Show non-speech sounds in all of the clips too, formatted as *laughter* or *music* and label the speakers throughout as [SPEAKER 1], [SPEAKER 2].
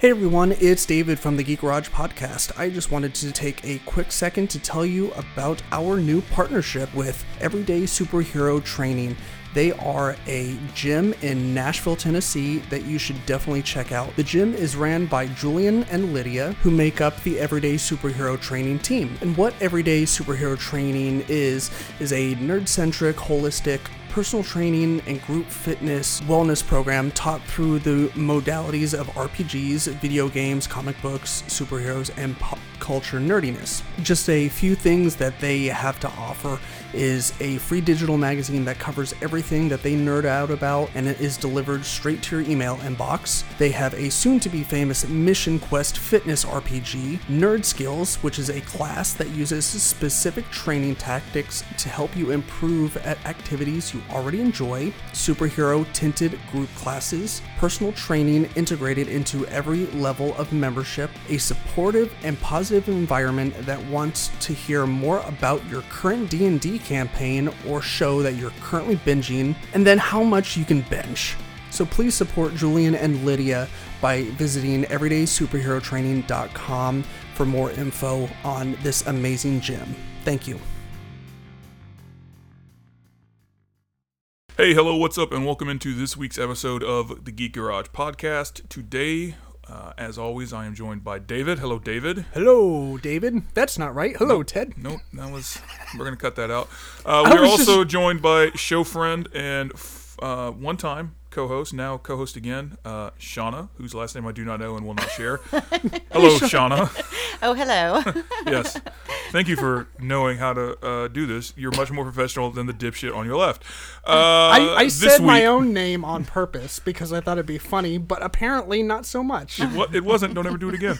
[SPEAKER 1] Hey everyone, it's David from the Geek Garage Podcast. I just wanted to take a quick second to tell you about our new partnership with Everyday Superhero Training. They are a gym in Nashville, Tennessee that you should definitely check out. The gym is ran by Julian and Lydia, who make up the Everyday Superhero Training team. And what Everyday Superhero Training is, is a nerd centric, holistic, personal training and group fitness wellness program taught through the modalities of RPGs, video games, comic books, superheroes, and pop culture nerdiness. Just a few things that they have to offer is a free digital magazine that covers everything that they nerd out about and it is delivered straight to your email inbox. They have a soon to be famous Mission Quest Fitness RPG, Nerd Skills, which is a class that uses specific training tactics to help you improve at activities you already enjoy, superhero tinted group classes, personal training integrated into every level of membership, a supportive and positive environment that wants to hear more about your current D&D campaign or show that you're currently binging, and then how much you can binge. So please support Julian and Lydia by visiting everydaysuperherotraining.com for more info on this amazing gym. Thank you.
[SPEAKER 2] Hey, hello, what's up, and welcome into this week's episode of the Geek Garage Podcast. Today, uh, as always, I am joined by David. Hello, David.
[SPEAKER 1] Hello, David. That's not right. Hello, Ted.
[SPEAKER 2] Nope, that was. We're gonna cut that out. Uh, we're
[SPEAKER 1] was
[SPEAKER 2] also joined by show friend and f- uh, one-time co-host, now co-host again, uh, Shauna, whose last name I do not know and will not
[SPEAKER 1] *laughs*
[SPEAKER 2] share. Hello, Shauna.
[SPEAKER 3] Oh, hello.
[SPEAKER 2] Yes, thank you for knowing how to uh, do this. You're much more professional than the dipshit on your left. Uh,
[SPEAKER 1] I, I
[SPEAKER 2] this
[SPEAKER 1] said my
[SPEAKER 2] week-
[SPEAKER 1] own name on purpose because I thought it'd be funny, but apparently not so much.
[SPEAKER 2] It, wa- it wasn't. Don't ever do
[SPEAKER 1] *laughs*
[SPEAKER 2] it again.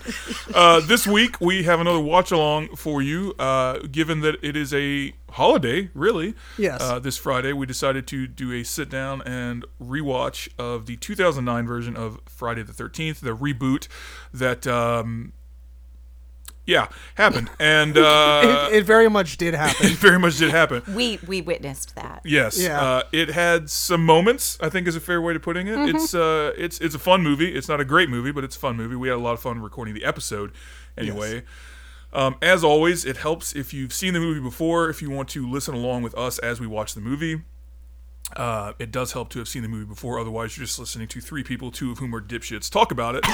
[SPEAKER 2] Uh, this week we have another watch along for you. Uh, given that it is a holiday, really.
[SPEAKER 1] Yes.
[SPEAKER 2] Uh, this Friday we decided to do a sit down and rewatch of the 2009 version of Friday the 13th, the reboot that. Um, yeah, happened,
[SPEAKER 1] *laughs*
[SPEAKER 2] and uh,
[SPEAKER 1] it, it very much did
[SPEAKER 2] *laughs*
[SPEAKER 1] happen.
[SPEAKER 2] it very much did happen.
[SPEAKER 3] *laughs* we we witnessed that.
[SPEAKER 2] Yes.
[SPEAKER 1] Yeah.
[SPEAKER 2] Uh, it had some moments. I think is a fair way to putting it. It's uh, it's it's a fun movie. It's not a great movie, but it's a fun movie. We had a lot of fun recording the episode. Anyway. Um, as always, it helps if you've seen the movie before. If you want to listen along with us as we watch the movie, uh, it does help to have seen the movie before. Otherwise, you're just listening to three people, two of whom are dipshits, talk about it.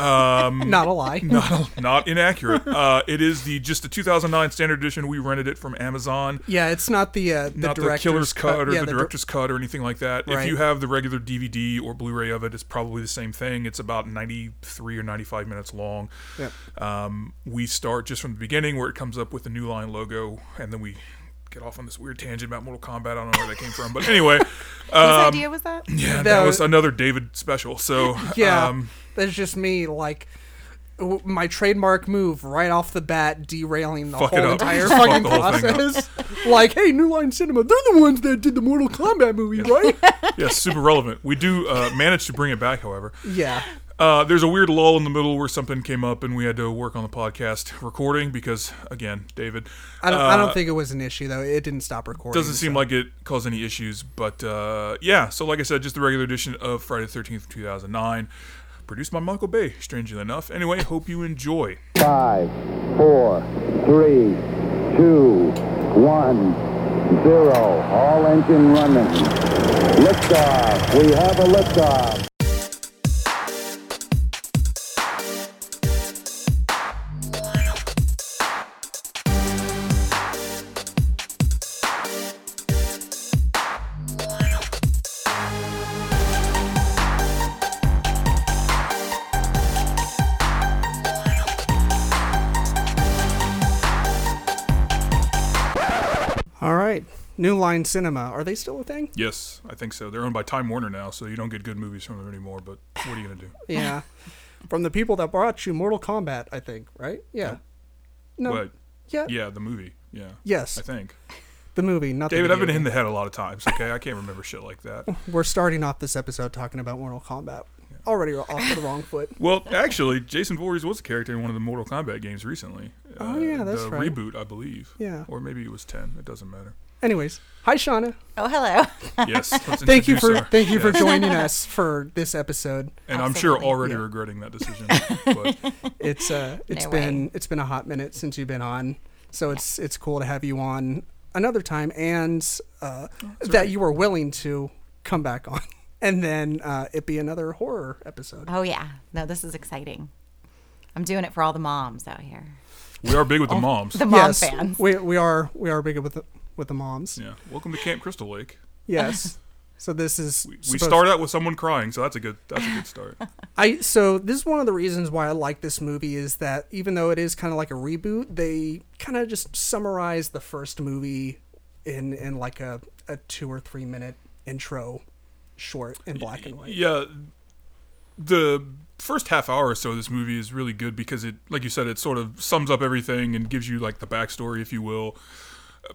[SPEAKER 2] Um,
[SPEAKER 1] not a lie.
[SPEAKER 2] not, not inaccurate. Uh, it is the just the 2009 standard edition. We rented it from Amazon.
[SPEAKER 1] Yeah, it's not the uh, the
[SPEAKER 2] not the
[SPEAKER 1] director's
[SPEAKER 2] killer's cut, or
[SPEAKER 1] yeah,
[SPEAKER 2] the
[SPEAKER 1] dir-
[SPEAKER 2] director's cut or anything like that.
[SPEAKER 1] Right.
[SPEAKER 2] If you have the regular DVD or Blu-ray of it, it's probably the same thing. It's about 93 or 95 minutes long.
[SPEAKER 1] Yep.
[SPEAKER 2] Um, we start just from the beginning where it comes up with the New Line logo, and then we get off on this weird tangent about Mortal Kombat. I don't know where that came from, but
[SPEAKER 1] *laughs*
[SPEAKER 2] anyway,
[SPEAKER 3] Whose
[SPEAKER 2] um,
[SPEAKER 3] idea was that?
[SPEAKER 2] yeah, that,
[SPEAKER 1] That was-
[SPEAKER 2] was another David special. So
[SPEAKER 1] *laughs* Yeah,
[SPEAKER 2] um,
[SPEAKER 1] that's just me. Like w- my trademark move right off the bat, derailing the
[SPEAKER 2] Fuck it
[SPEAKER 1] whole
[SPEAKER 2] up.
[SPEAKER 1] entire
[SPEAKER 2] *laughs* Fuck
[SPEAKER 1] fucking
[SPEAKER 2] the whole thing up.
[SPEAKER 1] process. *laughs* like, hey, New Line Cinema, they're the ones that did the Mortal Kombat movie, right?
[SPEAKER 2] *laughs* yeah, super relevant. We do uh, manage to bring it back, however.
[SPEAKER 1] yeah,
[SPEAKER 2] Uh, there's a weird lull in the middle where something came up and we had to work on the podcast recording because, again, David.
[SPEAKER 1] I don't. I
[SPEAKER 2] uh,
[SPEAKER 1] don't think it was an issue though. It didn't stop recording.
[SPEAKER 2] Doesn't seem like it caused any issues, but uh, yeah. So, like I said, just the regular edition of Friday the 13th, 2009, produced by Michael Bay, strangely enough. Anyway, hope you enjoy.
[SPEAKER 4] Five, four, three, two, one, zero. All engine running. Liftoff. We have a liftoff.
[SPEAKER 1] All right, New Line Cinema, are they still a thing?
[SPEAKER 2] Yes, I think so. They're owned by Time Warner now, so you don't get good movies from them anymore, but what are you going to do?
[SPEAKER 1] Yeah, from the people that brought you Mortal Kombat, I think. Right? Yeah. No.
[SPEAKER 2] But
[SPEAKER 1] Yeah.
[SPEAKER 2] yeah, the movie. Yeah.
[SPEAKER 1] Yes.
[SPEAKER 2] I think.
[SPEAKER 1] The movie, not
[SPEAKER 2] David,
[SPEAKER 1] The
[SPEAKER 2] I've
[SPEAKER 1] video
[SPEAKER 2] been in
[SPEAKER 1] game.
[SPEAKER 2] the head a lot of times, okay? I can't remember shit
[SPEAKER 1] *laughs*
[SPEAKER 2] like that.
[SPEAKER 1] We're starting off this episode talking about Mortal Kombat. Already off to the wrong foot.
[SPEAKER 2] Well, actually, Jason Voorhees was a character in one of the Mortal Kombat games recently. Uh,
[SPEAKER 1] Oh, yeah, that's
[SPEAKER 2] the
[SPEAKER 1] right.
[SPEAKER 2] Reboot, I believe.
[SPEAKER 1] Yeah.
[SPEAKER 3] *laughs*
[SPEAKER 2] Or maybe it was ten. It doesn't matter.
[SPEAKER 1] Anyways, hi Shauna.
[SPEAKER 3] Oh, hello. *laughs*
[SPEAKER 2] Yes. let's
[SPEAKER 1] Thank you
[SPEAKER 2] introduce
[SPEAKER 1] for
[SPEAKER 2] her.
[SPEAKER 1] thank you for
[SPEAKER 2] Yes.
[SPEAKER 1] joining us for this episode.
[SPEAKER 2] And I'm sure
[SPEAKER 3] Absolutely.
[SPEAKER 2] already
[SPEAKER 1] Yeah.
[SPEAKER 2] regretting that
[SPEAKER 3] *laughs*
[SPEAKER 2] decision. But
[SPEAKER 1] It's uh it's
[SPEAKER 3] way.
[SPEAKER 1] been it's been a hot minute since you've been on. So it's it's cool to have you on another time and uh,
[SPEAKER 3] Oh,
[SPEAKER 1] that you were willing to come back on. *laughs* And then uh, it be another horror episode.
[SPEAKER 3] Oh, yeah. No, this is exciting. I'm doing it for all the moms out here,
[SPEAKER 2] we are big with the moms.
[SPEAKER 3] the mom fans.
[SPEAKER 1] We we are we are big with the with the moms.
[SPEAKER 2] yeah. Welcome to Camp Crystal Lake.
[SPEAKER 1] Yes.
[SPEAKER 3] *laughs*
[SPEAKER 1] So this is
[SPEAKER 2] We, we
[SPEAKER 1] supposed-
[SPEAKER 2] start out with someone crying, so that's a good that's a good start.
[SPEAKER 3] *laughs*
[SPEAKER 1] I so this is one of the reasons why I like this movie is that even though it is kind of like a reboot, they kind of just summarize the first movie in in like a a two or three minute intro, short in black and white.
[SPEAKER 2] Yeah, the first half hour or so of this movie is really good because it, like you said, it sort of sums up everything and gives you like the backstory, if you will.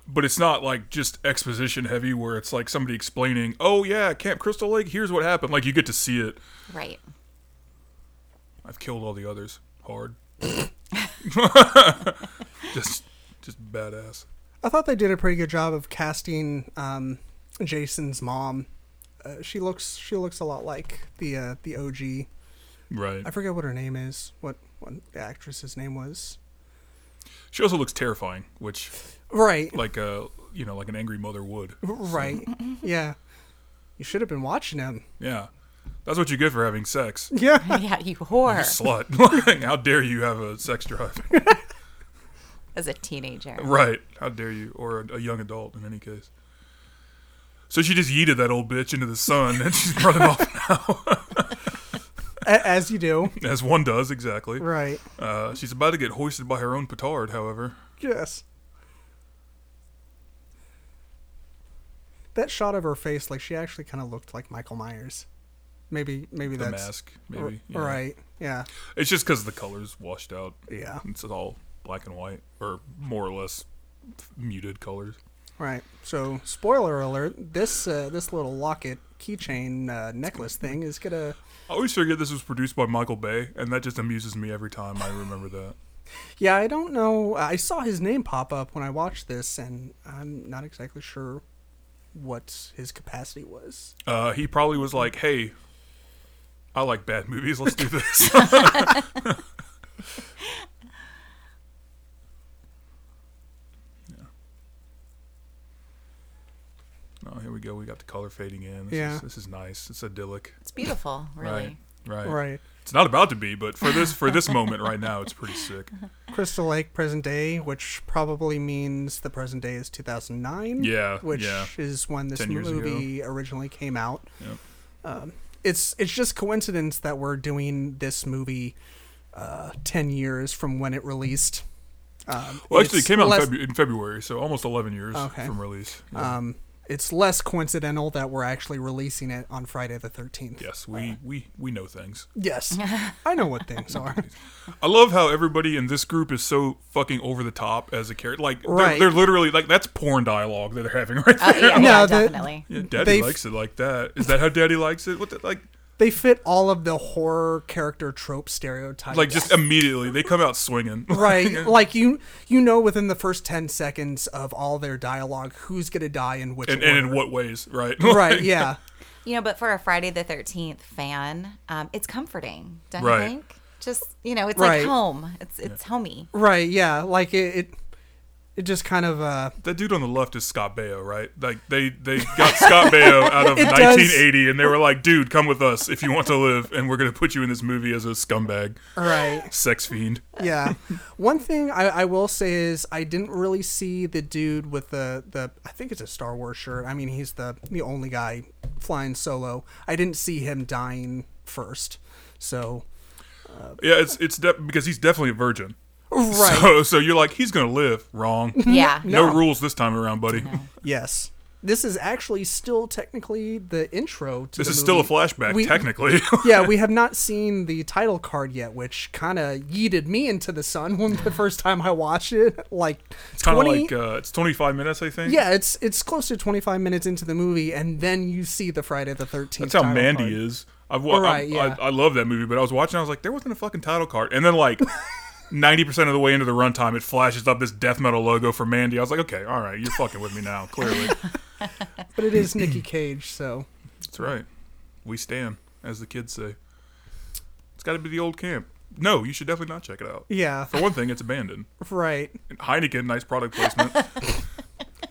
[SPEAKER 2] But it's not like just exposition heavy, where it's like somebody explaining, "Oh yeah, Camp Crystal Lake. Here's what happened." Like you get to see it.
[SPEAKER 3] Right.
[SPEAKER 2] I've killed all the others hard. *laughs* just, just badass.
[SPEAKER 1] I thought they did a pretty good job of casting um, Jason's mom. Uh, she looks she looks a lot like the uh, the OG.
[SPEAKER 2] Right.
[SPEAKER 1] I forget what her name is. What what the actress's name was?
[SPEAKER 2] She also looks terrifying, which
[SPEAKER 1] Right.
[SPEAKER 2] like a you know like an angry mother would.
[SPEAKER 1] Right. Yeah. You should have been watching him. *laughs*
[SPEAKER 2] Yeah, that's what you get for having sex.
[SPEAKER 1] Yeah.
[SPEAKER 3] *laughs* Yeah, you whore
[SPEAKER 2] slut. *laughs* Like, how dare you have a sex drive? *laughs*
[SPEAKER 3] as a teenager.
[SPEAKER 2] right. How dare you? Or a, a young adult, in any case. So she just yeeted that old bitch into the sun and she's running off *laughs*
[SPEAKER 1] A- As you do.
[SPEAKER 2] as one does,
[SPEAKER 1] *laughs*
[SPEAKER 2] exactly.
[SPEAKER 1] Right.
[SPEAKER 2] Uh, she's about to get hoisted by her own petard, however.
[SPEAKER 1] Yes. That shot of her face, like she actually kind of looked like Michael Myers. Maybe, maybe
[SPEAKER 2] The
[SPEAKER 1] that's
[SPEAKER 2] mask, maybe.
[SPEAKER 1] r-
[SPEAKER 2] yeah.
[SPEAKER 1] right. Yeah.
[SPEAKER 2] It's just because the color's washed out.
[SPEAKER 1] Yeah.
[SPEAKER 2] It's all black and white, or more or less muted colors.
[SPEAKER 1] Right. So, spoiler alert: this uh, this little locket keychain uh, necklace thing is gonna.
[SPEAKER 2] I always forget this was produced by Michael Bay, and that just amuses me every time I remember that.
[SPEAKER 1] Yeah, I don't know. I saw his name pop up when I watched this, and I'm not exactly sure what his capacity was.
[SPEAKER 2] Uh, he probably was like, "Hey, I like bad movies. Let's do this." Oh, here we go. We got the color fading in. This,
[SPEAKER 1] Yeah.
[SPEAKER 2] is, this is nice. It's idyllic.
[SPEAKER 3] It's beautiful, really.
[SPEAKER 2] Right. Right.
[SPEAKER 1] Right.
[SPEAKER 2] It's not about to be, but for this for this moment right now, it's pretty sick.
[SPEAKER 1] Crystal Lake present day, which probably means the present day is 2009.
[SPEAKER 2] Yeah,
[SPEAKER 1] which
[SPEAKER 2] yeah.
[SPEAKER 1] is when this
[SPEAKER 2] 10 years
[SPEAKER 1] movie originally came out.
[SPEAKER 2] Yep.
[SPEAKER 1] Um, it's it's just coincidence that we're doing this movie uh, 10 years from when it released. Um,
[SPEAKER 2] Well, actually, it
[SPEAKER 1] it's
[SPEAKER 2] came out in,
[SPEAKER 1] less-
[SPEAKER 2] Febu- in February, so almost 11 years
[SPEAKER 1] Okay.
[SPEAKER 2] from release. Yeah.
[SPEAKER 1] Um, it's less coincidental that we're actually releasing it on Friday the 13th.
[SPEAKER 2] yes, we, we we know things.
[SPEAKER 1] Yes. I know what things are.
[SPEAKER 2] I love how everybody in this group is so fucking over the top as a character. Like, they're,
[SPEAKER 1] Right. Uh,
[SPEAKER 2] they're literally like that's porn dialogue that they're having *laughs* right
[SPEAKER 3] Oh,
[SPEAKER 2] there.
[SPEAKER 3] yeah,
[SPEAKER 1] No,
[SPEAKER 3] yeah,
[SPEAKER 1] the-
[SPEAKER 3] definitely.
[SPEAKER 2] Yeah, Daddy
[SPEAKER 1] They've-
[SPEAKER 2] likes it like that. Is that how Daddy likes it? What the, like,
[SPEAKER 1] They fit all of the horror character trope stereotypes.
[SPEAKER 2] like just immediately they come out swinging.
[SPEAKER 1] right like you you know within the first 10 seconds of all their dialogue who's gonna die in which
[SPEAKER 2] *laughs* and,
[SPEAKER 1] order.
[SPEAKER 2] and in what ways? Right. *laughs*
[SPEAKER 1] right
[SPEAKER 2] Like,
[SPEAKER 1] yeah
[SPEAKER 3] You know, but for a Friday the 13th fan, um, it's comforting, don't
[SPEAKER 2] Right.
[SPEAKER 3] you think? Just, you know, it's
[SPEAKER 1] Right.
[SPEAKER 3] like home. It's it's homey.
[SPEAKER 1] right yeah like it it, it just kind of uh
[SPEAKER 2] That dude on the left is Scott Baio, right? Like they they got Scott Baio out of
[SPEAKER 1] *laughs* It does.
[SPEAKER 2] 1980, and they were like, "Dude, come with us if you want to live, and we're gonna put you in this movie as a scumbag,
[SPEAKER 1] right
[SPEAKER 2] sex fiend."
[SPEAKER 1] yeah one thing I, I will say is i didn't really see the dude with the the i think it's a star wars shirt i mean he's the the only guy flying solo i didn't see him dying first so
[SPEAKER 2] Yeah, it's it's de- because he's definitely a virgin.
[SPEAKER 1] right
[SPEAKER 2] So, so you're like, he's gonna live.
[SPEAKER 1] *laughs*
[SPEAKER 2] Wrong.
[SPEAKER 3] Yeah.
[SPEAKER 2] No, rules this time around, buddy.
[SPEAKER 1] yes this is actually still technically the intro to
[SPEAKER 2] This
[SPEAKER 1] the
[SPEAKER 2] is still a
[SPEAKER 1] movie.
[SPEAKER 2] flashback,
[SPEAKER 1] We-
[SPEAKER 2] technically. *laughs*
[SPEAKER 1] yeah, we have not seen the title card yet, which kind of yeeted me into the sun when the first time I watched it. Like
[SPEAKER 2] it's kind of
[SPEAKER 1] 20
[SPEAKER 2] like uh, it's 25 minutes, I think.
[SPEAKER 1] yeah, it's it's close to 25 minutes into the movie, and then you see the Friday the 13th.
[SPEAKER 2] That's how
[SPEAKER 1] title
[SPEAKER 2] Mandy
[SPEAKER 1] card.
[SPEAKER 2] is. I've wa-
[SPEAKER 1] Right,
[SPEAKER 2] I'm-
[SPEAKER 1] yeah. *laughs*
[SPEAKER 2] I, I love that movie, but I was watching. I was like, there wasn't a fucking title card, and then like 90% of the way into the runtime, it flashes up this death metal logo for Mandy. I was like, okay, all right, you're fucking with me now,
[SPEAKER 1] *laughs*
[SPEAKER 2] clearly.
[SPEAKER 1] But it is Nicky Cage, so
[SPEAKER 2] That's right. We stand, as the kids say. It's got to be the old camp. No, you should definitely not check it out.
[SPEAKER 1] yeah,
[SPEAKER 2] For one thing, it's abandoned.
[SPEAKER 1] right.
[SPEAKER 2] And Heineken, nice product placement.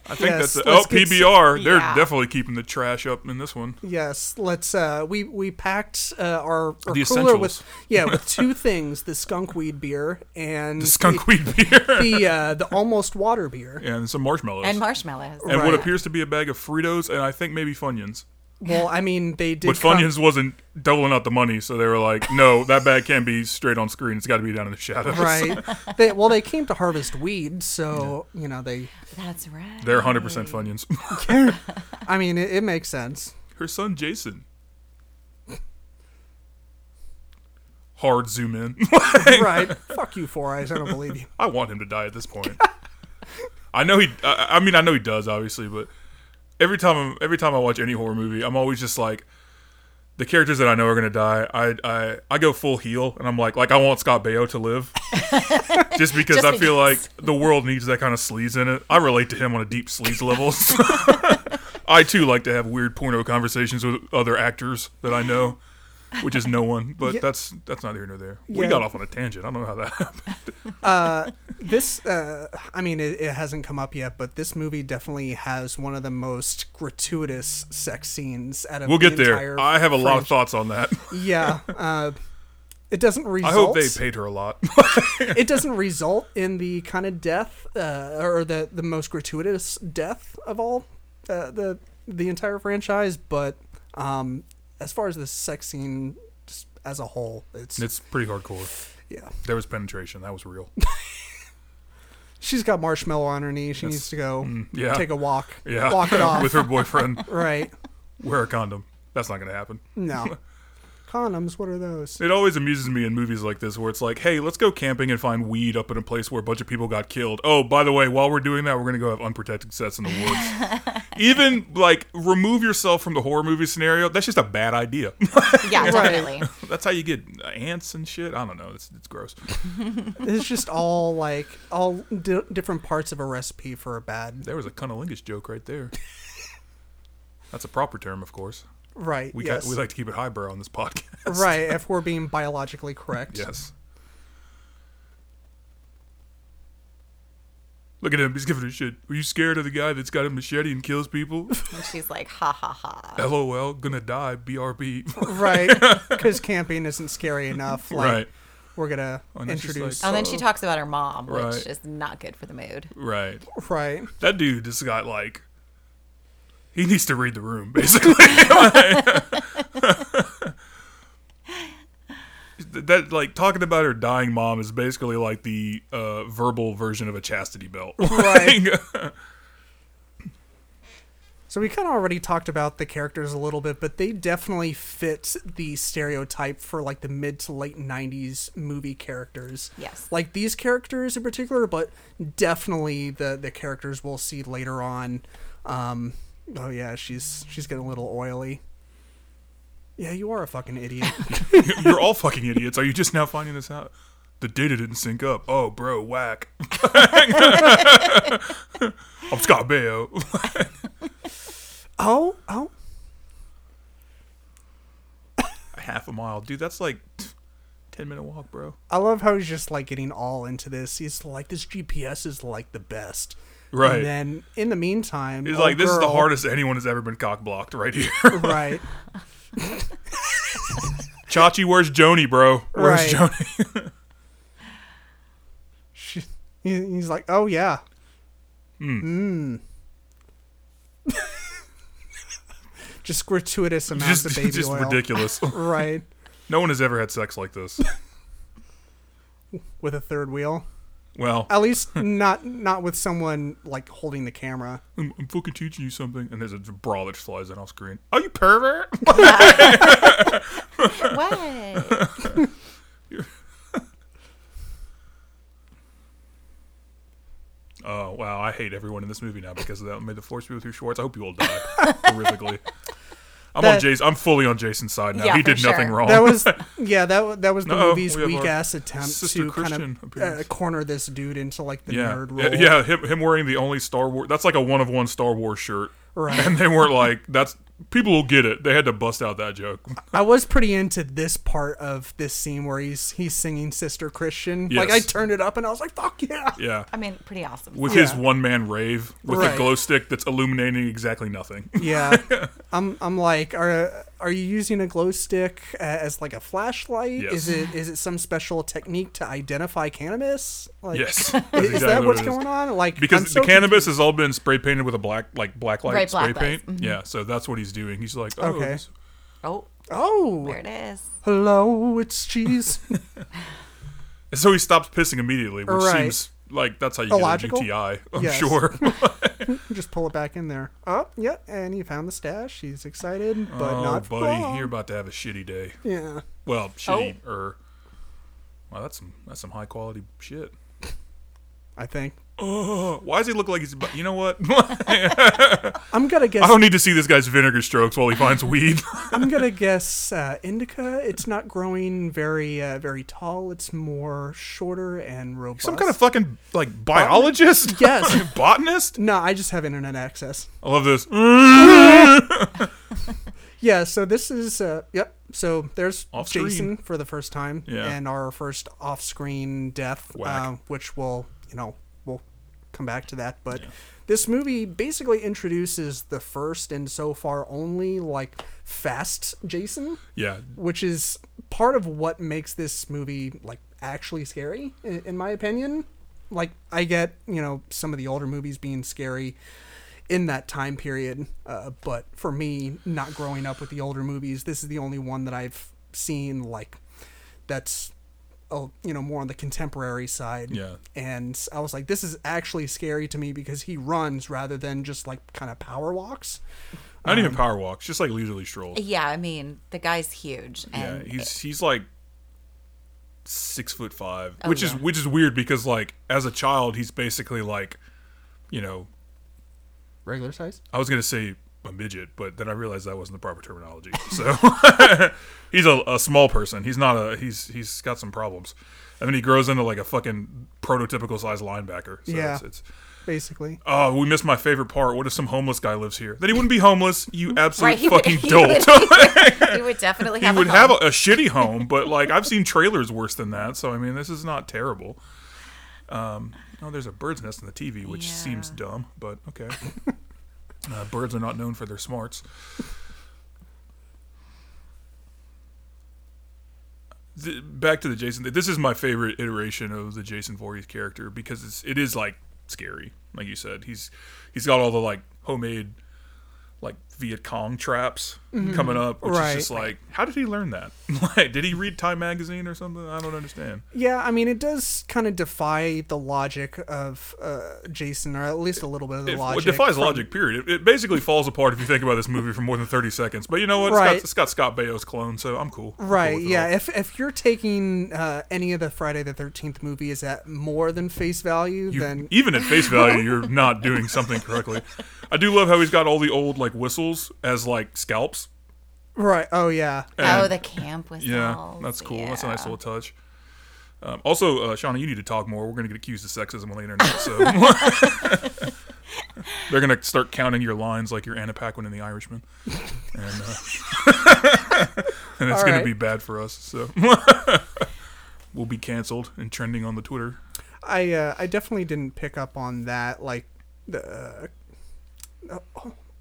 [SPEAKER 2] I think
[SPEAKER 1] Yes,
[SPEAKER 2] that's the
[SPEAKER 1] let's
[SPEAKER 2] oh,
[SPEAKER 1] get s-
[SPEAKER 2] PBR. They're
[SPEAKER 3] Yeah.
[SPEAKER 2] definitely keeping the trash up in this one. *laughs*
[SPEAKER 1] Yes, let's. Uh, we we packed uh, our, our
[SPEAKER 2] The
[SPEAKER 1] cooler with
[SPEAKER 2] essentials.
[SPEAKER 1] yeah with two things: the skunk weed beer and
[SPEAKER 2] The skunk weed *laughs* beer.
[SPEAKER 1] the uh, the almost water beer.
[SPEAKER 2] and some marshmallows.
[SPEAKER 3] and marshmallows.
[SPEAKER 2] And what
[SPEAKER 1] Right.
[SPEAKER 2] appears to be a bag of Fritos and I think maybe Funyuns.
[SPEAKER 1] Well, I mean they did.
[SPEAKER 2] But
[SPEAKER 1] come-
[SPEAKER 2] Funyuns wasn't doubling out the money, so they were like, no, that bag can't be straight on screen. It's got to be down in
[SPEAKER 1] *laughs*
[SPEAKER 2] the shadows.
[SPEAKER 1] right? they, well, they came to harvest weed, so you know they.
[SPEAKER 3] That's right.
[SPEAKER 2] *laughs* They're 100% Funyuns.
[SPEAKER 1] I mean, it, it makes sense.
[SPEAKER 2] *laughs* Her son, Jason. Hard zoom in. *laughs*
[SPEAKER 1] right? Fuck you, Four Eyes. I don't believe you.
[SPEAKER 2] I want him to die at this point. *laughs* I know he. I, I mean, I know he does, obviously, but every time I'm, every time I watch any horror movie, I'm always just like, the characters that I know are gonna die. I I, I go full heel, and I'm like, like I want Scott Baio to live, just because
[SPEAKER 3] Just
[SPEAKER 2] I feel like
[SPEAKER 3] because.
[SPEAKER 2] the world needs that kind of sleaze in it. I relate to him on a deep sleaze level. *laughs* so- I too like to have weird porno conversations with other actors that I know. Which is no one, but that's that's not here nor there. We
[SPEAKER 1] Yeah.
[SPEAKER 2] got off on a tangent. I don't know how that *laughs* happened.
[SPEAKER 1] This, uh, I mean, it, it hasn't come up yet, but this movie definitely has one of the most gratuitous sex scenes out of.
[SPEAKER 2] We'll
[SPEAKER 1] the
[SPEAKER 2] get there.
[SPEAKER 1] entire
[SPEAKER 2] I have a lot of
[SPEAKER 1] franchise.
[SPEAKER 2] thoughts on that.
[SPEAKER 1] Yeah. Uh, it doesn't
[SPEAKER 2] I
[SPEAKER 1] result.
[SPEAKER 2] hope they paid her
[SPEAKER 1] *laughs*
[SPEAKER 2] a lot.
[SPEAKER 1] it doesn't result in the kind of death uh, or the the most gratuitous death of all uh, the the entire franchise, but um, as far as the sex scene just as a whole, it's
[SPEAKER 2] it's pretty hardcore.
[SPEAKER 1] yeah.
[SPEAKER 2] There was penetration. That was
[SPEAKER 1] *laughs*
[SPEAKER 2] real.
[SPEAKER 1] She's got marshmallow on her knee. She needs to go
[SPEAKER 2] mm, yeah.
[SPEAKER 1] take a walk.
[SPEAKER 2] Yeah.
[SPEAKER 1] Walk
[SPEAKER 2] *laughs*
[SPEAKER 1] it off.
[SPEAKER 2] With her boyfriend.
[SPEAKER 1] right.
[SPEAKER 2] Wear a condom. That's not going to happen.
[SPEAKER 1] No. Condoms, what are those?
[SPEAKER 2] It always amuses me in movies like this where it's like, hey, let's go camping and find weed up in a place where a bunch of people got killed. Oh, by the way, while we're doing that, we're going to go have unprotected sex in the woods. Even, like, remove yourself from the horror movie scenario. That's just a bad idea. *laughs*
[SPEAKER 3] yeah,
[SPEAKER 1] Right.
[SPEAKER 3] definitely.
[SPEAKER 2] That's how you get ants and shit. I don't know. It's, it's gross.
[SPEAKER 1] It's just all like all di- different parts of a recipe for a bad.
[SPEAKER 2] There was a cunnilingus joke
[SPEAKER 1] *laughs*
[SPEAKER 2] right there. That's a proper term, of course.
[SPEAKER 1] Right.
[SPEAKER 2] We
[SPEAKER 1] yes.
[SPEAKER 2] got, we like to keep it highbrow on this podcast.
[SPEAKER 1] right. If we're being biologically correct.
[SPEAKER 2] Yes. Look at him. He's giving a shit. Were you scared of the guy that's got a machete and
[SPEAKER 1] *laughs*
[SPEAKER 2] kills people?
[SPEAKER 3] And she's like, ha ha ha.
[SPEAKER 2] LOL. Gonna die. BRB. *laughs*
[SPEAKER 1] right because camping isn't scary enough like
[SPEAKER 2] right.
[SPEAKER 1] we're gonna
[SPEAKER 2] and it's just
[SPEAKER 1] introduce
[SPEAKER 2] like-
[SPEAKER 3] Oh, and then she
[SPEAKER 2] So-
[SPEAKER 3] talks about her mom, which
[SPEAKER 2] Right.
[SPEAKER 3] is not good for
[SPEAKER 2] *laughs*
[SPEAKER 3] the mood.
[SPEAKER 2] Right.
[SPEAKER 1] *laughs* right
[SPEAKER 2] That dude just got like. He needs to read the room, basically. *laughs* that like talking about her dying mom is basically like the uh, verbal version of a chastity belt. *laughs*
[SPEAKER 1] Right.
[SPEAKER 2] Like,
[SPEAKER 1] so we kind of already talked about the characters a little bit but they definitely fit the stereotype for like the mid to late 90s movie characters
[SPEAKER 3] Yes.
[SPEAKER 1] like these characters in particular but definitely the the characters we'll see later on um oh yeah she's she's getting a little oily yeah you are a fucking idiot
[SPEAKER 2] *laughs* You're all fucking idiots. Are you just now finding this out? The data didn't sync up. Oh, bro, whack. *laughs* I'm Scott Baio. *laughs*
[SPEAKER 1] oh oh
[SPEAKER 2] Half a mile, dude. That's like ten minute walk, bro.
[SPEAKER 1] I love how he's just like getting all into this. He's like, this GPS is like the best.
[SPEAKER 2] Right.
[SPEAKER 1] And then in the meantime,
[SPEAKER 2] He's
[SPEAKER 1] old
[SPEAKER 2] like, this is the
[SPEAKER 1] Oh, girl- *laughs*
[SPEAKER 2] hardest anyone has ever been cock blocked right here. *laughs*
[SPEAKER 1] Right.
[SPEAKER 2] Chachi, where's Joni, bro?
[SPEAKER 1] Right.
[SPEAKER 2] Where's Joni?
[SPEAKER 1] She, he- he's like, oh yeah. Hmm. *laughs* just gratuitous amounts
[SPEAKER 2] Just,
[SPEAKER 1] of baby
[SPEAKER 2] *laughs* just
[SPEAKER 1] oil.
[SPEAKER 2] ridiculous.
[SPEAKER 1] *laughs* Right.
[SPEAKER 2] no one has ever had sex like
[SPEAKER 1] *laughs*
[SPEAKER 2] this.
[SPEAKER 1] With a third wheel.
[SPEAKER 2] Well,
[SPEAKER 1] At least not not with someone like holding the camera.
[SPEAKER 2] I'm, I'm fucking teaching you something. And there's a bra that flies in off screen. Are you pervert?
[SPEAKER 1] *laughs*
[SPEAKER 3] What?
[SPEAKER 2] Oh
[SPEAKER 1] *laughs*
[SPEAKER 2] wow, I hate everyone in this movie now because of that. May the force be with you, Schwartz. I hope you all die horrifically. I'm on
[SPEAKER 1] That-
[SPEAKER 2] Jason. I'm fully on Jason's side now.
[SPEAKER 3] Yeah,
[SPEAKER 2] he
[SPEAKER 3] for
[SPEAKER 2] did nothing
[SPEAKER 3] sure.
[SPEAKER 2] wrong.
[SPEAKER 1] That
[SPEAKER 2] *laughs*
[SPEAKER 1] was yeah. That wa- that was the
[SPEAKER 2] Uh-oh,
[SPEAKER 1] movie's
[SPEAKER 2] we have our
[SPEAKER 1] weak ass attempt
[SPEAKER 2] Sister
[SPEAKER 1] to
[SPEAKER 2] Christian
[SPEAKER 1] kind of uh,
[SPEAKER 2] appearance.
[SPEAKER 1] corner this dude into like the
[SPEAKER 2] yeah,
[SPEAKER 1] nerd
[SPEAKER 2] yeah,
[SPEAKER 1] role.
[SPEAKER 2] yeah, Him, him wearing the only Star Wars. That's like a one of one Star Wars shirt.
[SPEAKER 1] Right.
[SPEAKER 2] And they weren't like that's people will get it. They had to bust out that
[SPEAKER 1] *laughs*
[SPEAKER 2] joke.
[SPEAKER 1] I was pretty into this part of this scene where he's he's singing Sister Christian. Like I
[SPEAKER 2] Yes.
[SPEAKER 1] turned it up and I was like, "Fuck yeah!"
[SPEAKER 2] Yeah.
[SPEAKER 3] I mean, pretty awesome.
[SPEAKER 2] With
[SPEAKER 1] Yeah.
[SPEAKER 2] his one man rave with
[SPEAKER 1] Right.
[SPEAKER 2] a glow stick that's illuminating exactly nothing. *laughs*
[SPEAKER 1] *laughs* Yeah, I'm I'm like, are are you using a glow stick uh, as like a flashlight?
[SPEAKER 2] Yes.
[SPEAKER 1] Is it is it some special technique to identify cannabis? Like,
[SPEAKER 2] Yes.
[SPEAKER 1] i-
[SPEAKER 2] That's
[SPEAKER 1] *laughs* is that
[SPEAKER 2] exactly what
[SPEAKER 1] what's
[SPEAKER 2] it is.
[SPEAKER 1] going on? Like,
[SPEAKER 2] because
[SPEAKER 1] I'm
[SPEAKER 2] the
[SPEAKER 1] so
[SPEAKER 2] cannabis
[SPEAKER 1] confused.
[SPEAKER 2] has all been spray painted with a black like black light
[SPEAKER 3] Right,
[SPEAKER 2] spray
[SPEAKER 3] black
[SPEAKER 2] paint.
[SPEAKER 3] light. Mm-hmm.
[SPEAKER 2] Yeah, so that's what he's doing. He's like, oh,
[SPEAKER 1] Okay.
[SPEAKER 2] this-
[SPEAKER 3] Oh, there
[SPEAKER 1] Oh,
[SPEAKER 3] it is.
[SPEAKER 1] hello, it's cheese.
[SPEAKER 2] and so he stops pissing immediately, which
[SPEAKER 1] Right.
[SPEAKER 2] seems like that's how you
[SPEAKER 1] Illogical?
[SPEAKER 2] get a UTI. I'm
[SPEAKER 1] Yes. *laughs*
[SPEAKER 2] sure.
[SPEAKER 1] Just pull it back in there. Oh, yeah, and he found the stash. He's excited, but
[SPEAKER 2] *laughs* oh,
[SPEAKER 1] not for
[SPEAKER 2] buddy,
[SPEAKER 1] long.
[SPEAKER 2] you're about to have a shitty day.
[SPEAKER 1] Yeah.
[SPEAKER 2] Well, shitty
[SPEAKER 3] Oh.
[SPEAKER 2] or wow, that's some that's some high quality shit.
[SPEAKER 1] I think.
[SPEAKER 2] Oh, why does he look like he's? About, you know what? *laughs*
[SPEAKER 1] I'm gonna
[SPEAKER 2] I
[SPEAKER 1] guess.
[SPEAKER 2] don't need to see this guy's vinegar strokes while he finds weed. *laughs*
[SPEAKER 1] I'm gonna guess uh, indica. It's not growing very, uh, very tall. It's more shorter and robust.
[SPEAKER 2] some kind of fucking like *laughs* biologist.
[SPEAKER 1] Yes.
[SPEAKER 2] botanist.
[SPEAKER 1] No, I just have internet access.
[SPEAKER 2] I love this.
[SPEAKER 1] Yeah, so this is uh yep. So there's
[SPEAKER 2] Off screen.
[SPEAKER 1] Jason for the first time
[SPEAKER 2] Yeah.
[SPEAKER 1] and our first off-screen death
[SPEAKER 2] Whack.
[SPEAKER 1] uh, which will, you know, we'll come back to that, but this movie basically introduces the first and so far only like fast Jason,
[SPEAKER 2] Yeah,
[SPEAKER 1] which is part of what makes this movie like actually scary in, in my opinion. Like I get, you know, some of the older movies being scary, in that time period. Uh, but for me, not growing up with the older movies, this is the only one that I've seen like that's oh, you know more on the contemporary side.
[SPEAKER 2] Yeah.
[SPEAKER 1] And I was like, this is actually scary to me because he runs rather than just like kind of power walks.
[SPEAKER 2] not even power walks, just like leisurely strolls.
[SPEAKER 3] Yeah, I mean, the guy's huge.
[SPEAKER 2] Yeah,
[SPEAKER 3] And
[SPEAKER 2] he's he's like six foot five,
[SPEAKER 3] Oh,
[SPEAKER 2] which is
[SPEAKER 3] yeah.
[SPEAKER 2] which is weird because like as a child he's basically like, you know,
[SPEAKER 1] Regular size.
[SPEAKER 2] I was gonna say a midget, but then I realized that wasn't the proper
[SPEAKER 3] *laughs*
[SPEAKER 2] terminology. So *laughs* he's a, a small person. He's not a he's he's got some problems, and then he grows into like a fucking prototypical size linebacker. So
[SPEAKER 1] Yeah.
[SPEAKER 2] it's, it's
[SPEAKER 1] Basically,
[SPEAKER 2] oh we missed my favorite part. What if some homeless guy lives here? Then he wouldn't be homeless. You absolute
[SPEAKER 3] Right, he would- *laughs*
[SPEAKER 2] fucking *laughs*
[SPEAKER 3] he
[SPEAKER 2] dolt.
[SPEAKER 3] would- he would- he would
[SPEAKER 2] *laughs*
[SPEAKER 3] definitely
[SPEAKER 2] he
[SPEAKER 3] have.
[SPEAKER 2] would
[SPEAKER 3] a
[SPEAKER 2] have a,
[SPEAKER 3] home.
[SPEAKER 2] a shitty home, but like I've seen trailers worse than that. So I mean, this is not terrible. Um, oh, there's a bird's nest in the TV, which seems
[SPEAKER 3] Yeah.
[SPEAKER 2] dumb, but okay. *laughs* uh, birds are not known for their smarts. The, back to the Jason. This is my favorite iteration of the Jason Voorhees character because it's it is like scary, like you said. He's he's got all the like homemade like Viet Cong traps coming up, which
[SPEAKER 1] Mm-hmm. Right.
[SPEAKER 2] is just like, how did he learn that? *laughs* like, did he read Time magazine or something? I don't understand.
[SPEAKER 1] yeah. I mean, it does kind of defy the logic of uh, Jason, or at least a little bit of the
[SPEAKER 2] It, well, it
[SPEAKER 1] logic.
[SPEAKER 2] defies
[SPEAKER 1] from-
[SPEAKER 2] logic. Period. It, it basically falls apart if you think about this movie for more than thirty seconds. But you know what? It's,
[SPEAKER 1] Right.
[SPEAKER 2] got, it's got Scott Baio's clone, so I'm cool. I'm cool
[SPEAKER 1] Right.
[SPEAKER 2] with it
[SPEAKER 1] yeah.
[SPEAKER 2] all.
[SPEAKER 1] If if you're taking uh, any of the Friday the Thirteenth movies at more than face value,
[SPEAKER 2] You-
[SPEAKER 1] then
[SPEAKER 2] *laughs* even at face value,
[SPEAKER 1] *laughs*
[SPEAKER 2] you're not doing something correctly. I do love how he's got all the old like whistles as like scalps.
[SPEAKER 1] right. Oh yeah.
[SPEAKER 3] Oh, the camp was.
[SPEAKER 2] Yeah,
[SPEAKER 1] Oh,
[SPEAKER 3] all-
[SPEAKER 2] that's cool. That's a
[SPEAKER 3] yeah.
[SPEAKER 2] nice little touch. Um, also, uh, Shauna, you need to talk more. We're going to get accused of sexism on the internet, so
[SPEAKER 1] *laughs*
[SPEAKER 2] they're going to start counting your lines like you're Anna Paquin in The Irishman, and, uh, *laughs* and it's
[SPEAKER 1] All
[SPEAKER 2] going
[SPEAKER 1] right.
[SPEAKER 2] to be bad for us. So *laughs* we'll be canceled and trending on the Twitter.
[SPEAKER 1] I uh, I definitely didn't pick up on that. Like the uh,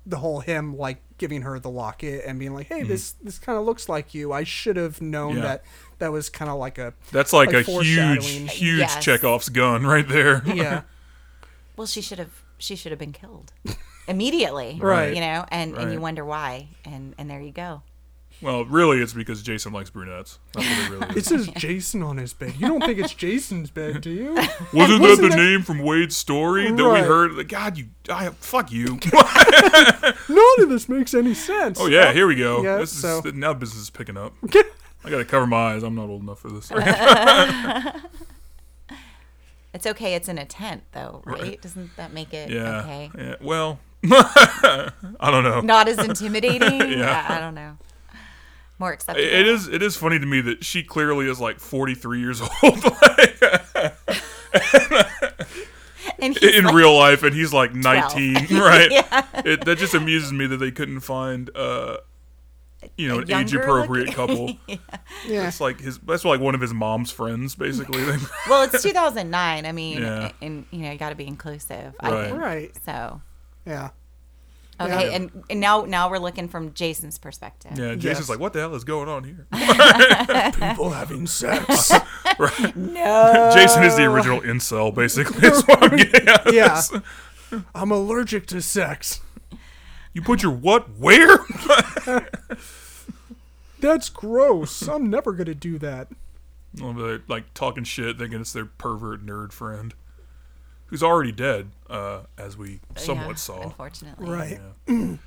[SPEAKER 1] the whole him like giving her the locket and being like, hey, this this kind of looks like you. I should have known
[SPEAKER 2] Mm-hmm. Yeah.
[SPEAKER 1] that that was kind of like a
[SPEAKER 2] That's like,
[SPEAKER 1] Like
[SPEAKER 2] a
[SPEAKER 1] foreshadowing.
[SPEAKER 2] huge, huge
[SPEAKER 3] Yes.
[SPEAKER 2] Chekhov's gun right there.
[SPEAKER 1] *laughs* yeah.
[SPEAKER 3] Well, she should have. She should have been killed immediately.
[SPEAKER 1] Right.
[SPEAKER 3] You know, and and
[SPEAKER 2] *laughs*
[SPEAKER 3] you
[SPEAKER 2] Right.
[SPEAKER 3] wonder why, and and there you go.
[SPEAKER 2] well, really, it's because Jason likes brunettes. That's what it really is.
[SPEAKER 1] It *laughs* says Jason on his bed. You don't think *laughs* it's Jason's bed, do you?
[SPEAKER 2] Wasn't that
[SPEAKER 1] Wasn't
[SPEAKER 2] the
[SPEAKER 1] that-
[SPEAKER 2] name from Wade's story that we
[SPEAKER 1] Right.
[SPEAKER 2] heard? God, you, I, fuck you. *laughs*
[SPEAKER 1] None of this makes any sense.
[SPEAKER 2] Oh yeah, here we go.
[SPEAKER 1] Yeah,
[SPEAKER 2] this is
[SPEAKER 1] so-
[SPEAKER 2] now business is picking
[SPEAKER 1] *laughs*
[SPEAKER 2] up.
[SPEAKER 3] *laughs*
[SPEAKER 2] I gotta cover my eyes. I'm not old enough for this.
[SPEAKER 3] It's okay. It's in a tent, though, right? Doesn't that make it
[SPEAKER 2] Yeah.
[SPEAKER 3] okay?
[SPEAKER 2] yeah. Well, *laughs* I don't know.
[SPEAKER 3] Not
[SPEAKER 2] *laughs*
[SPEAKER 3] as intimidating. yeah. I don't know. More acceptable.
[SPEAKER 2] It is it is funny to me that she clearly is like 43 years *laughs* old like,
[SPEAKER 3] and he's
[SPEAKER 2] in
[SPEAKER 3] like,
[SPEAKER 2] real life and he's like 19,
[SPEAKER 3] *laughs* 12.
[SPEAKER 2] right?
[SPEAKER 3] Yeah.
[SPEAKER 2] It that just amuses me that they couldn't find uh you know,
[SPEAKER 3] A
[SPEAKER 2] an age
[SPEAKER 3] younger
[SPEAKER 2] appropriate
[SPEAKER 3] looking- *laughs*
[SPEAKER 2] couple.
[SPEAKER 1] Yeah.
[SPEAKER 2] It's like his that's like one of his mom's
[SPEAKER 1] *laughs*
[SPEAKER 2] friends basically. They-
[SPEAKER 3] well, it's 2009. I mean,
[SPEAKER 2] Yeah.
[SPEAKER 3] and you know, you got to be inclusive. I
[SPEAKER 2] Right.
[SPEAKER 3] think.
[SPEAKER 1] Right.
[SPEAKER 3] So
[SPEAKER 1] Yeah.
[SPEAKER 3] okay,
[SPEAKER 1] Yeah.
[SPEAKER 3] and, and now now we're looking from Jason's perspective.
[SPEAKER 2] yeah, Jason's
[SPEAKER 1] Yes.
[SPEAKER 2] like what the hell is going
[SPEAKER 1] *laughs*
[SPEAKER 2] on here?
[SPEAKER 1] People having *laughs* sex.
[SPEAKER 3] No.
[SPEAKER 1] Uh,
[SPEAKER 2] Jason is the original incel basically. That's what I'm getting
[SPEAKER 1] *laughs*
[SPEAKER 2] at.
[SPEAKER 1] yeah. I'm allergic to sex.
[SPEAKER 2] *laughs* You put your what where? *laughs*
[SPEAKER 1] That's gross. I'm never going to do that.
[SPEAKER 2] Well, they're, like talking shit, thinking it's their pervert nerd friend, who's already dead, uh, as we somewhat
[SPEAKER 3] Yeah,
[SPEAKER 2] saw.
[SPEAKER 3] Unfortunately.
[SPEAKER 1] Right.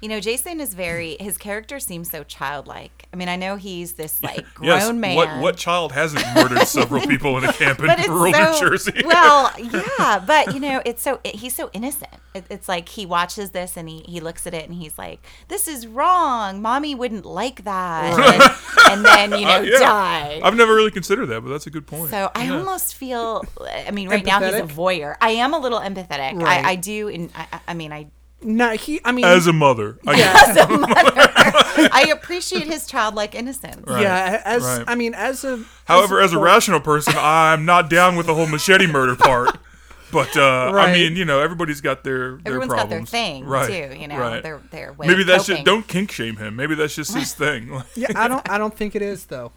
[SPEAKER 3] You know, Jason is very his character seems so childlike. I mean, I know
[SPEAKER 2] *laughs*
[SPEAKER 3] he's this like grown
[SPEAKER 2] yes,
[SPEAKER 3] man.
[SPEAKER 2] what what child hasn't murdered
[SPEAKER 3] *laughs*
[SPEAKER 2] several people in a camp in rural New
[SPEAKER 3] so-
[SPEAKER 2] Jersey?
[SPEAKER 3] *laughs* well, yeah, but you know, it's so he's so innocent. It, it's like he watches this and he he looks at it and he's like, "This is wrong. Mommy wouldn't like that." and, and
[SPEAKER 2] *laughs*
[SPEAKER 3] then you know,
[SPEAKER 2] Uh, Yeah.
[SPEAKER 3] die.
[SPEAKER 2] *laughs* I've never really considered that, but that's a good point.
[SPEAKER 3] So I
[SPEAKER 2] Yeah.
[SPEAKER 3] almost feel. I mean, right now he's a
[SPEAKER 1] Empathetic?
[SPEAKER 3] voyeur. I am a little empathetic.
[SPEAKER 1] Right.
[SPEAKER 3] I, I do, and I, I- I mean, I *laughs*
[SPEAKER 1] Nah, he, I mean,
[SPEAKER 2] as a mother, I guess. *laughs*
[SPEAKER 3] I appreciate his childlike innocence.
[SPEAKER 1] yeah, as,
[SPEAKER 2] right.
[SPEAKER 1] I mean, as a.
[SPEAKER 2] however, as a
[SPEAKER 1] boy-
[SPEAKER 2] rational person, I'm not down with the whole machete murder part. But uh, I
[SPEAKER 1] Right.
[SPEAKER 2] mean, you know, everybody's got their their
[SPEAKER 3] Everyone's got their
[SPEAKER 2] problems.
[SPEAKER 3] thing
[SPEAKER 2] right.
[SPEAKER 3] too. You know,
[SPEAKER 2] right.
[SPEAKER 3] their their way.
[SPEAKER 2] Maybe
[SPEAKER 3] of
[SPEAKER 2] that's
[SPEAKER 3] coping.
[SPEAKER 2] just don't kink shame him. Maybe that's just
[SPEAKER 3] *laughs*
[SPEAKER 2] his thing. *laughs*
[SPEAKER 1] Yeah, I don't, I don't think it is, *laughs* though.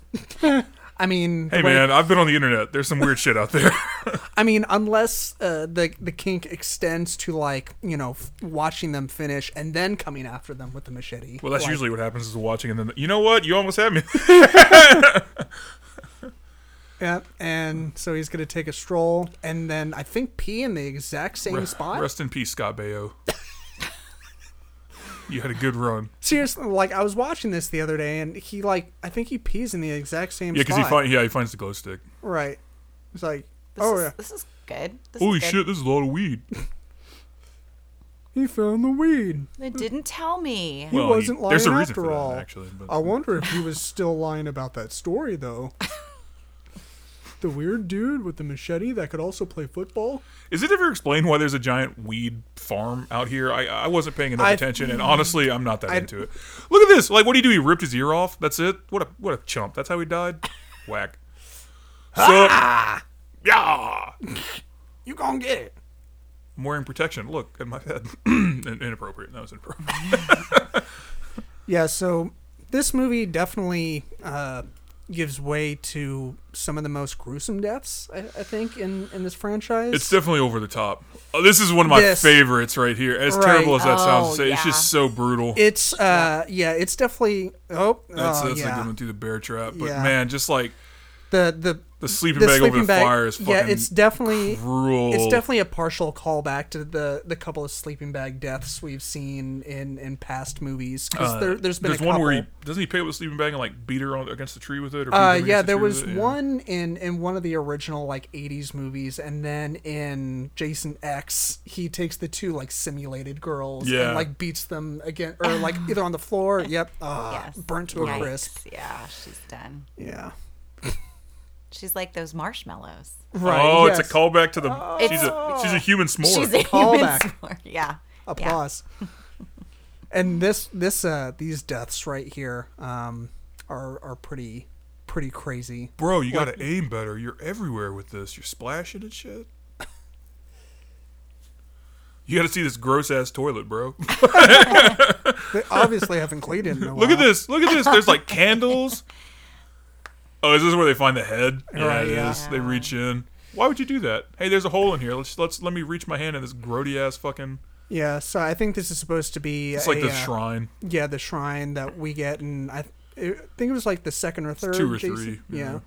[SPEAKER 1] I mean,
[SPEAKER 2] Hey
[SPEAKER 1] like-
[SPEAKER 2] man, I've been on the internet. There's some weird shit out
[SPEAKER 3] *laughs*
[SPEAKER 2] there. *laughs*
[SPEAKER 1] I mean, unless uh, the the kink extends to like you know f- watching them finish and then coming after them with the machete.
[SPEAKER 2] well, that's
[SPEAKER 1] Like,
[SPEAKER 2] usually what happens is watching, and then you know what? You almost had me. *laughs*
[SPEAKER 1] yeah. And so he's gonna take a stroll and then I think pee in the exact same spot.
[SPEAKER 2] Rest in peace, Scott
[SPEAKER 3] *laughs*
[SPEAKER 2] Baio. you had a good run.
[SPEAKER 1] Seriously, like I was watching this the other day and he like I think he pees in the exact same
[SPEAKER 2] Yeah, because
[SPEAKER 1] spot.
[SPEAKER 2] he find yeah he finds the glow stick.
[SPEAKER 1] right. It's like
[SPEAKER 3] This
[SPEAKER 1] oh
[SPEAKER 3] is,
[SPEAKER 1] yeah,
[SPEAKER 3] this is good. This
[SPEAKER 2] Holy
[SPEAKER 3] is good.
[SPEAKER 2] shit, this is a lot of weed.
[SPEAKER 1] he found the weed.
[SPEAKER 3] They didn't tell me.
[SPEAKER 1] He
[SPEAKER 2] Well,
[SPEAKER 1] wasn't lying
[SPEAKER 2] there's a reason
[SPEAKER 1] after
[SPEAKER 2] for that,
[SPEAKER 1] all.
[SPEAKER 2] actually, but-
[SPEAKER 1] I wonder if he was still lying about that story
[SPEAKER 2] *laughs*
[SPEAKER 1] though. the weird dude with the machete that could also play football.
[SPEAKER 2] Is it ever explained why there's a giant weed farm out here? I, I wasn't paying enough
[SPEAKER 1] I-
[SPEAKER 2] attention, and honestly, I'm not that
[SPEAKER 1] I-
[SPEAKER 2] into it. Look at this. Like, what do you do? He ripped his ear off. That's it. What a what a chump. That's how
[SPEAKER 1] *laughs*
[SPEAKER 2] he died. Whack. So,
[SPEAKER 1] Ah!
[SPEAKER 2] yeah.
[SPEAKER 1] You gonna get it.
[SPEAKER 2] I'm wearing protection. Look at my head. *clears throat* In- inappropriate. That was inappropriate.
[SPEAKER 1] Yeah, so this movie definitely uh, gives way to some of the most gruesome deaths, I, I think, in, in this franchise.
[SPEAKER 2] It's definitely over the top. Oh, this is one of my
[SPEAKER 1] Yes.
[SPEAKER 2] favorites right here. As
[SPEAKER 1] Right.
[SPEAKER 2] terrible as that sounds to
[SPEAKER 3] Oh,
[SPEAKER 2] say, it's
[SPEAKER 3] yeah.
[SPEAKER 2] just so brutal.
[SPEAKER 1] It's, uh, yeah. it's definitely, oh,
[SPEAKER 2] that's
[SPEAKER 1] oh,
[SPEAKER 2] that's
[SPEAKER 1] yeah.
[SPEAKER 2] like going through the bear trap. But
[SPEAKER 1] Yeah.
[SPEAKER 2] man, just like
[SPEAKER 1] the, the,
[SPEAKER 2] the sleeping bag over the fire is fucking
[SPEAKER 1] yeah, it's definitely,
[SPEAKER 2] cruel.
[SPEAKER 1] it's definitely a partial callback to the, the couple of sleeping bag deaths we've seen in, in past movies. 'cause there, has been
[SPEAKER 2] Uh, There's
[SPEAKER 1] a
[SPEAKER 2] one
[SPEAKER 1] couple.
[SPEAKER 2] where he doesn't he pick up the sleeping bag and like beat her on, against the tree with it. Or beat him
[SPEAKER 1] Uh,
[SPEAKER 2] against
[SPEAKER 1] yeah,
[SPEAKER 2] the
[SPEAKER 1] there
[SPEAKER 2] tree with
[SPEAKER 1] was
[SPEAKER 2] it? Yeah.
[SPEAKER 1] one in in one of the original like '80s movies, and then in Jason X, he takes the two like simulated girls
[SPEAKER 2] Yeah.
[SPEAKER 1] and like beats them again, or like either on the floor.
[SPEAKER 3] *laughs*
[SPEAKER 1] Yep, uh,
[SPEAKER 3] Yes.
[SPEAKER 1] burnt to a
[SPEAKER 3] Yikes.
[SPEAKER 1] crisp.
[SPEAKER 3] Yeah, she's done.
[SPEAKER 1] Yeah,
[SPEAKER 3] She's like those marshmallows.
[SPEAKER 1] right.
[SPEAKER 2] Oh,
[SPEAKER 1] yes. Oh.
[SPEAKER 2] it's a callback to the. she's a
[SPEAKER 3] It's-
[SPEAKER 2] she's a human s'more.
[SPEAKER 3] She's a human *laughs*
[SPEAKER 1] Callback.
[SPEAKER 3] s'more. Yeah. Yeah.
[SPEAKER 1] Applause. and this this uh these deaths right here um are are pretty pretty crazy.
[SPEAKER 2] Bro, you
[SPEAKER 3] *laughs*
[SPEAKER 2] gotta aim better. You're everywhere with this. You're splashing and shit. You gotta see this gross ass toilet, bro. *laughs*
[SPEAKER 1] They obviously haven't cleaned it in a while.
[SPEAKER 2] Look at this. Look at this. There's like
[SPEAKER 1] *laughs*
[SPEAKER 2] candles. Oh, is this where they find the head? Yeah,
[SPEAKER 1] Right,
[SPEAKER 2] it
[SPEAKER 1] yeah.
[SPEAKER 2] is. They reach in. Why would you do that? Hey, there's a hole in here. Let's let's let me reach my hand in this grody ass fucking.
[SPEAKER 1] Yeah, so I think this is supposed to be
[SPEAKER 2] It's like
[SPEAKER 1] a,
[SPEAKER 2] the
[SPEAKER 1] uh,
[SPEAKER 2] shrine.
[SPEAKER 1] yeah the shrine that we get and i th- I think it was like the second or third
[SPEAKER 2] two or
[SPEAKER 1] Jason-
[SPEAKER 2] three,
[SPEAKER 1] yeah,
[SPEAKER 2] yeah.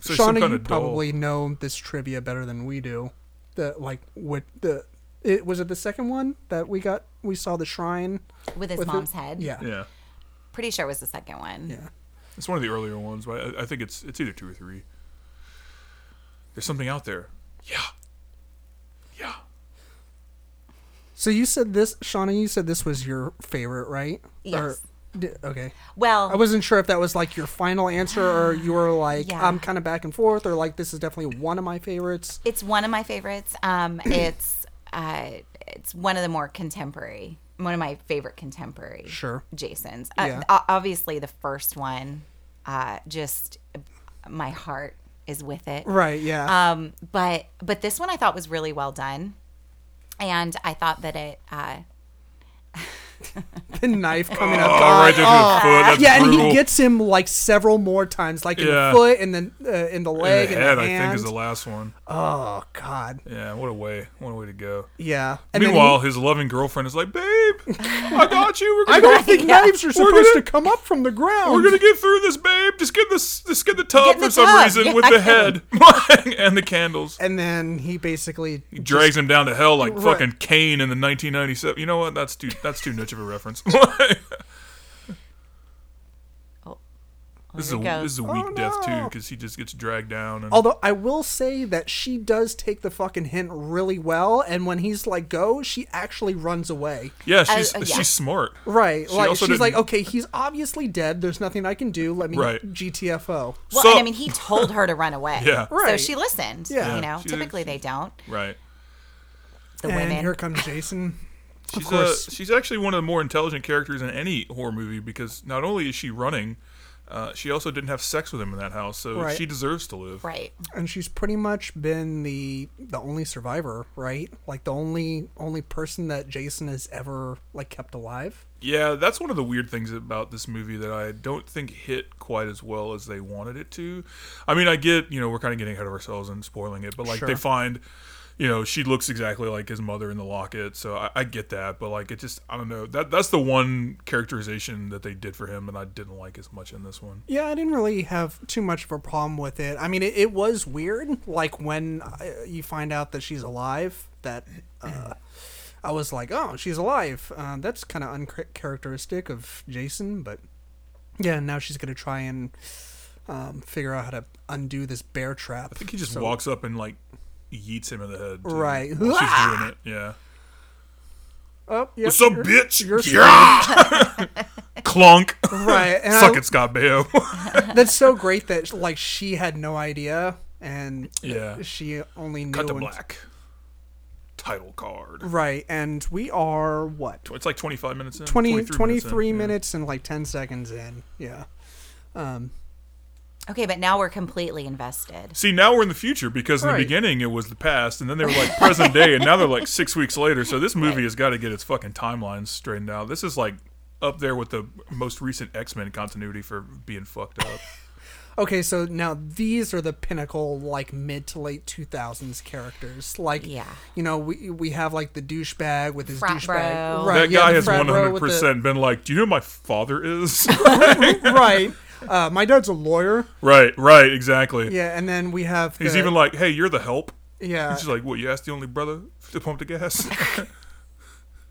[SPEAKER 2] So some
[SPEAKER 1] shauna
[SPEAKER 2] kind
[SPEAKER 1] you
[SPEAKER 2] of doll.
[SPEAKER 1] probably know this trivia better than we do the like what the it was it the second one that we got we saw the shrine
[SPEAKER 3] With his
[SPEAKER 1] with the-
[SPEAKER 3] mom's head.
[SPEAKER 1] yeah
[SPEAKER 2] Yeah,
[SPEAKER 3] Pretty sure it was the second one.
[SPEAKER 1] yeah
[SPEAKER 2] it's one of the earlier ones, but I, I think it's it's either two or three. There's something out there. Yeah. Yeah.
[SPEAKER 1] So you said this, Shauna. You said this was your favorite, right?
[SPEAKER 3] Yes.
[SPEAKER 1] Or, di- okay.
[SPEAKER 3] Well,
[SPEAKER 1] I wasn't sure if that was like your final answer, or you were like,
[SPEAKER 3] *sighs* Yeah.
[SPEAKER 1] I'm kind of back and forth, or like this is definitely one of my favorites. *laughs*
[SPEAKER 3] It's one of my favorites.
[SPEAKER 1] *clears throat*
[SPEAKER 3] Um, it's uh, it's one of the more contemporary, one of my favorite contemporary.
[SPEAKER 1] Sure.
[SPEAKER 3] Jason's.
[SPEAKER 1] Yeah.
[SPEAKER 3] Uh, o- obviously, the first one, uh, just my heart is with it.
[SPEAKER 1] Right. Yeah.
[SPEAKER 3] Um, but but this one I thought was really well done, and I thought that it. Uh,
[SPEAKER 1] the knife coming up.
[SPEAKER 2] All Oh, right, there to the foot. That's
[SPEAKER 1] Oh, yeah, and
[SPEAKER 2] brutal.
[SPEAKER 1] he gets him like several more times, like in
[SPEAKER 2] Yeah.
[SPEAKER 1] the foot, and then uh, in the
[SPEAKER 2] In the
[SPEAKER 1] leg, and
[SPEAKER 2] head,
[SPEAKER 1] the
[SPEAKER 2] I think, is
[SPEAKER 1] hand.
[SPEAKER 2] the last one.
[SPEAKER 1] Oh God.
[SPEAKER 2] Yeah, what a way. What a way to go.
[SPEAKER 1] Yeah. And then he-
[SPEAKER 2] Meanwhile, his loving girlfriend is like, "Babe, I got you. We're
[SPEAKER 1] I
[SPEAKER 2] gonna, *laughs*
[SPEAKER 1] don't think knives are supposed
[SPEAKER 2] gonna-
[SPEAKER 1] to come up from the ground.
[SPEAKER 2] we're gonna get through this, babe. Just get this, just get the tub
[SPEAKER 3] Get
[SPEAKER 2] for
[SPEAKER 3] the
[SPEAKER 2] some
[SPEAKER 3] tub,
[SPEAKER 2] reason
[SPEAKER 3] yeah.
[SPEAKER 2] with the head *laughs* and the candles."
[SPEAKER 1] and then he basically
[SPEAKER 2] Drags him down to hell like
[SPEAKER 1] Right.
[SPEAKER 2] fucking Kane in the 1997. You know what? That's too that's too niche of a reference. *laughs*
[SPEAKER 3] oh,
[SPEAKER 2] this is a
[SPEAKER 3] there it goes.
[SPEAKER 2] this is a weak
[SPEAKER 1] Oh,
[SPEAKER 2] death too
[SPEAKER 1] no. Oh,
[SPEAKER 2] because he just gets dragged down. And,
[SPEAKER 1] Although I will say that she does take the fucking hint really well, and when he's like go, she actually runs away.
[SPEAKER 2] yeah, she's
[SPEAKER 3] uh, yeah.
[SPEAKER 2] she's smart.
[SPEAKER 1] Right,
[SPEAKER 2] She
[SPEAKER 1] like
[SPEAKER 2] also
[SPEAKER 1] she's like,
[SPEAKER 2] didn't-
[SPEAKER 1] okay, he's obviously dead. There's nothing I can do. Let me
[SPEAKER 2] Right.
[SPEAKER 1] GTFO.
[SPEAKER 3] Well,
[SPEAKER 2] So-
[SPEAKER 3] and I mean, he told her to run
[SPEAKER 1] *laughs*
[SPEAKER 3] away.
[SPEAKER 2] Yeah.
[SPEAKER 3] So
[SPEAKER 1] Right.
[SPEAKER 3] she listened.
[SPEAKER 1] Yeah.
[SPEAKER 2] Yeah,
[SPEAKER 3] You know,
[SPEAKER 2] she-
[SPEAKER 3] typically
[SPEAKER 2] she-
[SPEAKER 3] they don't.
[SPEAKER 2] Right.
[SPEAKER 3] The
[SPEAKER 1] and
[SPEAKER 3] women.
[SPEAKER 1] here comes Jason.
[SPEAKER 2] She's uh
[SPEAKER 1] course.
[SPEAKER 2] she's actually one of the more intelligent characters in any horror movie because not only is she running, uh, she also didn't have sex with him in that house, so
[SPEAKER 1] Right.
[SPEAKER 2] she deserves to live.
[SPEAKER 3] right.
[SPEAKER 1] and she's pretty much been the the only survivor, right? Like the only only person that Jason has ever like kept alive.
[SPEAKER 2] Yeah, that's one of the weird things about this movie that I don't think hit quite as well as they wanted it to. I mean, I get, you know, we're kind of getting ahead of ourselves and spoiling it, but like they
[SPEAKER 1] Sure.
[SPEAKER 2] find, you know, she looks exactly like his mother in the locket, so I, I get that, but like it just, I don't know. That that's the one characterization that they did for him, and I didn't like as much in this one.
[SPEAKER 1] Yeah, I didn't really have too much of a problem with it. I mean, it, it was weird, like when uh, you find out that she's alive. That uh, I was like, oh, she's alive. Uh, that's kind of uncharacteristic of Jason, but yeah, now she's gonna try and um, figure out how to undo this bear trap.
[SPEAKER 2] I think he just walks up and like yeets him in the head. too,
[SPEAKER 1] Right.
[SPEAKER 2] while
[SPEAKER 1] *laughs*
[SPEAKER 2] she's doing it. Yeah.
[SPEAKER 1] Oh, yep,
[SPEAKER 2] What's up,
[SPEAKER 1] you're-
[SPEAKER 2] bitch?
[SPEAKER 1] you're
[SPEAKER 2] yeah. *laughs*
[SPEAKER 1] *laughs*
[SPEAKER 2] Clunk.
[SPEAKER 1] Right, and
[SPEAKER 2] Suck
[SPEAKER 1] I-
[SPEAKER 2] it, Scott Baio. *laughs*
[SPEAKER 1] That's so great that like she had no idea and
[SPEAKER 2] Yeah.
[SPEAKER 1] she only knew
[SPEAKER 2] Cut to
[SPEAKER 1] and-
[SPEAKER 2] black. Title card.
[SPEAKER 1] Right, and we are what?
[SPEAKER 2] It's like 25 minutes in.
[SPEAKER 1] 20
[SPEAKER 2] 23
[SPEAKER 1] 23,
[SPEAKER 2] minutes in, yeah.
[SPEAKER 1] minutes and like 10 seconds in. Yeah.
[SPEAKER 3] Okay, but now we're completely invested.
[SPEAKER 2] See, now we're in the future because in
[SPEAKER 1] Right.
[SPEAKER 2] the beginning it was the past, and then they were like present day, and now they're like six weeks later. So this movie has got to get its fucking timelines straightened out. This is like up there with the most recent X Men continuity for being fucked up.
[SPEAKER 1] Okay, so now these are the pinnacle like mid to late 2000s characters. Like
[SPEAKER 3] Yeah.
[SPEAKER 1] you know, we we have like the douchebag with his
[SPEAKER 3] Frat
[SPEAKER 1] douchebag.
[SPEAKER 3] bro.
[SPEAKER 1] Right.
[SPEAKER 2] That
[SPEAKER 1] yeah,
[SPEAKER 2] guy
[SPEAKER 1] the
[SPEAKER 2] has
[SPEAKER 1] frat bro
[SPEAKER 2] 100
[SPEAKER 1] with the-
[SPEAKER 2] percent been like, "Do you know who my father is?"
[SPEAKER 1] *laughs*
[SPEAKER 2] *laughs*
[SPEAKER 1] Right. Uh, my dad's a lawyer.
[SPEAKER 2] right, right, exactly.
[SPEAKER 1] Yeah, and then we have
[SPEAKER 2] He's
[SPEAKER 1] the-
[SPEAKER 2] even like, "Hey, you're the help."
[SPEAKER 1] yeah.
[SPEAKER 2] He's just like, "What? You asked the only brother to pump
[SPEAKER 1] *laughs*
[SPEAKER 2] the gas?"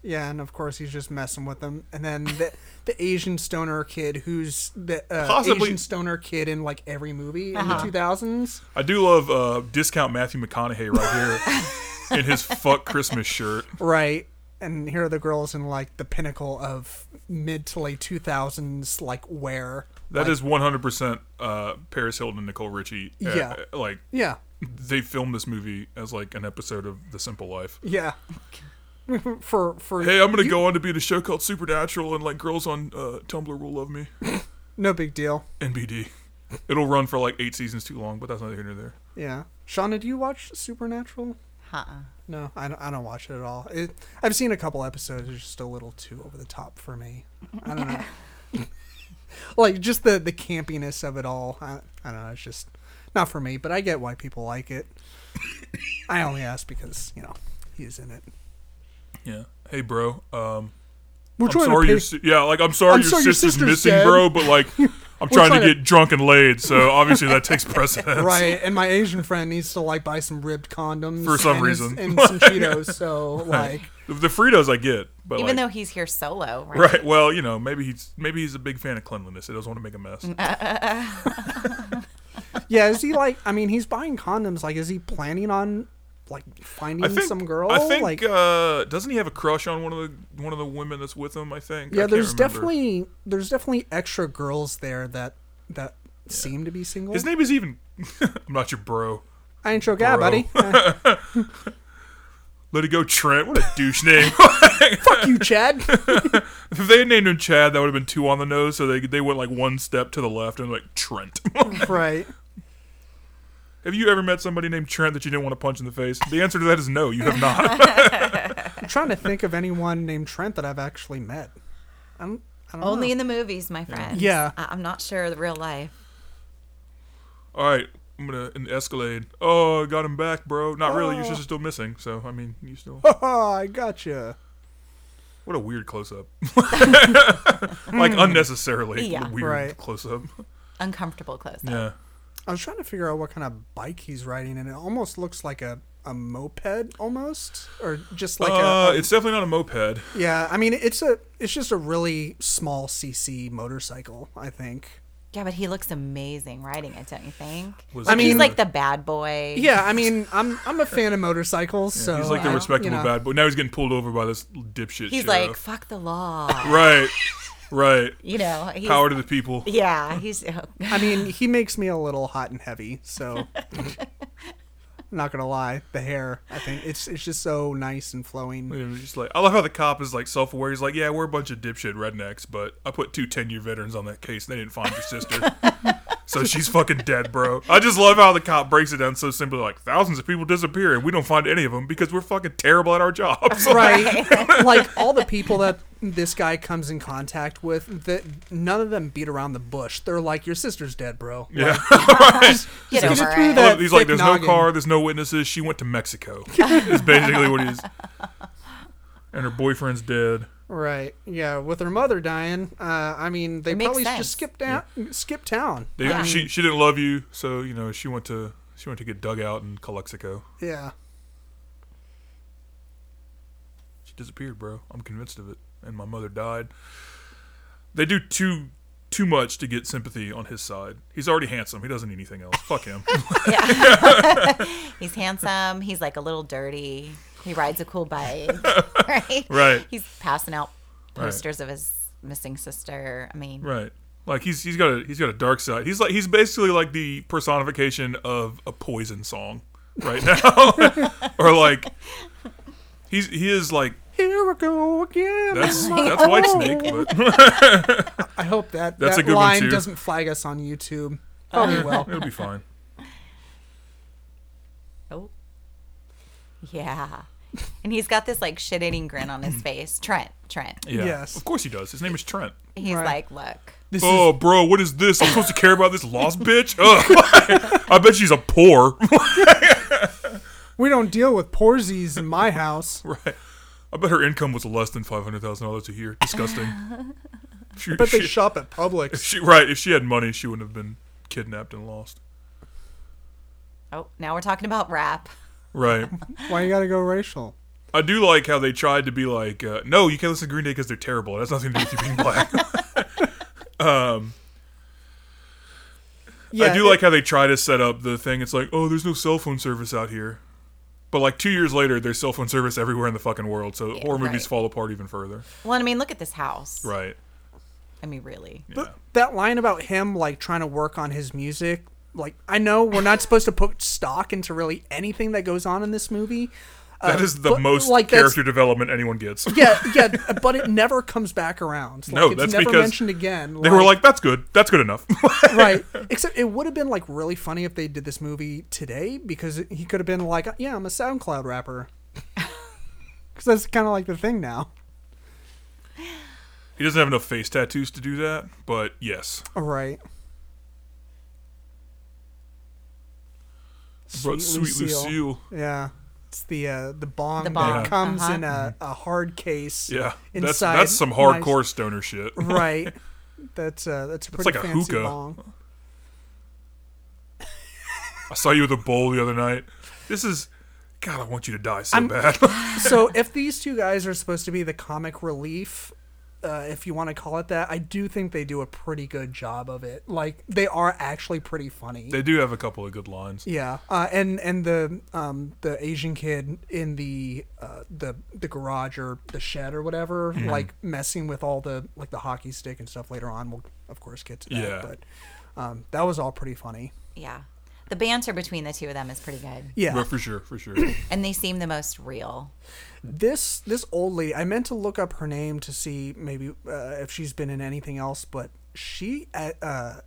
[SPEAKER 1] Yeah, and of course he's just messing with them. And then the the Asian stoner kid, who's the uh,
[SPEAKER 2] Possibly-
[SPEAKER 1] Asian stoner kid in like every movie in the 2000s.
[SPEAKER 2] I do love uh, discount Matthew McConaughey right
[SPEAKER 1] *laughs*
[SPEAKER 2] here in his fuck Christmas shirt.
[SPEAKER 1] Right. And here are the girls in like the pinnacle of mid to late 2000s like wear.
[SPEAKER 2] That is 100 percent uh, Paris Hilton and Nicole Richie. Uh,
[SPEAKER 1] Yeah.
[SPEAKER 2] like
[SPEAKER 1] Yeah.
[SPEAKER 2] they filmed this movie as like an episode of The Simple Life.
[SPEAKER 1] Yeah. *laughs* for for
[SPEAKER 2] Hey, I'm gonna go on to be in a show called Supernatural, and like girls on uh, Tumblr will love me.
[SPEAKER 1] no big deal.
[SPEAKER 2] NBD. It'll run for like eight seasons too long, but that's neither here nor there.
[SPEAKER 1] Yeah. Shauna, do you watch Supernatural?
[SPEAKER 3] Huh.
[SPEAKER 1] No, I don't, I don't watch it at all. It, I've seen a couple episodes. It's just a little too over the top for me. I don't know. like just the the campiness of it all. I, I don't know. It's just not for me. But I get why people like it. I only ask because you know he's in it.
[SPEAKER 2] Yeah. Hey, bro. Um,
[SPEAKER 1] We're trying
[SPEAKER 2] I'm sorry.
[SPEAKER 1] to
[SPEAKER 2] Your
[SPEAKER 1] pay.
[SPEAKER 2] si- yeah, like I'm sorry.
[SPEAKER 1] I'm
[SPEAKER 2] your,
[SPEAKER 1] sorry your
[SPEAKER 2] sister's
[SPEAKER 1] sister's
[SPEAKER 2] missing,
[SPEAKER 1] dead.
[SPEAKER 2] bro.
[SPEAKER 1] *laughs*
[SPEAKER 2] But like, I'm trying,
[SPEAKER 1] trying
[SPEAKER 2] to
[SPEAKER 1] to-
[SPEAKER 2] get drunk and laid, so obviously
[SPEAKER 1] *laughs*
[SPEAKER 2] that takes precedence.
[SPEAKER 1] Right, and my Asian friend needs to like buy some ribbed condoms
[SPEAKER 2] For some
[SPEAKER 1] and his-
[SPEAKER 2] reason.
[SPEAKER 1] and
[SPEAKER 2] *laughs*
[SPEAKER 1] some Cheetos. So like,
[SPEAKER 2] The, the Fritos I get, but
[SPEAKER 3] Even
[SPEAKER 2] like,
[SPEAKER 3] though he's here solo, right?
[SPEAKER 2] right. Well, you know, maybe he's maybe he's a big fan of cleanliness. He doesn't want to make a
[SPEAKER 1] Mm,
[SPEAKER 2] mess.
[SPEAKER 1] yeah, is he like? I mean, he's buying condoms. Like, is he planning on like finding
[SPEAKER 2] I think
[SPEAKER 1] some girl?
[SPEAKER 2] I think
[SPEAKER 1] like,
[SPEAKER 2] uh, doesn't he have a crush on one of the one of the women that's with him? I think. I
[SPEAKER 1] yeah,
[SPEAKER 2] can't
[SPEAKER 1] there's
[SPEAKER 2] remember.
[SPEAKER 1] definitely there's definitely extra girls there that that seem to be single.
[SPEAKER 2] His name is even. *laughs* I'm not your bro.
[SPEAKER 1] I ain't your guy,
[SPEAKER 2] Bro.
[SPEAKER 1] buddy.
[SPEAKER 2] *laughs*
[SPEAKER 1] Eh,
[SPEAKER 2] Let it go, Trent. What a douche name. *laughs*
[SPEAKER 1] Fuck you, Chad.
[SPEAKER 2] if they had named him Chad, that would have been two on the nose. So they they went like one step to the left and like Trent. *laughs*
[SPEAKER 1] right.
[SPEAKER 2] have you ever met somebody named Trent that you didn't want to punch in the face? The answer to that is no. You have not.
[SPEAKER 1] I'm trying to think of anyone named Trent that I've actually met. I'm, I don't
[SPEAKER 3] Only
[SPEAKER 1] know.
[SPEAKER 3] in the movies, my friend.
[SPEAKER 1] Oh. Yeah.
[SPEAKER 3] I- I'm not sure of the real life.
[SPEAKER 2] All right. I'm gonna in the Escalade. Oh, I got him back, bro. Not really. Your sister's still missing. So I mean, you still.
[SPEAKER 1] *laughs* Oh, I gotcha.
[SPEAKER 2] What a weird close up. *laughs* like unnecessarily
[SPEAKER 3] Yeah.
[SPEAKER 2] weird
[SPEAKER 1] Hmm. Right.
[SPEAKER 2] close up.
[SPEAKER 3] Uncomfortable clothes. though.
[SPEAKER 2] Yeah.
[SPEAKER 1] I was trying to figure out what kind of bike he's riding, and it almost looks like a, a moped, almost, or just like
[SPEAKER 2] uh,
[SPEAKER 1] a, um,
[SPEAKER 2] it's definitely not a moped.
[SPEAKER 1] yeah. I mean, it's a it's just a really small CC motorcycle, I think.
[SPEAKER 3] Yeah, but he looks amazing riding it, don't you think?
[SPEAKER 2] Was
[SPEAKER 3] I
[SPEAKER 1] mean-
[SPEAKER 3] mean, he's like the bad boy.
[SPEAKER 1] Yeah, I mean, I'm I'm a fan of motorcycles, so
[SPEAKER 2] He's like the
[SPEAKER 1] I-
[SPEAKER 2] respectable
[SPEAKER 1] you know.
[SPEAKER 2] bad boy. Now he's getting pulled over by this dipshit.
[SPEAKER 3] He's like,
[SPEAKER 2] sheriff.
[SPEAKER 3] fuck
[SPEAKER 2] *laughs*
[SPEAKER 3] the law.
[SPEAKER 2] right,
[SPEAKER 1] *laughs*
[SPEAKER 2] right.
[SPEAKER 3] you know, he's,
[SPEAKER 2] Power to the people.
[SPEAKER 3] Yeah, he's. *laughs*
[SPEAKER 1] I mean, he makes me a little hot and heavy,
[SPEAKER 3] *laughs*
[SPEAKER 1] so not gonna lie. The hair, I think it's it's just so nice and flowing.
[SPEAKER 2] It was just like I love how the cop is like self-aware. He's like, "Yeah, we're a bunch of dipshit rednecks, but I put two 10-year veterans on that case. And they didn't find your
[SPEAKER 1] *laughs*
[SPEAKER 2] sister, so she's fucking dead, bro." I just love how the cop breaks it down so simply. Like thousands of people disappear, and we don't find any of them because we're fucking terrible at
[SPEAKER 1] *laughs*
[SPEAKER 2] our jobs.
[SPEAKER 3] *laughs*
[SPEAKER 1] Right, like all the people that this guy comes in contact with, that none of them beat around the bush. They're like, "Your sister's dead, bro."
[SPEAKER 2] yeah. *laughs*
[SPEAKER 3] Get
[SPEAKER 1] Just
[SPEAKER 3] over
[SPEAKER 1] get through
[SPEAKER 3] it.
[SPEAKER 1] that
[SPEAKER 2] he's like,
[SPEAKER 1] thick
[SPEAKER 2] "There's
[SPEAKER 1] noggin.
[SPEAKER 2] no car. There's no witnesses. She went
[SPEAKER 1] *laughs*
[SPEAKER 2] to Mexico." is basically what he's. And her boyfriend's dead.
[SPEAKER 1] Right. Yeah. With her mother dying, uh, I mean, they
[SPEAKER 3] It makes
[SPEAKER 1] probably
[SPEAKER 3] sense.
[SPEAKER 1] just skip down, skip town.
[SPEAKER 2] They, She she didn't love you, so you know she went to she went to get dug out in Calexico.
[SPEAKER 1] Yeah.
[SPEAKER 2] She disappeared, bro. I'm convinced of it. And my mother died. They do too too much to get sympathy on his side. He's already handsome. He doesn't need anything else. Fuck him.
[SPEAKER 3] He's handsome. He's like a little dirty. He rides a cool
[SPEAKER 2] *laughs*
[SPEAKER 3] bike. right.
[SPEAKER 2] Right.
[SPEAKER 3] He's passing out
[SPEAKER 2] Right.
[SPEAKER 3] posters of his missing sister. I mean,
[SPEAKER 2] right. Like he's he's got a he's got a dark side. He's like he's basically like the personification of a poison song right now. *laughs* or like he's he is like
[SPEAKER 1] Here we go again.
[SPEAKER 2] that's that's White Snake, but *laughs*
[SPEAKER 1] I hope that
[SPEAKER 2] That's
[SPEAKER 1] that
[SPEAKER 2] a good one,
[SPEAKER 1] line
[SPEAKER 2] too.
[SPEAKER 1] doesn't flag us on YouTube. Probably
[SPEAKER 2] *laughs*
[SPEAKER 1] will.
[SPEAKER 2] it'll be fine.
[SPEAKER 3] oh, yeah. And he's got this like shit eating grin
[SPEAKER 2] *clears throat*
[SPEAKER 3] on his face. Trent, Trent.
[SPEAKER 2] Yeah.
[SPEAKER 1] Yes.
[SPEAKER 2] Of course he does. His name is Trent.
[SPEAKER 3] He's
[SPEAKER 1] Right.
[SPEAKER 3] like, look,
[SPEAKER 1] This
[SPEAKER 2] Oh, bro, what is this? I'm supposed to care about this lost bitch? Ugh. *laughs* I bet she's a poor.
[SPEAKER 1] is we don't deal with porzies in my
[SPEAKER 2] *laughs*
[SPEAKER 1] house.
[SPEAKER 2] Right. I bet her income was less than five hundred thousand dollars a year.
[SPEAKER 1] *laughs*
[SPEAKER 2] Disgusting. If she,
[SPEAKER 1] But they
[SPEAKER 2] she-
[SPEAKER 1] shop at
[SPEAKER 2] *laughs*
[SPEAKER 1] Publix.
[SPEAKER 2] she- right. If she had money, she wouldn't have been kidnapped and lost.
[SPEAKER 3] oh, now we're talking about rap.
[SPEAKER 2] Right.
[SPEAKER 1] Why you gotta go racial?
[SPEAKER 2] I do like how they tried to be like, uh, no, you can't listen to Green Day because they're terrible. That's nothing to do with you being
[SPEAKER 1] *laughs*
[SPEAKER 2] black. *laughs*
[SPEAKER 1] Yeah.
[SPEAKER 2] I do like how they try to set up the thing. It's like, oh, there's no cell phone service out here. But like two years later, there's cell phone service everywhere in the fucking world. So horror movies
[SPEAKER 3] right.
[SPEAKER 2] fall apart even further.
[SPEAKER 3] Well, I mean, look at this house.
[SPEAKER 2] Right.
[SPEAKER 3] I mean, really.
[SPEAKER 1] Th- that line about him like trying to work on his music like i know we're not supposed to put stock into really anything that goes on in this movie uh,
[SPEAKER 2] That is the
[SPEAKER 1] but,
[SPEAKER 2] most
[SPEAKER 1] like, that's-
[SPEAKER 2] character development
[SPEAKER 1] *laughs*
[SPEAKER 2] anyone gets.
[SPEAKER 1] yeah yeah but it never comes back around like,
[SPEAKER 2] No,
[SPEAKER 1] it's
[SPEAKER 2] that's
[SPEAKER 1] never
[SPEAKER 2] because
[SPEAKER 1] mentioned again
[SPEAKER 2] They were like, that's good. That's good
[SPEAKER 1] *laughs*
[SPEAKER 2] enough. *laughs*
[SPEAKER 1] right except it would have been like really funny if they did this movie today because it- he could have been like yeah i'm a soundcloud rapper *laughs* because that's kind of like the thing now
[SPEAKER 2] He doesn't have enough face tattoos to do that, but yes.
[SPEAKER 1] all right
[SPEAKER 2] Brought Sweet Lucille.
[SPEAKER 1] Yeah. It's the uh, the bong,
[SPEAKER 3] The bong,
[SPEAKER 1] that comes
[SPEAKER 3] uh-huh.
[SPEAKER 1] in a, a hard case.
[SPEAKER 2] Yeah. That's
[SPEAKER 1] Inside.
[SPEAKER 2] that's some
[SPEAKER 1] Nice.
[SPEAKER 2] hardcore stoner shit. *laughs*
[SPEAKER 1] right. That's uh that's a pretty
[SPEAKER 2] like a
[SPEAKER 1] fancy
[SPEAKER 2] hookah.
[SPEAKER 1] bong.
[SPEAKER 2] I saw you with a bowl the other night. This is God, I
[SPEAKER 1] *laughs*
[SPEAKER 2] want you to die so bad. *laughs*
[SPEAKER 1] So if these two guys are supposed to be the comic relief uh, if you want to call it that. I do think they do a pretty good job of it. Like they are actually pretty funny.
[SPEAKER 2] They do have a couple of good lines.
[SPEAKER 1] yeah, uh, and and the um the Asian kid in the uh, the the garage or the shed or whatever,
[SPEAKER 2] Mm-hmm.
[SPEAKER 1] like messing with all the like the hockey stick and stuff later on. We'll of course get to that,
[SPEAKER 2] Yeah.
[SPEAKER 1] but um, that was all pretty funny.
[SPEAKER 3] Yeah. The banter between the two of them is pretty good.
[SPEAKER 1] Yeah,
[SPEAKER 2] Well, for
[SPEAKER 1] *coughs*
[SPEAKER 2] sure, for sure.
[SPEAKER 3] And they seem the most real.
[SPEAKER 1] this this old lady i meant to look up her name to see maybe uh, if she's been in anything else but she uh, uh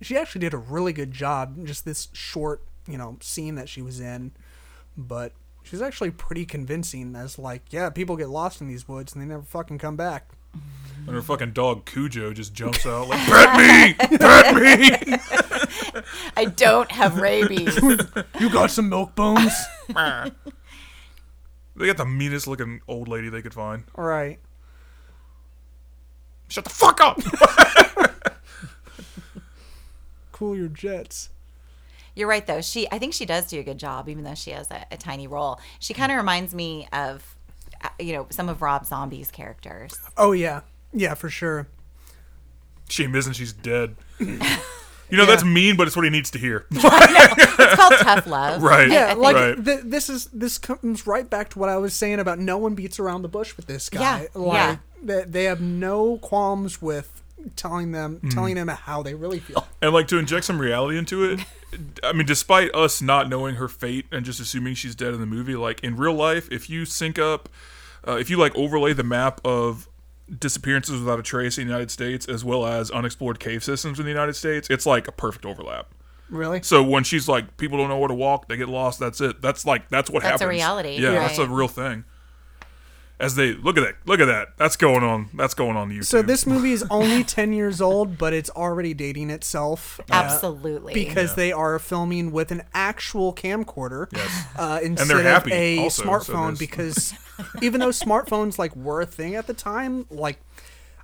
[SPEAKER 1] she actually did a really good job in just this short you know scene that she was in but she's actually pretty convincing as like yeah people get lost in these woods and they never fucking come back
[SPEAKER 2] And her fucking dog Cujo just jumps
[SPEAKER 1] *laughs*
[SPEAKER 2] out like, "Pet me, pet me!"
[SPEAKER 3] I don't have
[SPEAKER 2] *laughs*
[SPEAKER 3] rabies.
[SPEAKER 1] you got some milk bones
[SPEAKER 2] They got the meanest looking old lady they could find.
[SPEAKER 1] *laughs* all right
[SPEAKER 2] Shut the fuck up! *laughs*
[SPEAKER 1] cool your jets
[SPEAKER 3] You're right though. She I think she does do a good job even though she has a, a tiny role. She kind of reminds me of uh, you know some of Rob Zombie's characters.
[SPEAKER 1] oh yeah yeah for sure
[SPEAKER 2] Shame isn't she's dead.
[SPEAKER 1] *laughs*
[SPEAKER 2] You know that's mean, but it's what he needs to hear.
[SPEAKER 3] It's called Tough Love.
[SPEAKER 2] *laughs* right?
[SPEAKER 1] yeah like
[SPEAKER 2] right.
[SPEAKER 1] th- this is this comes right back to what i was saying about no one beats around the bush with this guy
[SPEAKER 3] Yeah,
[SPEAKER 1] like
[SPEAKER 3] yeah.
[SPEAKER 1] They, they have no qualms with telling them telling them how they really feel
[SPEAKER 2] and like to inject some reality into it. I mean, despite us not knowing her fate and just assuming she's dead in the movie, like in real life, if you sync up, uh, if you like overlay the map of disappearances without a trace in the United States as well as unexplored cave systems in the United States, it's like a perfect overlap.
[SPEAKER 1] really
[SPEAKER 2] So when she's like, people don't know where to walk, they get lost. That's it. That's like that's what
[SPEAKER 3] That's a
[SPEAKER 2] happens.
[SPEAKER 3] reality,
[SPEAKER 2] Yeah, that's a
[SPEAKER 3] right.
[SPEAKER 2] real thing. As they look at that, look at that. That's going on. That's going on YouTube.
[SPEAKER 1] so this movie is
[SPEAKER 2] *laughs*
[SPEAKER 1] only 10 years old but it's already dating itself uh,
[SPEAKER 3] Absolutely.
[SPEAKER 1] because they are filming with an actual camcorder
[SPEAKER 2] Yes.
[SPEAKER 1] uh, instead
[SPEAKER 2] happy
[SPEAKER 1] of a
[SPEAKER 2] also, so
[SPEAKER 1] smartphone
[SPEAKER 2] there's- *laughs*
[SPEAKER 1] because even though smartphones like were a thing at the time like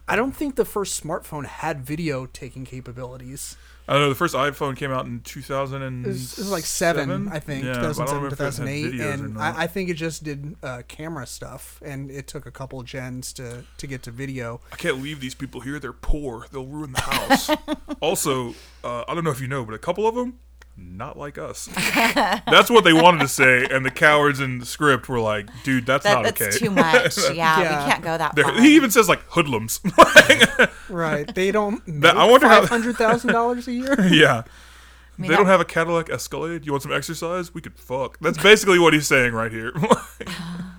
[SPEAKER 1] i don't think the first smartphone had video taking capabilities
[SPEAKER 2] I don't know. The first iPhone came out in 2000 and
[SPEAKER 1] It was, it was like seven, I think,
[SPEAKER 2] Yeah, but I
[SPEAKER 1] 2007,
[SPEAKER 2] don't remember if it
[SPEAKER 1] 2008,
[SPEAKER 2] had videos or
[SPEAKER 1] and
[SPEAKER 2] not.
[SPEAKER 1] I, I think it just did uh, camera stuff, and it took a couple gens to to get to video.
[SPEAKER 2] I can't leave these people here. They're poor. They'll ruin the
[SPEAKER 3] *laughs*
[SPEAKER 2] house. also, uh, I don't know if you know, but a couple of them, not like us. that's what they wanted to say, and the cowards in the script were like, "Dude, that's
[SPEAKER 3] that,
[SPEAKER 2] not
[SPEAKER 3] that's
[SPEAKER 2] okay."
[SPEAKER 3] too much. Yeah,
[SPEAKER 1] Yeah.
[SPEAKER 3] we can't go
[SPEAKER 2] *laughs*
[SPEAKER 3] that
[SPEAKER 2] They're-
[SPEAKER 3] far.
[SPEAKER 2] he even says like hoodlums. *laughs*
[SPEAKER 3] *laughs*
[SPEAKER 1] Right? They don't. Make
[SPEAKER 2] That- I wonder how-
[SPEAKER 1] five hundred thousand dollars a year.
[SPEAKER 2] yeah. they
[SPEAKER 3] mean, that-
[SPEAKER 2] don't have a Cadillac Escalade. You want some exercise? We could fuck. That's basically what he's saying right here. *laughs*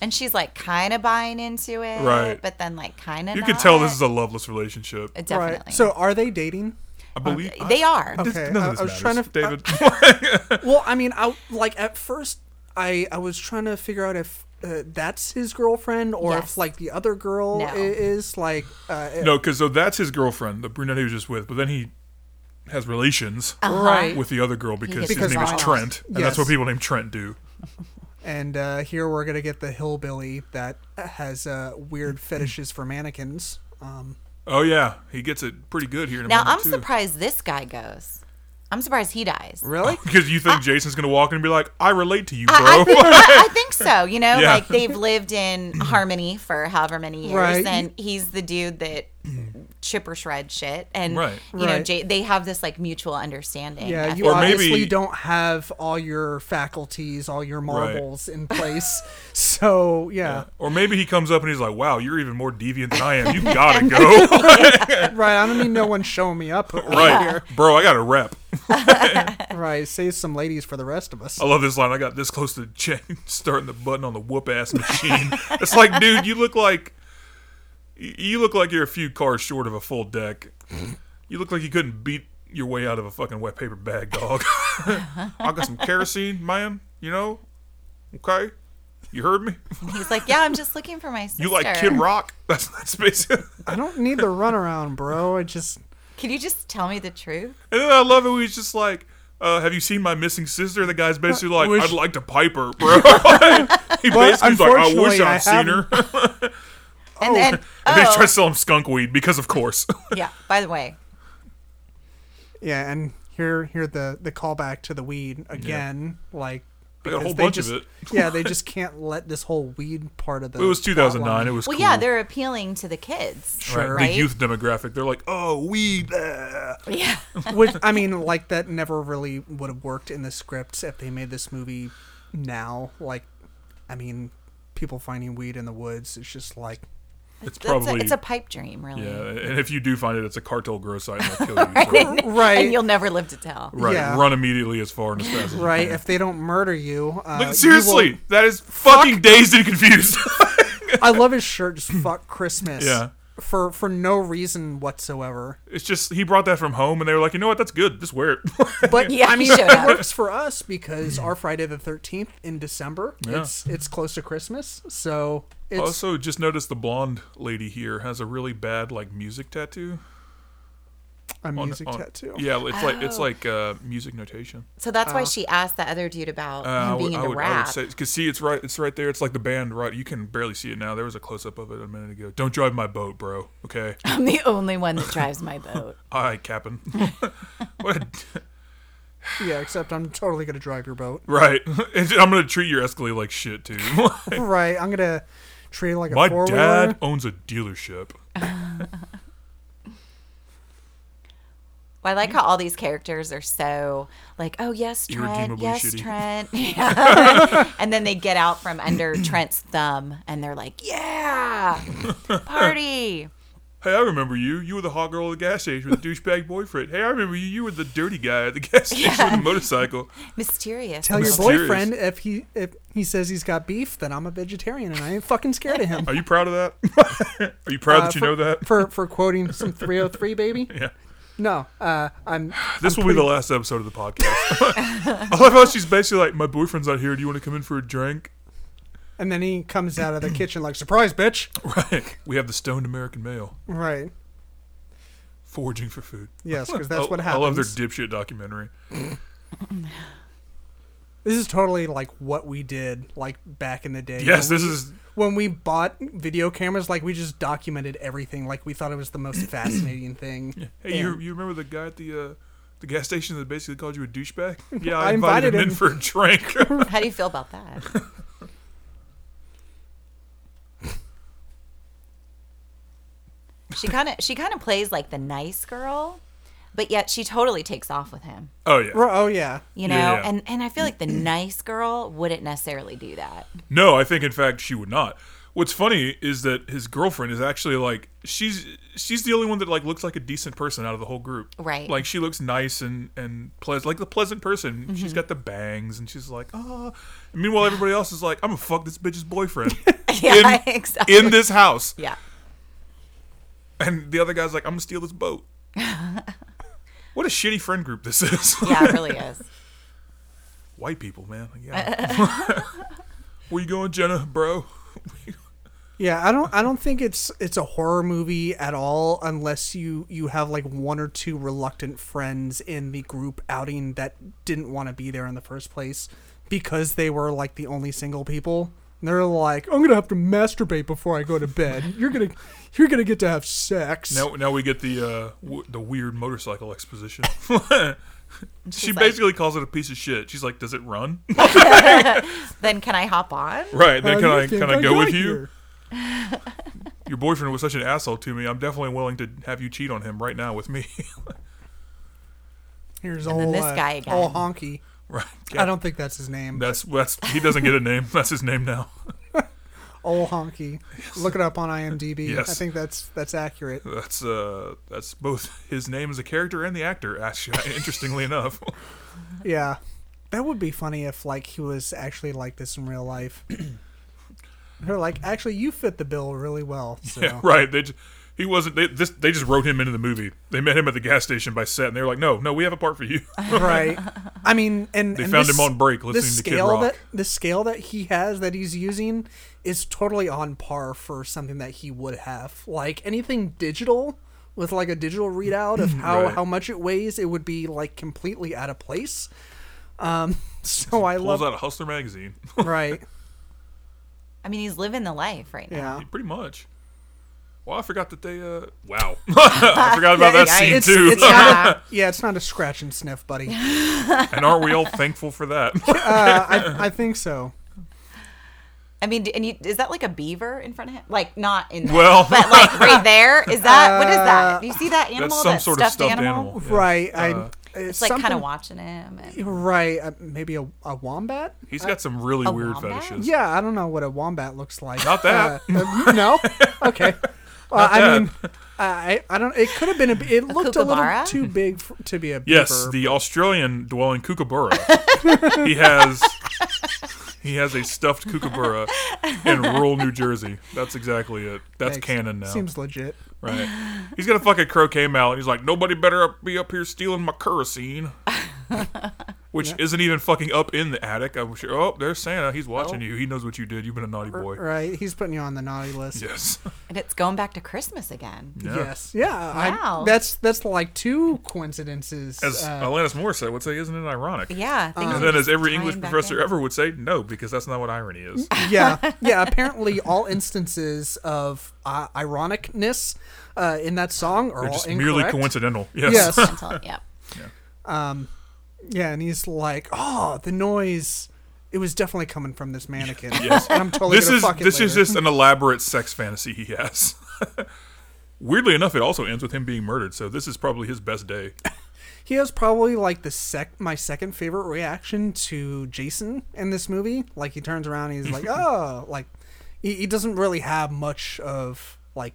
[SPEAKER 3] and she's like kind of buying into it,
[SPEAKER 2] Right.
[SPEAKER 3] But then like kind of.
[SPEAKER 2] you can tell this is a loveless relationship.
[SPEAKER 3] *laughs* definitely.
[SPEAKER 1] Right. So are they dating?
[SPEAKER 2] I believe
[SPEAKER 3] Uh, they are.
[SPEAKER 2] This-
[SPEAKER 1] Okay,
[SPEAKER 2] none
[SPEAKER 1] I-
[SPEAKER 2] of this
[SPEAKER 1] I was
[SPEAKER 2] matters,
[SPEAKER 1] trying to- *laughs*
[SPEAKER 2] David. *laughs*
[SPEAKER 1] Well, I mean, I like at first, I I was trying to figure out if. Uh, that's his girlfriend, or if
[SPEAKER 3] Yes.
[SPEAKER 1] like the other girl
[SPEAKER 3] No.
[SPEAKER 1] i- is like, uh,
[SPEAKER 2] *laughs* No, because so that's his girlfriend, the brunette he was just with. But then he has relations
[SPEAKER 1] right?
[SPEAKER 2] with the other girl because
[SPEAKER 3] Uh-huh. gets
[SPEAKER 2] his
[SPEAKER 1] Because
[SPEAKER 2] name is
[SPEAKER 1] violent.
[SPEAKER 2] Trent, and
[SPEAKER 1] Yes.
[SPEAKER 2] that's what people named Trent do.
[SPEAKER 1] And uh, here we're gonna get the hillbilly that has uh, weird fetishes for mannequins. Um,
[SPEAKER 2] Oh yeah, he gets it pretty good here. In a
[SPEAKER 3] now I'm
[SPEAKER 2] moment, too. *laughs*
[SPEAKER 3] surprised this guy goes. I'm surprised he dies.
[SPEAKER 1] really?
[SPEAKER 2] because you think Jason's gonna walk in and be like, "I relate to you, bro."
[SPEAKER 3] I, *laughs* I think, I, I think so. You know,
[SPEAKER 2] *laughs* Yeah.
[SPEAKER 3] like they've lived in harmony for however many years,
[SPEAKER 1] Right.
[SPEAKER 3] and he's the dude that chipper shred shit, and
[SPEAKER 2] Right.
[SPEAKER 3] you know,
[SPEAKER 1] Right.
[SPEAKER 3] J- they have this like mutual understanding. I
[SPEAKER 1] Yeah, you
[SPEAKER 3] feel
[SPEAKER 2] Or
[SPEAKER 3] like.
[SPEAKER 1] obviously
[SPEAKER 2] maybe-
[SPEAKER 1] don't have all your faculties, all your marbles in place. *laughs* So yeah,
[SPEAKER 2] *laughs* or maybe he comes up and he's like, "Wow, you're even more deviant than I
[SPEAKER 3] *laughs*
[SPEAKER 2] am. You gotta go,
[SPEAKER 1] right. I don't need no one showing me up over
[SPEAKER 2] *laughs* right,
[SPEAKER 1] here.
[SPEAKER 2] bro? I got to rep."
[SPEAKER 1] Right, save some ladies for the rest of us.
[SPEAKER 2] I love this line. I got this close to ch- *laughs* starting the button on the whoop ass machine. it's like, dude, you look like y- you look like you're a few cars short of a full deck. You look like you couldn't beat your way out of a fucking wet paper bag, dog. *laughs* I got some kerosene, man. You know, okay. You heard me.
[SPEAKER 3] he's like, yeah, I'm just looking for my
[SPEAKER 2] *laughs*
[SPEAKER 3] sister.
[SPEAKER 2] You like Kid Rock? *laughs* That's that's basically.
[SPEAKER 1] I don't need the runaround, bro. I just
[SPEAKER 3] Can you just tell me the truth?
[SPEAKER 2] And then I love it when he's just like, uh, "Have you seen my missing sister?" The guy's basically like,
[SPEAKER 1] wish-
[SPEAKER 2] "I'd like to pipe
[SPEAKER 1] *laughs*
[SPEAKER 2] her, bro." *laughs* he basically's like, "I
[SPEAKER 1] unfortunately,
[SPEAKER 2] wish
[SPEAKER 1] I
[SPEAKER 2] I'd seen her."
[SPEAKER 3] And
[SPEAKER 2] *laughs*
[SPEAKER 3] then,
[SPEAKER 2] And then he
[SPEAKER 3] oh,
[SPEAKER 2] tries to sell him skunk weed because, of course. *laughs*
[SPEAKER 3] yeah. By the way,
[SPEAKER 1] yeah, and here here the the callback to the weed again. Like
[SPEAKER 2] I got a
[SPEAKER 1] because
[SPEAKER 2] whole
[SPEAKER 1] they
[SPEAKER 2] bunch
[SPEAKER 1] just-
[SPEAKER 2] of it.
[SPEAKER 1] yeah,
[SPEAKER 2] *laughs*
[SPEAKER 1] they just can't let this whole weed part of the.
[SPEAKER 2] It was 2009.
[SPEAKER 1] plotline-
[SPEAKER 2] It was
[SPEAKER 3] Well,
[SPEAKER 2] cool.
[SPEAKER 3] yeah, they're appealing to the kids,
[SPEAKER 2] right.
[SPEAKER 1] sure,
[SPEAKER 2] the youth demographic. They're like, oh, weed. ah."
[SPEAKER 3] *laughs* Yeah.
[SPEAKER 1] *laughs* Which I mean, like that never really would have worked in the script if they made this movie now. Like, I mean, people finding weed in the woods. It's just like
[SPEAKER 2] It's
[SPEAKER 3] That's a,
[SPEAKER 2] probably
[SPEAKER 3] it's a pipe dream, really.
[SPEAKER 2] yeah. And if you do find it, it's a cartel grow site and they'll kill you. so-
[SPEAKER 1] right,
[SPEAKER 3] *laughs* And you'll never live to tell.
[SPEAKER 2] right.
[SPEAKER 1] Yeah.
[SPEAKER 2] Run immediately as far and as fast as you
[SPEAKER 1] right.
[SPEAKER 2] can.
[SPEAKER 1] If they don't murder you, uh, you
[SPEAKER 2] Like,
[SPEAKER 1] will-
[SPEAKER 2] seriously, that is fucking dazed and confused. *laughs*
[SPEAKER 1] I love his shirt. Just fuck Christmas.
[SPEAKER 2] Yeah.
[SPEAKER 1] For for no reason
[SPEAKER 3] *laughs*
[SPEAKER 1] whatsoever.
[SPEAKER 2] it's just he brought that from home and they were like, you know what? That's good. Just wear it. *laughs*
[SPEAKER 1] But
[SPEAKER 3] Yeah,
[SPEAKER 1] I
[SPEAKER 3] he
[SPEAKER 1] mean,
[SPEAKER 3] showed
[SPEAKER 1] it
[SPEAKER 3] up.
[SPEAKER 1] works for us because our Friday the Thirteenth in December, it's it's close to Christmas, so it's
[SPEAKER 2] also, just noticed the blonde lady here has a really bad like music tattoo.
[SPEAKER 1] a
[SPEAKER 2] on-
[SPEAKER 1] music
[SPEAKER 2] on-
[SPEAKER 1] tattoo.
[SPEAKER 2] Yeah, it's like
[SPEAKER 3] Oh.
[SPEAKER 2] it's like uh, music notation.
[SPEAKER 3] So that's why she asked the other dude about
[SPEAKER 2] Oh. Uh,
[SPEAKER 3] him being in
[SPEAKER 2] I
[SPEAKER 3] the
[SPEAKER 2] would, I would
[SPEAKER 3] rap.
[SPEAKER 2] say because see, it's right, it's right there. It's like the band, right? You can barely see it now. There was a close up of it a minute ago. Don't drive my boat, bro. Okay,
[SPEAKER 3] I'm the only one that drives my boat.
[SPEAKER 2] all right, Captain. *laughs* what? A,
[SPEAKER 1] Yeah, except I'm totally gonna drive your boat.
[SPEAKER 2] right, *laughs* And I'm gonna treat your Escalade like shit too. *laughs*
[SPEAKER 1] Right, I'm gonna treat it like a
[SPEAKER 2] my
[SPEAKER 1] four
[SPEAKER 2] dad
[SPEAKER 1] wheeler.
[SPEAKER 2] owns a dealership.
[SPEAKER 3] *laughs* Well, I like how all these characters are so like, oh yes, Trent,
[SPEAKER 2] Irredeemably
[SPEAKER 3] yes,
[SPEAKER 2] shitty. *laughs*
[SPEAKER 3] Trent, Yeah. and then they get out from
[SPEAKER 2] *clears throat*
[SPEAKER 3] under Trent's thumb, and they're
[SPEAKER 2] *laughs*
[SPEAKER 3] like, yeah, party.
[SPEAKER 2] Hey, I remember you. You were the hot girl at the gas station with the douchebag boyfriend. Hey, I remember you. You were the dirty guy at the gas station with the motorcycle.
[SPEAKER 3] Mysterious.
[SPEAKER 1] Tell your
[SPEAKER 2] Mysterious.
[SPEAKER 1] boyfriend if he if he says he's got beef, then I'm a vegetarian and I ain't fucking scared of
[SPEAKER 2] *laughs*
[SPEAKER 1] him.
[SPEAKER 2] Are you proud of that? Are you proud
[SPEAKER 1] Uh,
[SPEAKER 2] that you
[SPEAKER 1] for,
[SPEAKER 2] know that?
[SPEAKER 1] for for quoting some 303
[SPEAKER 2] *laughs*
[SPEAKER 1] baby.
[SPEAKER 2] yeah.
[SPEAKER 1] No, uh, I'm
[SPEAKER 2] This will be the last episode of the podcast. *laughs* I love how she's basically like, "My boyfriend's not here. Do you want to come in for a drink?"
[SPEAKER 1] and then he comes out of the kitchen like surprise, bitch.
[SPEAKER 2] Right. *laughs* We have the stoned American male
[SPEAKER 1] Right.
[SPEAKER 2] foraging for food.
[SPEAKER 1] Yes, because that's
[SPEAKER 2] I-
[SPEAKER 1] what happens.
[SPEAKER 2] I love their dipshit documentary.
[SPEAKER 1] This is totally like what we did like back in the day.
[SPEAKER 2] Yes,
[SPEAKER 1] when
[SPEAKER 2] this is
[SPEAKER 1] we, when we bought video cameras, like we just documented everything. Like we thought it was the
[SPEAKER 2] *clears throat*
[SPEAKER 1] most fascinating thing.
[SPEAKER 2] Hey, you,
[SPEAKER 1] And-
[SPEAKER 2] you remember the guy at the uh, the gas station that basically called you
[SPEAKER 1] *laughs*
[SPEAKER 2] a douchebag? Yeah,
[SPEAKER 1] I
[SPEAKER 2] I
[SPEAKER 1] invited
[SPEAKER 2] invited, him,
[SPEAKER 1] him.
[SPEAKER 2] in for a drink. *laughs*
[SPEAKER 3] How do you feel about that? she kind of she kind of plays like the nice girl, but yet she totally takes off with him.
[SPEAKER 2] oh yeah.
[SPEAKER 1] Ro- oh yeah,
[SPEAKER 3] You know,
[SPEAKER 2] Yeah, yeah.
[SPEAKER 3] and and I
[SPEAKER 2] *clears throat*
[SPEAKER 3] feel like the nice girl wouldn't necessarily do that. *laughs*
[SPEAKER 2] No, I think in fact she would not. What's funny is that his girlfriend is actually like she's she's the only one that like looks like a decent person out of the whole group.
[SPEAKER 3] Right.
[SPEAKER 2] Like she looks nice and and pleasant, like the pleasant person. She's
[SPEAKER 3] Mm-hmm.
[SPEAKER 2] got the bangs and she's like, "Ah." And meanwhile, everybody else is like, "I'm gonna fuck this bitch's boyfriend
[SPEAKER 3] *laughs* Yeah,
[SPEAKER 2] in,
[SPEAKER 3] exactly.
[SPEAKER 2] in this house."
[SPEAKER 3] Yeah.
[SPEAKER 2] And the other guy's like, "I'm gonna steal this
[SPEAKER 3] *laughs*
[SPEAKER 2] boat." what a shitty friend group this is.
[SPEAKER 3] Yeah, it really is.
[SPEAKER 2] *laughs* White people, man. Yeah. *laughs* Where you going, Jenna, bro?
[SPEAKER 1] yeah. I don't I don't think it's it's a horror movie at all unless you you have like one or two reluctant friends in the group outing that didn't want to be there in the first place because they were like the only single people. And they're like, I'm gonna have to masturbate before I go to bed. You're gonna you're gonna get to have sex.
[SPEAKER 2] Now, now we get the uh, w- the weird motorcycle exposition. *laughs* she
[SPEAKER 3] like-
[SPEAKER 2] basically calls it a piece of shit. She's like, "Does it run?"
[SPEAKER 3] Then can I hop on?
[SPEAKER 2] *laughs* right. Then
[SPEAKER 1] Uh,
[SPEAKER 2] can
[SPEAKER 1] you
[SPEAKER 2] I
[SPEAKER 1] think
[SPEAKER 2] can I go
[SPEAKER 1] got
[SPEAKER 2] with you?
[SPEAKER 1] here.
[SPEAKER 2] Your boyfriend was such an asshole to me. I'm definitely willing to have you cheat on him right now with me. *laughs*
[SPEAKER 1] Here's
[SPEAKER 3] then
[SPEAKER 1] old,
[SPEAKER 3] this
[SPEAKER 1] uh,
[SPEAKER 3] guy again.
[SPEAKER 1] old honky.
[SPEAKER 2] right.
[SPEAKER 1] I don't think that's his name.
[SPEAKER 2] That's that's he doesn't get a name. *laughs* That's his name now.
[SPEAKER 1] Old
[SPEAKER 2] *laughs*
[SPEAKER 1] honky. Look it up on IMDb.
[SPEAKER 2] Yes.
[SPEAKER 1] I think that's that's accurate.
[SPEAKER 2] That's uh that's both his name as a character and the actor. Actually, *laughs* interestingly enough,
[SPEAKER 1] Yeah, that would be funny if like he was actually like this in real life. *clears throat* They're like, actually, you fit the bill really well. So.
[SPEAKER 2] yeah, right. They just, he wasn't. They this they just wrote him into the movie. They met him at the gas station by set, and they were like, "No, no, we have a part for you."
[SPEAKER 1] right. I mean, and
[SPEAKER 2] They
[SPEAKER 1] and
[SPEAKER 2] found
[SPEAKER 1] this-
[SPEAKER 2] him on break
[SPEAKER 1] this
[SPEAKER 2] listening to Kid
[SPEAKER 1] scale
[SPEAKER 2] Rock.
[SPEAKER 1] That, the scale that he has that he's using is totally on par for something that he would have. Like anything digital with like a digital readout
[SPEAKER 2] *laughs*
[SPEAKER 1] of how
[SPEAKER 2] Right.
[SPEAKER 1] how much it weighs, it would be like completely out of place. Um, *laughs* so I
[SPEAKER 2] *laughs* Pulls
[SPEAKER 1] love
[SPEAKER 2] out a Hustler magazine. *laughs*
[SPEAKER 1] right.
[SPEAKER 3] I mean, he's living the life right now.
[SPEAKER 1] Yeah.
[SPEAKER 2] Pretty much. Well, I forgot that they. Uh, wow, *laughs* I forgot about that
[SPEAKER 3] Yeah,
[SPEAKER 2] scene
[SPEAKER 1] It's,
[SPEAKER 2] Oh, too.
[SPEAKER 1] it's not a, yeah, it's not a scratch and sniff, buddy. Uh,
[SPEAKER 2] *laughs* and aren't we all thankful for
[SPEAKER 3] *laughs*
[SPEAKER 2] that?
[SPEAKER 1] I, I think so.
[SPEAKER 3] I mean, d- and you, is that like a beaver in front of him? Like not in that,
[SPEAKER 2] Well- Uh, *laughs*
[SPEAKER 3] but like right there. is that what is that? Do you see that animal?
[SPEAKER 2] That's some
[SPEAKER 3] that
[SPEAKER 2] sort of
[SPEAKER 3] stuffed,
[SPEAKER 2] stuffed
[SPEAKER 3] animal?
[SPEAKER 2] animal. Yeah. Uh,
[SPEAKER 1] Right. I, uh,
[SPEAKER 3] It's like kind
[SPEAKER 1] something-
[SPEAKER 3] of watching him. and-
[SPEAKER 1] Right. Uh, maybe a, a wombat?
[SPEAKER 2] He's got some really
[SPEAKER 3] a
[SPEAKER 2] weird
[SPEAKER 3] wombat?
[SPEAKER 2] fetishes.
[SPEAKER 1] Yeah, I don't know what a wombat looks like.
[SPEAKER 2] Not that.
[SPEAKER 1] Uh, uh,
[SPEAKER 2] *laughs*
[SPEAKER 1] no. Okay. Well, I
[SPEAKER 2] that.
[SPEAKER 1] mean, I I don't. It could have been a. b- It looked a
[SPEAKER 3] kookaburra?
[SPEAKER 1] little too big for, to be a.
[SPEAKER 2] Yes,
[SPEAKER 1] beaver.
[SPEAKER 2] the Australian dwelling
[SPEAKER 3] *laughs*
[SPEAKER 2] kookaburra. he has he has a stuffed kookaburra in rural New Jersey. That's exactly it. That's
[SPEAKER 1] Makes-
[SPEAKER 2] canon now.
[SPEAKER 1] Seems legit.
[SPEAKER 2] right. He's got a fucking croquet mallet. He's like, nobody better up- be up here stealing my kerosene. Which isn't even fucking up in the attic. I'm sure. Oh, there's Santa. He's watching you. He knows what you did. You've been a naughty boy.
[SPEAKER 1] Right. He's putting you on the naughty list.
[SPEAKER 2] Yes.
[SPEAKER 3] And it's going back to Christmas again.
[SPEAKER 2] Yeah.
[SPEAKER 1] Yes. Yeah. I-
[SPEAKER 3] Wow.
[SPEAKER 1] that's that's like two coincidences.
[SPEAKER 2] As
[SPEAKER 1] uh,
[SPEAKER 2] Alanis Morissette would say, isn't it ironic?
[SPEAKER 3] Yeah. things
[SPEAKER 2] And
[SPEAKER 3] are
[SPEAKER 2] then, as
[SPEAKER 3] just
[SPEAKER 2] every
[SPEAKER 3] tying
[SPEAKER 2] English
[SPEAKER 3] back
[SPEAKER 2] professor
[SPEAKER 3] in.
[SPEAKER 2] ever would say, no, because that's not what irony is.
[SPEAKER 1] yeah. Yeah. Apparently, all instances of uh, ironicness uh, in that song are all
[SPEAKER 2] Just
[SPEAKER 1] incorrect.
[SPEAKER 2] merely coincidental. Yes.
[SPEAKER 1] Yes.
[SPEAKER 2] *laughs*
[SPEAKER 3] Until- yeah.
[SPEAKER 1] yeah. And he's like, "Oh, the noise. It was definitely coming from this mannequin."
[SPEAKER 2] *laughs* Yes.
[SPEAKER 1] And I'm totally
[SPEAKER 2] this
[SPEAKER 1] gonna
[SPEAKER 2] is
[SPEAKER 1] fuck it
[SPEAKER 2] this is
[SPEAKER 1] later.
[SPEAKER 2] just an elaborate sex fantasy he has. *laughs* Weirdly enough, it also ends with him being murdered. So this is probably his best day.
[SPEAKER 1] He has probably like the sec my second favorite reaction to Jason in this movie. Like he turns around, and he's
[SPEAKER 2] *laughs*
[SPEAKER 1] like, "Oh," like he, he doesn't really have much of like.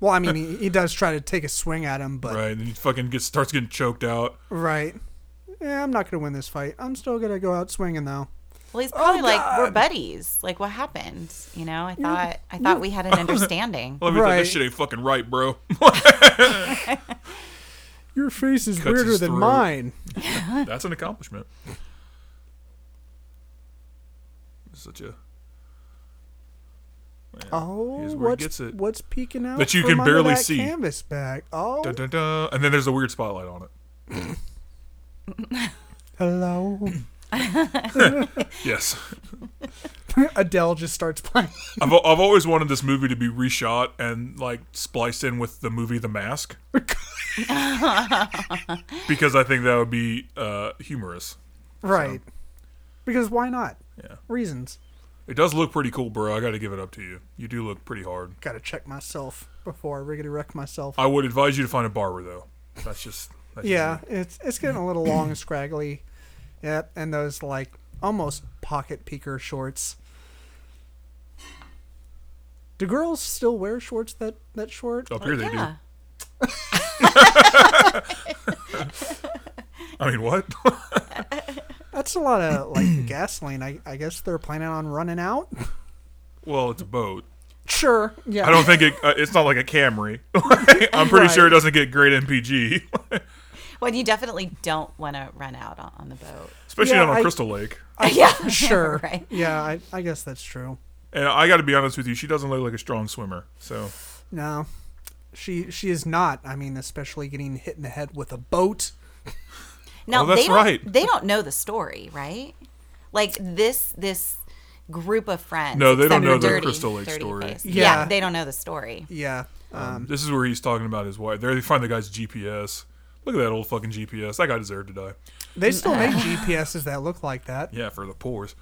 [SPEAKER 1] Well, I mean, he, he does try to take a swing at him, but
[SPEAKER 2] Right, and he fucking gets starts getting choked out.
[SPEAKER 1] right. Yeah, I'm not gonna win this fight. I'm still gonna go out swinging though.
[SPEAKER 3] Well, he's
[SPEAKER 2] Oh,
[SPEAKER 3] probably like we're buddies. Like what happened? You know, I thought I thought we had
[SPEAKER 2] *laughs*
[SPEAKER 3] an understanding.
[SPEAKER 2] Let me right.
[SPEAKER 1] Right.
[SPEAKER 2] this shit ain't fucking right, bro. *laughs*
[SPEAKER 1] Your face is
[SPEAKER 2] Cuts
[SPEAKER 1] weirder
[SPEAKER 2] his
[SPEAKER 1] than
[SPEAKER 2] throat.
[SPEAKER 1] mine.
[SPEAKER 2] That's an accomplishment. Such a
[SPEAKER 1] Oh,
[SPEAKER 2] Here's where he
[SPEAKER 1] what's
[SPEAKER 2] gets it.
[SPEAKER 1] what's peeking out
[SPEAKER 2] That you
[SPEAKER 1] from
[SPEAKER 2] can
[SPEAKER 1] under
[SPEAKER 2] barely
[SPEAKER 1] that
[SPEAKER 2] see.
[SPEAKER 1] canvas back? Oh,
[SPEAKER 2] dun, dun, dun. and then there's a weird spotlight on it.
[SPEAKER 1] hello.
[SPEAKER 2] Yes,
[SPEAKER 1] *laughs* Adele just starts playing.
[SPEAKER 2] I've I've always wanted this movie to be reshot and like spliced in with the movie The Mask
[SPEAKER 1] *laughs*
[SPEAKER 2] because I think that would be uh, humorous.
[SPEAKER 1] *laughs* Right. Because why not?
[SPEAKER 2] Yeah.
[SPEAKER 1] Reasons.
[SPEAKER 2] It does look pretty cool, bro. I got to give it up to you. You do look pretty hard.
[SPEAKER 1] Gotta check myself before I riggedy wreck myself.
[SPEAKER 2] I would advise you to find a barber though. That's just that's
[SPEAKER 1] yeah,
[SPEAKER 2] just
[SPEAKER 1] it's it's getting a little long and scraggly. Yep, and those like almost pocket peeker shorts. Do girls still wear shorts that that short?
[SPEAKER 2] me. up here they
[SPEAKER 3] Oh, yeah.
[SPEAKER 2] do. I mean, what? *laughs*
[SPEAKER 1] That's a lot of like *clears throat* gasoline. I, I guess they're planning on running out. *laughs*
[SPEAKER 2] well, it's a boat.
[SPEAKER 1] Sure. Yeah.
[SPEAKER 2] I don't think it. Uh, it's not like a Camry. *laughs* I'm pretty
[SPEAKER 1] Right.
[SPEAKER 2] sure it doesn't get great MPG,
[SPEAKER 3] Well, you definitely don't want to run out on, on the boat.
[SPEAKER 2] *laughs* especially
[SPEAKER 1] Yeah,
[SPEAKER 2] not on
[SPEAKER 1] I-
[SPEAKER 2] Crystal Lake.
[SPEAKER 3] *laughs* yeah.
[SPEAKER 1] *laughs* Sure.
[SPEAKER 3] Right.
[SPEAKER 1] Yeah, I, I guess that's true.
[SPEAKER 2] And I got to be honest with you, she doesn't look like a strong swimmer. So
[SPEAKER 1] No, she she is not. I mean, especially getting hit in the head with a boat.
[SPEAKER 3] Now
[SPEAKER 2] Oh, that's
[SPEAKER 3] they don't,
[SPEAKER 2] right.
[SPEAKER 3] They don't know the story, right? Like this this group of friends.
[SPEAKER 2] No, they don't
[SPEAKER 3] except
[SPEAKER 2] know
[SPEAKER 3] for
[SPEAKER 2] the
[SPEAKER 3] Dirty-
[SPEAKER 2] Crystal Lake
[SPEAKER 3] Dirty
[SPEAKER 2] story.
[SPEAKER 3] Face.
[SPEAKER 1] Yeah.
[SPEAKER 3] Yeah. they don't know the story.
[SPEAKER 1] Yeah. Um,
[SPEAKER 2] this is where he's talking about his wife. There they find the guy's GPS. Look at that old fucking GPS. That guy deserved to die.
[SPEAKER 1] they still make GPSs that look like
[SPEAKER 2] *laughs*
[SPEAKER 1] that.
[SPEAKER 2] Yeah, for the pores.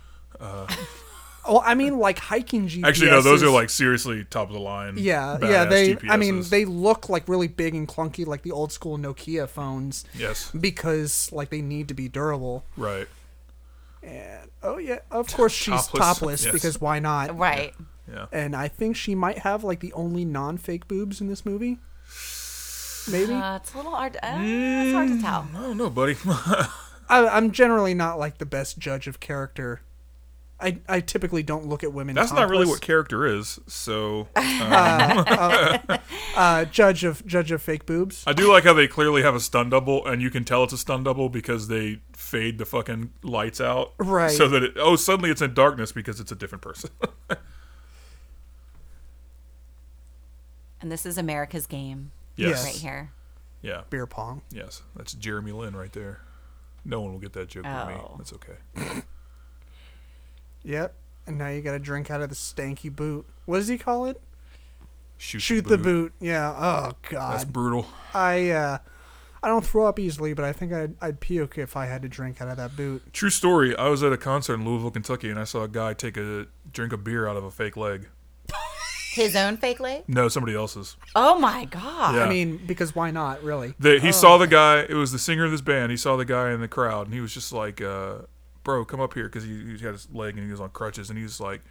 [SPEAKER 1] Well, I mean, like hiking GPSs.
[SPEAKER 2] Actually, no, those are like seriously top of the line.
[SPEAKER 1] Yeah, yeah.
[SPEAKER 2] badass
[SPEAKER 1] They, I mean,
[SPEAKER 2] GPSs.
[SPEAKER 1] they look like really big and clunky, like the old school Nokia phones.
[SPEAKER 2] Yes.
[SPEAKER 1] Because like they need to be durable.
[SPEAKER 2] Right. *laughs*
[SPEAKER 1] Oh yeah, of course she's
[SPEAKER 2] Topless.
[SPEAKER 1] topless,
[SPEAKER 2] Yes.
[SPEAKER 1] because why not?
[SPEAKER 3] Right.
[SPEAKER 2] Yeah.
[SPEAKER 1] And I think she might have like the only non-fake boobs in this movie. Maybe
[SPEAKER 3] Uh, it's a little hard. Uh, It's hard
[SPEAKER 2] Mm.
[SPEAKER 3] to tell.
[SPEAKER 2] I don't know, buddy.
[SPEAKER 1] I, I'm generally not like the best judge of character. I, I typically don't look at women.
[SPEAKER 2] That's not really
[SPEAKER 1] topless.
[SPEAKER 2] what character is.
[SPEAKER 1] *laughs*
[SPEAKER 2] So
[SPEAKER 1] uh, judge of judge of fake boobs.
[SPEAKER 2] I do like how they clearly have a stun double, and you can tell it's a stun double because they fade the fucking lights out,
[SPEAKER 1] Right.
[SPEAKER 2] So that it, oh, suddenly it's in darkness because it's a different person. *laughs*
[SPEAKER 3] And this is America's game
[SPEAKER 2] yes.
[SPEAKER 3] right here.
[SPEAKER 2] Yeah.
[SPEAKER 1] Beer pong.
[SPEAKER 2] Yes. That's Jeremy Lin right there. No one will get that joke with me.
[SPEAKER 3] Oh.
[SPEAKER 2] That's okay.
[SPEAKER 1] Yep. And now you got to drink out of the stanky boot. What does he call it?
[SPEAKER 2] Shoot,
[SPEAKER 1] Shoot the boot. Yeah. Oh
[SPEAKER 2] That's
[SPEAKER 1] god.
[SPEAKER 2] brutal.
[SPEAKER 1] I uh I don't throw up easily, but I think I'd, I'd puke if I had to drink out of that boot.
[SPEAKER 2] True story. I was at a concert in Louisville, Kentucky, and I saw a guy take a drink of beer out of a fake leg.
[SPEAKER 3] His own fake leg?
[SPEAKER 2] No, somebody else's.
[SPEAKER 3] Oh my god.
[SPEAKER 2] Yeah.
[SPEAKER 1] I mean, because why not, really?
[SPEAKER 2] The, he
[SPEAKER 1] Oh.
[SPEAKER 2] saw the guy. It was the singer of this band. He saw the guy in the crowd, and he was just like, uh, "Bro, come up here," because he, he had his leg and he was on crutches, and he was like,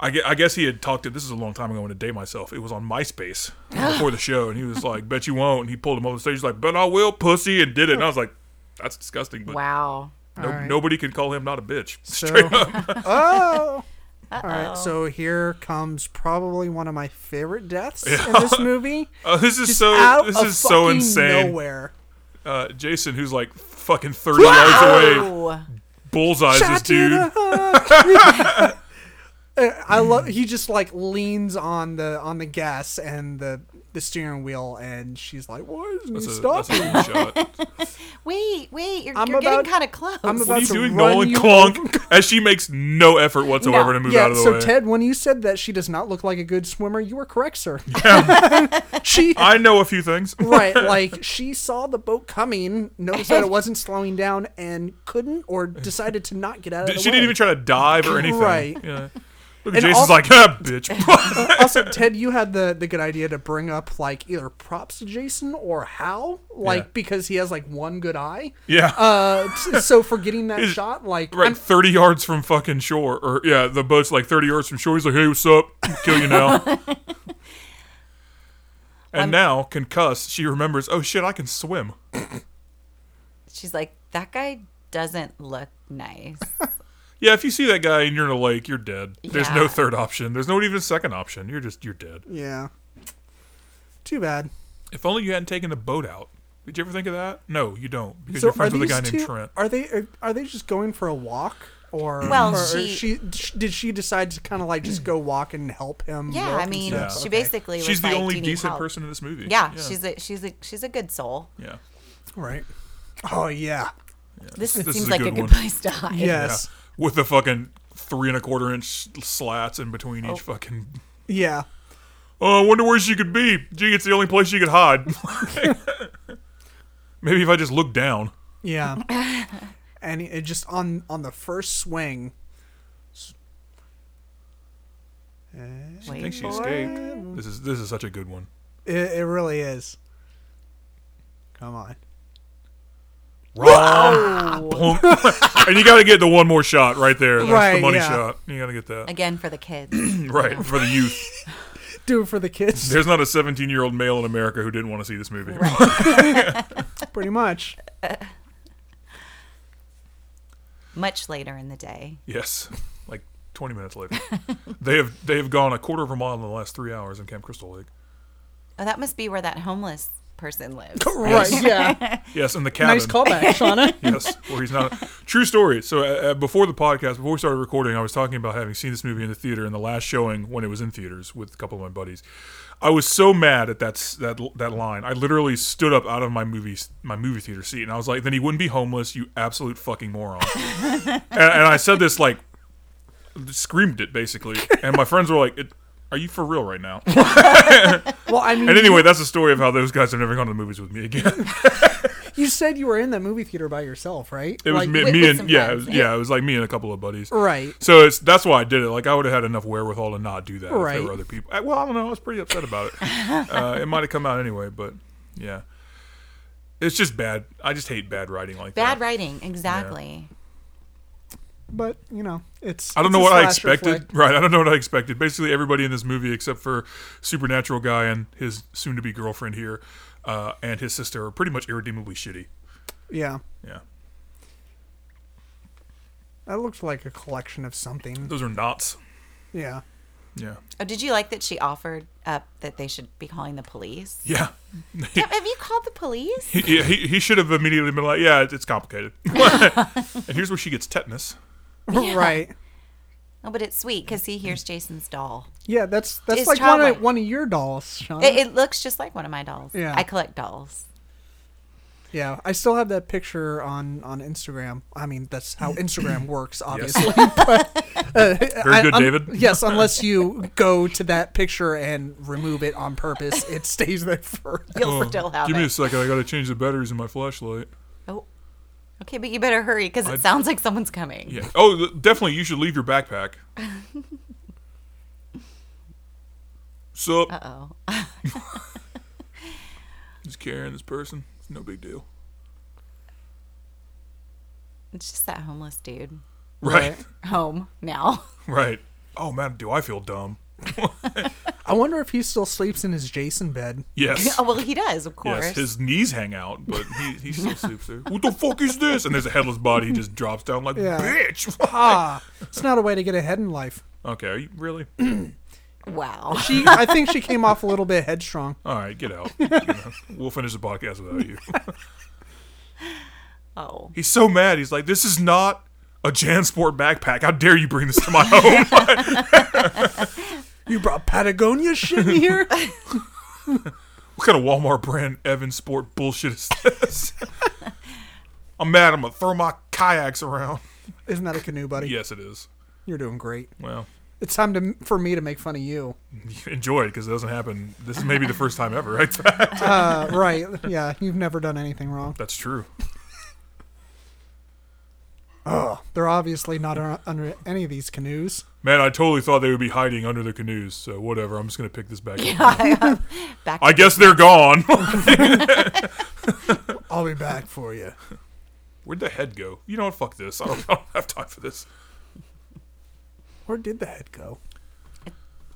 [SPEAKER 2] "I guess, I guess he had talked to this is a long time ago when to date myself. It was on MySpace before the show, and he was like, "Bet you won't." And he pulled him over the stage, he's like, "Bet I will, pussy," and did it. And I was like, "That's disgusting," but
[SPEAKER 3] Wow.
[SPEAKER 2] no,
[SPEAKER 1] All right.
[SPEAKER 2] nobody can call him not a bitch.
[SPEAKER 1] So, *laughs* oh. All right, so here comes probably one of my favorite deaths in this
[SPEAKER 2] *laughs*
[SPEAKER 1] movie.
[SPEAKER 2] Uh, this is
[SPEAKER 1] Just
[SPEAKER 2] so.
[SPEAKER 1] out
[SPEAKER 2] This
[SPEAKER 1] of
[SPEAKER 2] is so
[SPEAKER 1] fucking
[SPEAKER 2] insane.
[SPEAKER 1] Nowhere.
[SPEAKER 2] Uh, Jason, who's like fucking thirty yards away,
[SPEAKER 3] Oh.
[SPEAKER 2] bullseyes this
[SPEAKER 1] Shot to
[SPEAKER 2] dude.
[SPEAKER 1] the
[SPEAKER 2] *laughs*
[SPEAKER 1] hook. Uh, I love. He just like leans on the on the gas and the the steering wheel, and she's like, "Why isn't he
[SPEAKER 2] That's a, that's a
[SPEAKER 1] stopping?"
[SPEAKER 2] good
[SPEAKER 1] *laughs*
[SPEAKER 2] shot.
[SPEAKER 3] Wait, wait, you're,
[SPEAKER 1] I'm
[SPEAKER 3] you're getting
[SPEAKER 1] about-
[SPEAKER 3] kind of close.
[SPEAKER 1] I'm
[SPEAKER 2] What
[SPEAKER 1] about
[SPEAKER 2] are you
[SPEAKER 1] to
[SPEAKER 2] doing,
[SPEAKER 1] run
[SPEAKER 2] Nolan
[SPEAKER 1] you
[SPEAKER 2] Clonk? *laughs* As she makes no effort whatsoever
[SPEAKER 3] No.
[SPEAKER 2] to move
[SPEAKER 1] Yeah.
[SPEAKER 2] out of the
[SPEAKER 1] So
[SPEAKER 2] way.
[SPEAKER 1] Ted, when you said that she does not look like a good swimmer, you were correct,
[SPEAKER 2] *laughs*
[SPEAKER 1] sir. *laughs* she
[SPEAKER 2] I know a few things.
[SPEAKER 1] right, like she saw the boat coming, noticed that it wasn't slowing down, and couldn't or decided to not get out of
[SPEAKER 2] *laughs* She
[SPEAKER 1] the
[SPEAKER 2] didn't
[SPEAKER 1] way.
[SPEAKER 2] even try to dive or anything.
[SPEAKER 1] Right.
[SPEAKER 2] Yeah. Look at
[SPEAKER 1] And
[SPEAKER 2] Jason's
[SPEAKER 1] also-
[SPEAKER 2] like, ah,
[SPEAKER 1] *laughs*
[SPEAKER 2] bitch. *laughs*
[SPEAKER 1] also, Ted, you had the the good idea to bring up like either props to Jason or how, like
[SPEAKER 2] Yeah.
[SPEAKER 1] because he has like one good eye.
[SPEAKER 2] yeah.
[SPEAKER 1] Uh, t- so for getting that
[SPEAKER 2] Is-
[SPEAKER 1] shot, like
[SPEAKER 2] right.
[SPEAKER 1] I'm-
[SPEAKER 2] 30 yards from fucking shore. Or, yeah, the boat's like 30 yards from shore. He's like, hey, what's up? Kill you
[SPEAKER 1] *laughs*
[SPEAKER 2] now. and now, concussed, she remembers, oh shit, I can swim.
[SPEAKER 3] She's like, that guy doesn't look nice.
[SPEAKER 2] Yeah, if you see that guy and you're in a lake, you're dead. There's no
[SPEAKER 3] Yeah.
[SPEAKER 2] third option. There's no even second option. You're just, you're dead.
[SPEAKER 1] yeah, too bad.
[SPEAKER 2] If only you hadn't taken the boat out. Did you ever think of that? No, you don't, because
[SPEAKER 1] So
[SPEAKER 2] you're
[SPEAKER 1] are
[SPEAKER 2] friends
[SPEAKER 1] these
[SPEAKER 2] with a guy
[SPEAKER 1] two?
[SPEAKER 2] named Trent.
[SPEAKER 1] Are they are, are they just going for a walk? Or,
[SPEAKER 3] Well,
[SPEAKER 1] or- or
[SPEAKER 3] she-
[SPEAKER 1] sh- did she decide to kind of like just go walk and help him?
[SPEAKER 3] *laughs* Yeah,
[SPEAKER 1] work
[SPEAKER 3] I
[SPEAKER 1] and
[SPEAKER 3] mean,
[SPEAKER 1] stuff?
[SPEAKER 3] she
[SPEAKER 1] Okay.
[SPEAKER 3] basically was
[SPEAKER 2] She's the
[SPEAKER 3] like, "Do
[SPEAKER 2] only
[SPEAKER 3] you need
[SPEAKER 2] decent
[SPEAKER 3] help?"
[SPEAKER 2] person in this movie.
[SPEAKER 3] Yeah, she's a she's a she's a good soul.
[SPEAKER 2] yeah.
[SPEAKER 1] right. Oh yeah,
[SPEAKER 3] This,
[SPEAKER 2] This is
[SPEAKER 3] seems
[SPEAKER 2] a
[SPEAKER 3] like
[SPEAKER 2] good
[SPEAKER 3] a good
[SPEAKER 2] one.
[SPEAKER 3] place to hide.
[SPEAKER 1] yes,
[SPEAKER 2] Yeah. with the fucking three and a quarter inch slats in between
[SPEAKER 3] Oh.
[SPEAKER 2] each fucking.
[SPEAKER 1] yeah.
[SPEAKER 2] Oh, I wonder where she could be. Gee, it's the only place she could hide. *laughs* Maybe if I just look down.
[SPEAKER 1] Yeah.
[SPEAKER 3] *laughs*
[SPEAKER 1] and it just on on the first swing.
[SPEAKER 3] Wait
[SPEAKER 2] I think she
[SPEAKER 3] for
[SPEAKER 2] escaped.
[SPEAKER 3] it.
[SPEAKER 2] This is this is such a good one.
[SPEAKER 1] It, it really is. Come on.
[SPEAKER 2] Boom. and you got to get the one more shot right there. That's the
[SPEAKER 1] Right,
[SPEAKER 2] money
[SPEAKER 1] yeah.
[SPEAKER 2] shot. You got to get *laughs* that.
[SPEAKER 3] Again for the kids.
[SPEAKER 2] *clears throat* Right, for the youth.
[SPEAKER 1] Do it for the kids,
[SPEAKER 2] There's not a 17 year old male in America who didn't want to see this movie.
[SPEAKER 1] pretty much.
[SPEAKER 3] Much later in the day.
[SPEAKER 2] Yes, like 20 minutes later, *laughs* they have they have gone a quarter of a mile in the last three hours in Camp Crystal Lake.
[SPEAKER 3] Oh, that must be where that homeless person lives.
[SPEAKER 1] Right.
[SPEAKER 3] *laughs*
[SPEAKER 1] Yeah.
[SPEAKER 2] Yes, in the cabin.
[SPEAKER 1] nice callback, Shauna.
[SPEAKER 2] yes, where he's not. True story. So uh, uh, before the podcast, before we started recording, I was talking about having seen this movie in the theater in the last showing when it was in theaters with a couple of my buddies. I was so mad at that s- that l- that line. I literally stood up out of my movie s- my movie theater seat and I was like, "Then he wouldn't be homeless, you absolute fucking
[SPEAKER 3] *laughs*
[SPEAKER 2] moron." and, and I said this like screamed it basically, and my friends were like, it, "Are you for real right now?"
[SPEAKER 1] Well, I mean,
[SPEAKER 2] And anyway, that's the story of how those guys have never gone to the movies with me again.
[SPEAKER 1] you said you were in that movie theater by yourself, right?
[SPEAKER 2] It was
[SPEAKER 1] Like,
[SPEAKER 2] me,
[SPEAKER 3] with-
[SPEAKER 2] me
[SPEAKER 3] with
[SPEAKER 2] and
[SPEAKER 3] some
[SPEAKER 2] yeah, it
[SPEAKER 3] friends,
[SPEAKER 2] was, yeah, it was like me and a couple of buddies.
[SPEAKER 1] Right.
[SPEAKER 2] So it's that's why I did it. Like I would have had enough wherewithal to not do that if
[SPEAKER 1] Right.
[SPEAKER 2] there were other people. I, well, I don't know. I was pretty upset
[SPEAKER 1] *laughs*
[SPEAKER 2] about it. uh, it might have come out anyway, but yeah, it's just bad. I just hate bad writing like that.
[SPEAKER 3] Bad writing, exactly.
[SPEAKER 1] But you know, it's.
[SPEAKER 2] I don't
[SPEAKER 1] it's
[SPEAKER 2] know
[SPEAKER 1] a
[SPEAKER 2] what I
[SPEAKER 1] slasher
[SPEAKER 2] expected.
[SPEAKER 1] flick.
[SPEAKER 2] Right, I don't know what I expected. Basically, everybody in this movie except for supernatural guy and his soon-to-be girlfriend here, uh, and his sister are pretty much irredeemably shitty.
[SPEAKER 1] Yeah,
[SPEAKER 2] Yeah,
[SPEAKER 1] that looked like a collection of something.
[SPEAKER 2] those are knots.
[SPEAKER 1] Yeah. *laughs*
[SPEAKER 2] Yeah,
[SPEAKER 3] Oh, did you like that she offered up that they should be calling the police?
[SPEAKER 2] yeah. *laughs*
[SPEAKER 3] Damn, Have you called the police?
[SPEAKER 2] He- he, he, he should have immediately been like, yeah, it's- it's complicated. *laughs* and here's where she gets tetanus.
[SPEAKER 1] Right.
[SPEAKER 3] Oh, but it's sweet because
[SPEAKER 2] *clears throat*
[SPEAKER 3] he hears Jason's doll.
[SPEAKER 1] Yeah, that's that's
[SPEAKER 3] It's
[SPEAKER 1] like one of,
[SPEAKER 3] childlike.
[SPEAKER 1] one of your dolls, Shauna.
[SPEAKER 3] It, it looks just like one of my dolls.
[SPEAKER 1] Yeah.
[SPEAKER 3] I collect dolls.
[SPEAKER 1] Yeah, I still have that picture on on Instagram. I mean, that's how *clears throat* Instagram works, obviously.
[SPEAKER 2] *laughs*
[SPEAKER 1] *laughs* uh,
[SPEAKER 2] Very good,
[SPEAKER 1] I- un-
[SPEAKER 2] David.
[SPEAKER 1] Yes,
[SPEAKER 2] *laughs*
[SPEAKER 1] unless you go to that picture and remove it on purpose, it stays there *laughs* for.
[SPEAKER 3] You'll still have
[SPEAKER 2] Give me a
[SPEAKER 3] it.
[SPEAKER 2] second. I got to change the batteries in my flashlight.
[SPEAKER 3] oh. Okay, but you better hurry because it
[SPEAKER 2] I'd-
[SPEAKER 3] sounds like someone's coming.
[SPEAKER 2] Yeah. Oh, th- definitely. You should leave your
[SPEAKER 3] *laughs*
[SPEAKER 2] backpack. So
[SPEAKER 3] Uh-oh.
[SPEAKER 2] just carrying this person. It's no big deal.
[SPEAKER 3] It's just that homeless dude.
[SPEAKER 2] Right. *laughs*
[SPEAKER 3] Home now. *laughs*
[SPEAKER 2] Right. Oh man, do I feel dumb?
[SPEAKER 1] I wonder if he still sleeps in his Jason bed.
[SPEAKER 2] Yes.
[SPEAKER 3] oh, well, he does, *laughs* of course.
[SPEAKER 2] Yes, his knees hang out, but he, he still sleeps there. What the fuck is this? And there's a headless body. He just drops down like,
[SPEAKER 1] Yeah.
[SPEAKER 2] bitch.
[SPEAKER 1] Ah, it's not a way to get ahead in life.
[SPEAKER 2] okay, are you really? *laughs*
[SPEAKER 3] Wow.
[SPEAKER 1] She, I think she came off a little bit headstrong.
[SPEAKER 2] All right, get out. You know, we'll finish the podcast without you.
[SPEAKER 3] Oh.
[SPEAKER 2] He's so mad. He's like, this is not a JanSport backpack. How dare you bring this to my *laughs* home?
[SPEAKER 1] You brought Patagonia shit in *laughs* here.
[SPEAKER 2] what kind of Walmart brand Evan Sport bullshit is this? *laughs* I'm mad. I'm going to throw my kayaks around.
[SPEAKER 1] Isn't that a canoe, buddy?
[SPEAKER 2] Yes, it is.
[SPEAKER 1] You're doing great.
[SPEAKER 2] Well, *laughs*
[SPEAKER 1] It's time to for me to make fun of you.
[SPEAKER 2] enjoy it because it doesn't happen. This is maybe the first time ever. Right? *laughs*
[SPEAKER 1] *laughs* Uh, right? Yeah, you've never done anything wrong.
[SPEAKER 2] That's true.
[SPEAKER 1] They're obviously not un- under any of these canoes.
[SPEAKER 2] Man, I totally thought they would be hiding under their canoes. So whatever, I'm just gonna pick this back up.
[SPEAKER 3] Back
[SPEAKER 2] I guess they're gone. *laughs*
[SPEAKER 1] I'll be back for you.
[SPEAKER 2] Where'd the head go? You know what? Fuck this. I don't, I don't have time for this.
[SPEAKER 1] Where did the head
[SPEAKER 2] *laughs*
[SPEAKER 1] go?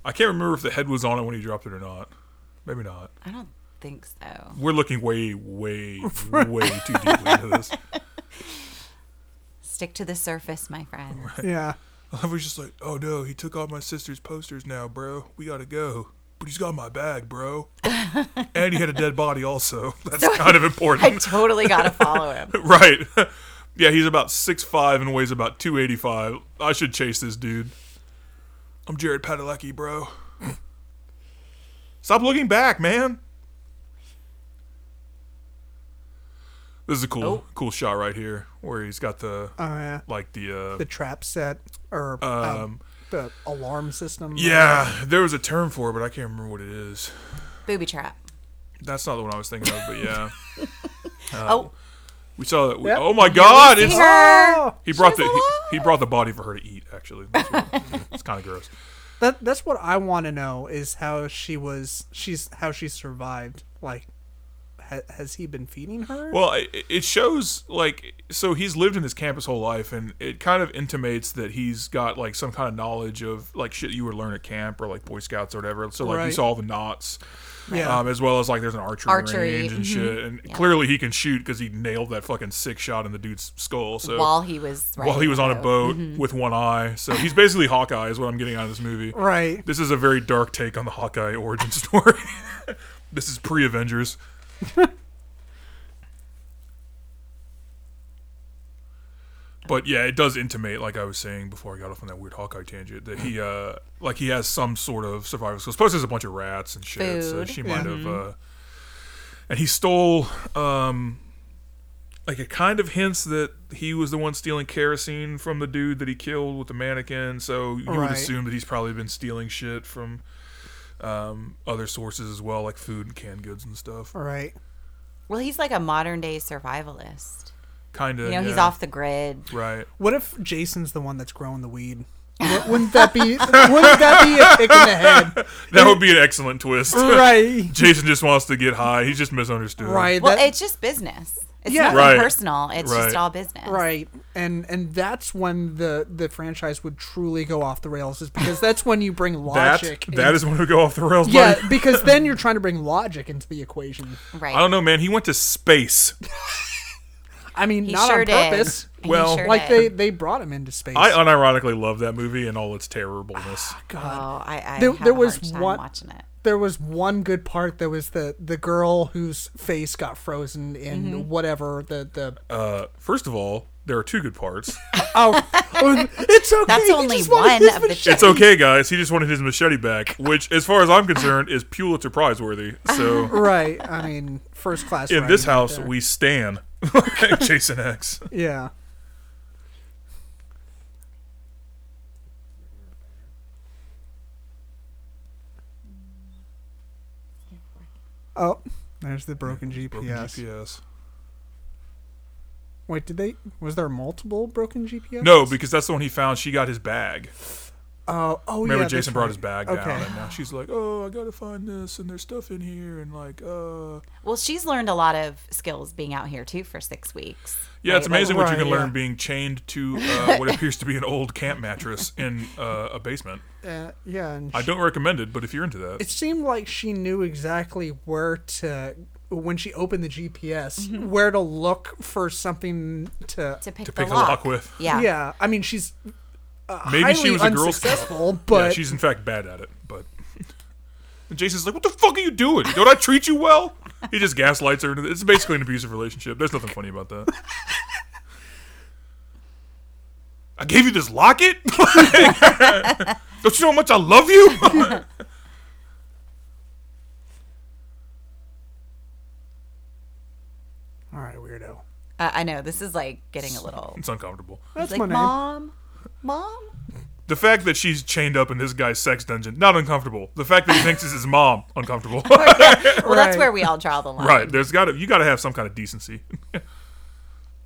[SPEAKER 2] I can't remember if the head was on it when he dropped it or not. Maybe not.
[SPEAKER 3] I don't think so.
[SPEAKER 2] We're looking way, way, way too deeply into this. *laughs*
[SPEAKER 3] Stick to the surface, my friend.
[SPEAKER 2] *laughs*
[SPEAKER 1] Yeah.
[SPEAKER 2] I was just like, oh no, he took all my sister's posters now, bro. We gotta go. But he's got my bag, bro. and he had a dead body also. *laughs* That's kind of important.
[SPEAKER 3] I totally got to follow him.
[SPEAKER 2] *laughs* Right. yeah, he's about six five and weighs about 285. I should chase this dude. I'm Jared Padalecki, bro. *laughs* Stop looking back, man. This is a cool cool shot right here where he's got the
[SPEAKER 1] Oh yeah.
[SPEAKER 2] like the uh
[SPEAKER 1] The trap set or um, the alarm system.
[SPEAKER 2] yeah, there was a term for it, but I can't remember what it is. *laughs*
[SPEAKER 3] Booby trap.
[SPEAKER 2] That's not the one I was thinking of, but yeah. Uh,
[SPEAKER 3] Oh,
[SPEAKER 2] We saw that. We,
[SPEAKER 1] Yep.
[SPEAKER 2] Oh my god, it's
[SPEAKER 1] Oh,
[SPEAKER 2] He brought the
[SPEAKER 3] was
[SPEAKER 2] he, he brought the body for her to eat. Actually, That's what- it's kind of gross.
[SPEAKER 1] that that's what I want to know is how she was. She's how she survived. Like, ha, has he been feeding her?
[SPEAKER 2] Well, i- i- it shows like so he's lived in this camp his whole life, and it kind of intimates that he's got like some kind of knowledge of like shit you would learn at camp or like Boy Scouts or whatever. So like he
[SPEAKER 1] Right.
[SPEAKER 2] saw all the knots,
[SPEAKER 1] Yeah.
[SPEAKER 2] um, as well as like there's an archery,
[SPEAKER 3] Archery, mm-hmm.
[SPEAKER 2] range and shit, and clearly he can shoot because he nailed that fucking sick shot in the dude's skull. So
[SPEAKER 3] while he was right Mm-hmm.
[SPEAKER 2] while he was on a boat with one eye, so he's basically Hawkeye is what I'm getting out of this movie.
[SPEAKER 1] right.
[SPEAKER 2] This is a very dark take on the Hawkeye origin *laughs* story. this is pre Avengers. but yeah, it does intimate, like I was saying before I got off on that weird Hawkeye tangent, that he uh like he has some sort of survival skills. Plus there's a bunch of rats and shit, so
[SPEAKER 3] Food.
[SPEAKER 2] she might have uh and he stole um like it kind of hints that he was the one stealing kerosene from the dude that he killed with the mannequin so you would
[SPEAKER 1] Right.
[SPEAKER 2] assume that he's probably been stealing shit from um, other sources as well like food and canned goods and stuff
[SPEAKER 1] Right.
[SPEAKER 3] Well, he's like a modern day survivalist.
[SPEAKER 2] kind of
[SPEAKER 3] You know, he's off the grid.
[SPEAKER 2] right
[SPEAKER 1] What if Jason's the one that's growing the weed? Wou- Wouldn't that be? wouldn't that be a kick in the head?
[SPEAKER 2] that would be an excellent twist *laughs*
[SPEAKER 1] Right.
[SPEAKER 2] jason just wants to get high he's just misunderstood
[SPEAKER 1] Right.
[SPEAKER 3] Well,
[SPEAKER 1] that-
[SPEAKER 3] it's just business. It's
[SPEAKER 1] Yeah.
[SPEAKER 3] nothing
[SPEAKER 2] Right.
[SPEAKER 3] personal. It's
[SPEAKER 2] Right.
[SPEAKER 3] just all business.
[SPEAKER 1] Right, and and that's when the the franchise would truly go off the rails, is because that's when you bring
[SPEAKER 2] that,
[SPEAKER 1] logic. in-
[SPEAKER 2] that is when *laughs* we go off the rails
[SPEAKER 1] yeah,
[SPEAKER 2] buddy.
[SPEAKER 1] because then you're trying to bring logic into the equation.
[SPEAKER 2] i
[SPEAKER 3] Right.
[SPEAKER 2] don't know man he went to space
[SPEAKER 1] I mean,
[SPEAKER 3] He
[SPEAKER 1] not
[SPEAKER 3] sure
[SPEAKER 1] on
[SPEAKER 3] did.
[SPEAKER 1] purpose.
[SPEAKER 3] He
[SPEAKER 2] Well-
[SPEAKER 3] sure
[SPEAKER 1] Like they
[SPEAKER 3] did.
[SPEAKER 1] they brought him into space. Ah,
[SPEAKER 2] i uh, unironically love that movie and all its terribleness
[SPEAKER 3] Oh,
[SPEAKER 1] God,
[SPEAKER 3] I, I
[SPEAKER 1] There-
[SPEAKER 3] have
[SPEAKER 1] there
[SPEAKER 3] a
[SPEAKER 1] was
[SPEAKER 3] hard time
[SPEAKER 1] one-
[SPEAKER 3] watching it.
[SPEAKER 1] there was one good part. There was the the
[SPEAKER 3] Mm-hmm.
[SPEAKER 1] girl whose face got frozen in whatever the the
[SPEAKER 2] uh, first of all There are two good parts.
[SPEAKER 1] Oh, oh, it's okay.
[SPEAKER 3] That's
[SPEAKER 1] he
[SPEAKER 3] only
[SPEAKER 1] just wanted
[SPEAKER 3] one
[SPEAKER 1] his
[SPEAKER 3] of the
[SPEAKER 1] machete.
[SPEAKER 2] It's okay, guys. He just wanted his machete back, which, as far as I'm concerned, is Pulitzer Prize worthy.
[SPEAKER 1] *laughs*
[SPEAKER 2] So
[SPEAKER 1] Right. I mean, first class.
[SPEAKER 2] in this
[SPEAKER 1] writing right
[SPEAKER 2] house,
[SPEAKER 1] there.
[SPEAKER 2] we stand *laughs* Jason X.
[SPEAKER 1] Yeah. Oh, there's the broken GPS.
[SPEAKER 2] Broken GPS.
[SPEAKER 1] Wait, did they? Was there multiple broken GPS?
[SPEAKER 2] No, because that's the one he found. She got his bag.
[SPEAKER 1] Oh, oh yeah.
[SPEAKER 2] Remember,
[SPEAKER 1] that's
[SPEAKER 2] Jason brought
[SPEAKER 1] right.
[SPEAKER 2] his bag
[SPEAKER 1] okay.
[SPEAKER 2] down, and now she's like, "Oh, I gotta find this, and there's stuff in here, and like, uh,
[SPEAKER 3] Well, she's learned a lot of skills being out here too for six weeks.
[SPEAKER 2] yeah, it's
[SPEAKER 3] Right, like-
[SPEAKER 2] amazing what you
[SPEAKER 1] Right,
[SPEAKER 2] can learn
[SPEAKER 1] yeah.
[SPEAKER 2] being chained to
[SPEAKER 1] *laughs*
[SPEAKER 2] uh, what appears to be an old camp mattress in uh, a basement.
[SPEAKER 1] Uh, yeah, and
[SPEAKER 2] I don't recommend it, but if you're into that,
[SPEAKER 1] it seemed like she knew exactly where to when she opened the GPS where to look for something Mm-hmm. to.
[SPEAKER 3] to pick,
[SPEAKER 2] to
[SPEAKER 3] the,
[SPEAKER 2] pick the
[SPEAKER 3] lock.
[SPEAKER 2] lock with.
[SPEAKER 3] Yeah.
[SPEAKER 1] yeah, I mean she's
[SPEAKER 2] Maybe
[SPEAKER 1] highly
[SPEAKER 2] she was a girl scout.
[SPEAKER 1] unsuccessful, but
[SPEAKER 2] yeah, she's in fact bad at it. But *laughs* and Jason's like, "What the fuck are you doing? Don't I treat you well?" He just gaslights her. Into th- it's basically an abusive relationship. There's nothing funny about that. I gave you this locket. *laughs* Don't you know how much I love you? *laughs*
[SPEAKER 1] all right, weirdo.
[SPEAKER 3] Uh, I know this is like getting a little.
[SPEAKER 2] it's uncomfortable.
[SPEAKER 1] That's
[SPEAKER 3] like
[SPEAKER 1] my name.
[SPEAKER 3] mom, mom.
[SPEAKER 2] The fact that she's chained up in this guy's sex dungeon, not uncomfortable. The fact that he thinks it's his mom, uncomfortable.
[SPEAKER 3] Well, that's
[SPEAKER 1] *laughs* Right.
[SPEAKER 3] where we all draw the line.
[SPEAKER 2] right? There's got to you got to have some kind of decency.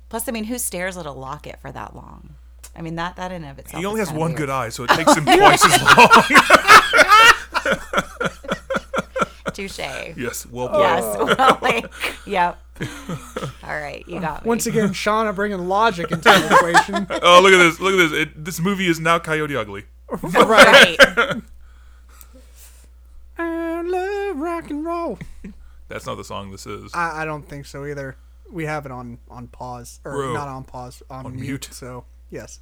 [SPEAKER 3] Plus, I mean, who stares at a locket for that long? I mean, that that in and of itself.
[SPEAKER 2] He only
[SPEAKER 3] is
[SPEAKER 2] has
[SPEAKER 3] kinda
[SPEAKER 2] one
[SPEAKER 3] weird.
[SPEAKER 2] good eye, so
[SPEAKER 1] *laughs*
[SPEAKER 2] it takes him twice as long. *laughs* *laughs*
[SPEAKER 3] Touche.
[SPEAKER 2] yes, well played.
[SPEAKER 3] Yes. *laughs* Well, like,
[SPEAKER 2] *laughs*
[SPEAKER 3] yep. All right, you got me.
[SPEAKER 1] Once *laughs* again, Shauna bringing logic into the *laughs* equation.
[SPEAKER 2] Oh, look at this! Look at this! It, this movie is now Coyote Ugly.
[SPEAKER 1] right.
[SPEAKER 3] right.
[SPEAKER 1] I love rock and roll.
[SPEAKER 2] That's not the song. This is.
[SPEAKER 1] I, I don't think so either. We have it on on pause or
[SPEAKER 2] Bro.
[SPEAKER 1] not on pause on,
[SPEAKER 2] On
[SPEAKER 1] mute,
[SPEAKER 2] mute.
[SPEAKER 1] So yes,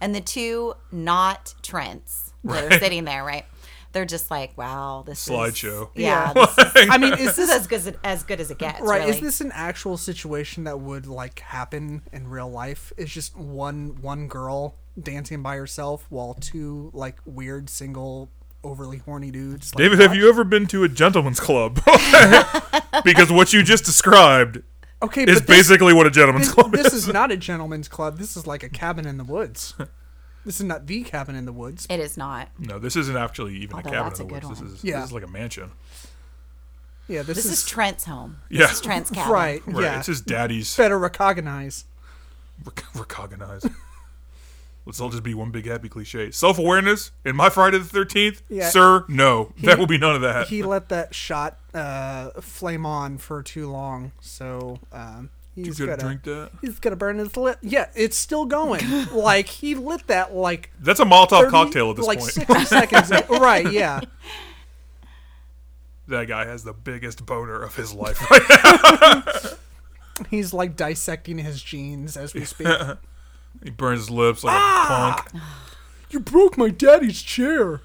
[SPEAKER 3] And the two not Trents that are sitting there, right? They're just like, wow, this is-
[SPEAKER 2] Slideshow.
[SPEAKER 3] Yeah, *laughs* this is,
[SPEAKER 1] I mean, is *laughs*
[SPEAKER 3] this is as good as, as good as it gets.
[SPEAKER 1] right?
[SPEAKER 3] Really.
[SPEAKER 1] Is this an actual situation that would like happen in real life? Is just one one girl dancing by herself while two like weird single overly horny dudes. Like,
[SPEAKER 2] David, have you ever been to a gentleman's club? *laughs* because what you just described
[SPEAKER 1] Okay,
[SPEAKER 2] is
[SPEAKER 1] but this,
[SPEAKER 2] basically what a gentleman's
[SPEAKER 1] this,
[SPEAKER 2] club
[SPEAKER 1] this
[SPEAKER 2] is. *laughs*
[SPEAKER 1] is not a gentleman's club. This is like a cabin in the woods. This is not the cabin in the woods.
[SPEAKER 3] It is not.
[SPEAKER 2] No, this isn't actually even
[SPEAKER 3] Although
[SPEAKER 2] a cabin
[SPEAKER 3] that's
[SPEAKER 2] in
[SPEAKER 3] a
[SPEAKER 2] the
[SPEAKER 3] good
[SPEAKER 2] woods. This
[SPEAKER 3] one.
[SPEAKER 2] is,
[SPEAKER 1] Yeah.
[SPEAKER 2] this is like a mansion.
[SPEAKER 1] Yeah, this,
[SPEAKER 3] This is Trent's home.
[SPEAKER 2] Yeah.
[SPEAKER 3] This is Trent's cabin.
[SPEAKER 1] right.
[SPEAKER 2] Right.
[SPEAKER 1] Yeah,
[SPEAKER 2] It's his daddy's *laughs*
[SPEAKER 1] better recognize.
[SPEAKER 2] rec- recognized. Let's all just be one big happy cliche. Self awareness in my Friday the Thirteenth,
[SPEAKER 1] Yeah.
[SPEAKER 2] sir. No, there will be none of that.
[SPEAKER 1] he let that shot uh, flame on for too long, so um, he's
[SPEAKER 2] gonna
[SPEAKER 1] gonna
[SPEAKER 2] drink that?
[SPEAKER 1] He's gonna burn his lip. Yeah, it's still
[SPEAKER 2] *laughs*
[SPEAKER 1] going. like he lit that like
[SPEAKER 2] That's a Molotov
[SPEAKER 1] 30
[SPEAKER 2] Oh, cocktail at this
[SPEAKER 1] like
[SPEAKER 2] point.
[SPEAKER 1] sixty seconds. in- right? Yeah.
[SPEAKER 2] *laughs* That guy has the biggest boner of
[SPEAKER 1] *laughs*
[SPEAKER 2] his life.
[SPEAKER 1] He's like dissecting his jeans as we
[SPEAKER 2] *laughs*
[SPEAKER 1] speak.
[SPEAKER 2] he burns his lips like a punk.
[SPEAKER 1] you broke my daddy's chair.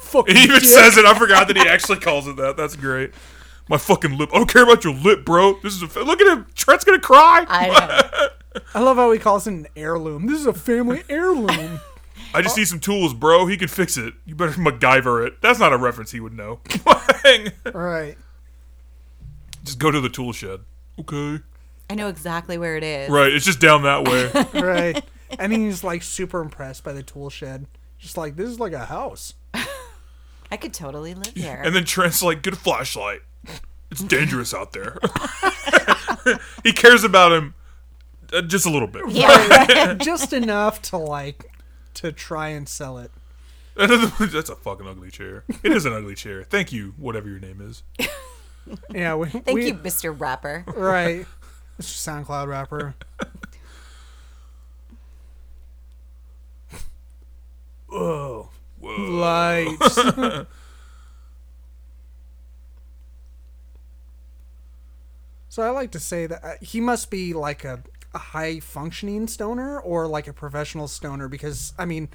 [SPEAKER 1] Fucking
[SPEAKER 2] *laughs* He even
[SPEAKER 1] dick.
[SPEAKER 2] says it. I forgot that he actually calls it that. That's great. My fucking lip. I don't care about your lip, bro. This is a. fa- Look at him. Trent's gonna cry. I,
[SPEAKER 3] I know.
[SPEAKER 1] I love how he calls it an heirloom. This is a
[SPEAKER 2] *laughs*
[SPEAKER 1] family heirloom.
[SPEAKER 2] just need some tools, bro. He can fix it. You better MacGyver it. That's not a reference he would know. *laughs*
[SPEAKER 1] right.
[SPEAKER 2] just go to the tool shed. Okay.
[SPEAKER 3] I know exactly where it is.
[SPEAKER 2] Right. It's just down that
[SPEAKER 1] *laughs*
[SPEAKER 2] way. *laughs*
[SPEAKER 1] Right. And he's like super impressed by the tool shed. Just like this is like a house.
[SPEAKER 3] I could totally live here.
[SPEAKER 2] And then Trent's like, get a flashlight. It's dangerous out there. *laughs* he cares about him uh, just a little bit.
[SPEAKER 3] yeah.
[SPEAKER 1] just enough to like to try and sell it.
[SPEAKER 2] *laughs* That's a fucking ugly chair. It is an ugly chair. Thank you, whatever your name is.
[SPEAKER 1] Yeah, we,
[SPEAKER 3] Thank
[SPEAKER 1] we-
[SPEAKER 3] you, Mr. Rapper.
[SPEAKER 1] *laughs* Right, this is SoundCloud rapper. Whoa,
[SPEAKER 2] Whoa.
[SPEAKER 1] *laughs* lights. *laughs* so I like to say that uh, he must be like a, a high functioning stoner or like a professional stoner because I mean.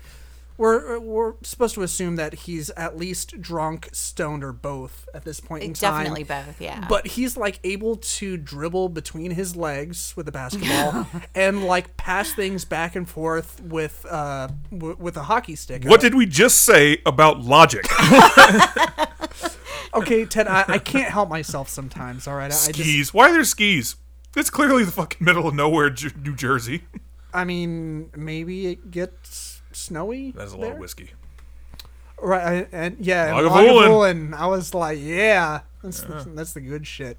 [SPEAKER 1] we're uh, we're supposed to assume that he's at least drunk, stoned, or both at this point in time.
[SPEAKER 3] Definitely both, yeah.
[SPEAKER 1] But he's like able to dribble between his legs with a basketball *laughs* and like pass things back and forth with uh w- with a hockey stick.
[SPEAKER 2] What did we just say
[SPEAKER 1] *laughs*
[SPEAKER 2] about logic?
[SPEAKER 1] okay, Ted, I, I can't help myself sometimes. All right, I, I just
[SPEAKER 2] skis. Why are there skis? It's clearly the fucking middle of nowhere, J- New Jersey.
[SPEAKER 1] I mean maybe it gets snowy.
[SPEAKER 2] That's a lot
[SPEAKER 1] there?
[SPEAKER 2] of whiskey.
[SPEAKER 1] Right, I- and yeah, and
[SPEAKER 2] Lagavulin.
[SPEAKER 1] Lagavulin. I was like, yeah, that's, The, that's the good
[SPEAKER 2] *laughs*
[SPEAKER 1] shit.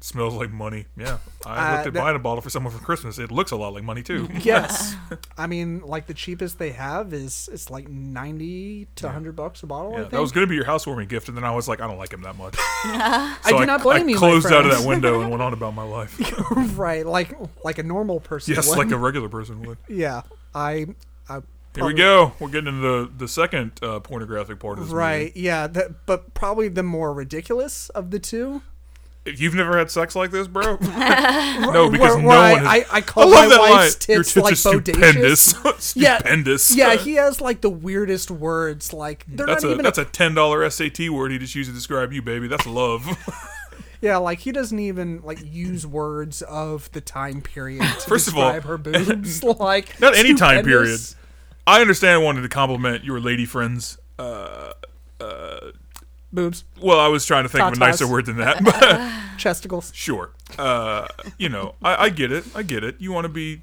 [SPEAKER 2] smells like money. Yeah, I
[SPEAKER 1] Uh,
[SPEAKER 2] looked at
[SPEAKER 1] that-
[SPEAKER 2] buying a bottle for someone for Christmas. It looks a lot like
[SPEAKER 1] *laughs*
[SPEAKER 2] money *laughs* too.
[SPEAKER 1] Yes, I mean, like the cheapest they have is it's like ninety to hundred bucks a bottle. I
[SPEAKER 2] Yeah,
[SPEAKER 1] think.
[SPEAKER 2] that was going to be your housewarming gift, and then I was like, I don't like him that much.
[SPEAKER 1] *laughs* I
[SPEAKER 2] So
[SPEAKER 1] do not blame
[SPEAKER 2] I
[SPEAKER 1] you. my
[SPEAKER 2] closed out of
[SPEAKER 1] friends.
[SPEAKER 2] that window and went on about my
[SPEAKER 1] *laughs*
[SPEAKER 2] life. *laughs*
[SPEAKER 1] right, like like a normal person.
[SPEAKER 2] yes,
[SPEAKER 1] would.
[SPEAKER 2] like a regular person would.
[SPEAKER 1] *laughs* yeah. I, I
[SPEAKER 2] Here we
[SPEAKER 1] probably-
[SPEAKER 2] go. We're getting into the the second uh, pornographic part of this.
[SPEAKER 1] Right,
[SPEAKER 2] movie.
[SPEAKER 1] yeah, that, but probably the more ridiculous of the two.
[SPEAKER 2] If you've never had sex like
[SPEAKER 1] *laughs*
[SPEAKER 2] this, bro. no, because
[SPEAKER 1] where,
[SPEAKER 2] no
[SPEAKER 1] where I,
[SPEAKER 2] one. Has,
[SPEAKER 1] I, I call my
[SPEAKER 2] love that line.
[SPEAKER 1] wife's
[SPEAKER 2] Your
[SPEAKER 1] tits, like
[SPEAKER 2] are
[SPEAKER 1] bodacious.
[SPEAKER 2] stupendous.
[SPEAKER 1] *laughs* Yeah,
[SPEAKER 2] stupendous.
[SPEAKER 1] Yeah, he has like the weirdest words. Like they're
[SPEAKER 2] That's
[SPEAKER 1] not
[SPEAKER 2] a
[SPEAKER 1] even
[SPEAKER 2] that's a ten dollar SAT word he just used to describe you, baby. That's love. *laughs*
[SPEAKER 1] Yeah, like he doesn't even like use words of the time period. To
[SPEAKER 2] First of all-
[SPEAKER 1] describe
[SPEAKER 2] *laughs*
[SPEAKER 1] her boobs *laughs* like
[SPEAKER 2] Not any time period.
[SPEAKER 1] stupendous.
[SPEAKER 2] I understand I wanted to compliment your lady friends. Uh,
[SPEAKER 1] Boobs,
[SPEAKER 2] well, I was trying to think of a
[SPEAKER 1] Tatas.
[SPEAKER 2] nicer word than that, *laughs* but
[SPEAKER 1] chesticles.
[SPEAKER 2] sure. Uh, you know, I, I get it. I get it. You want to be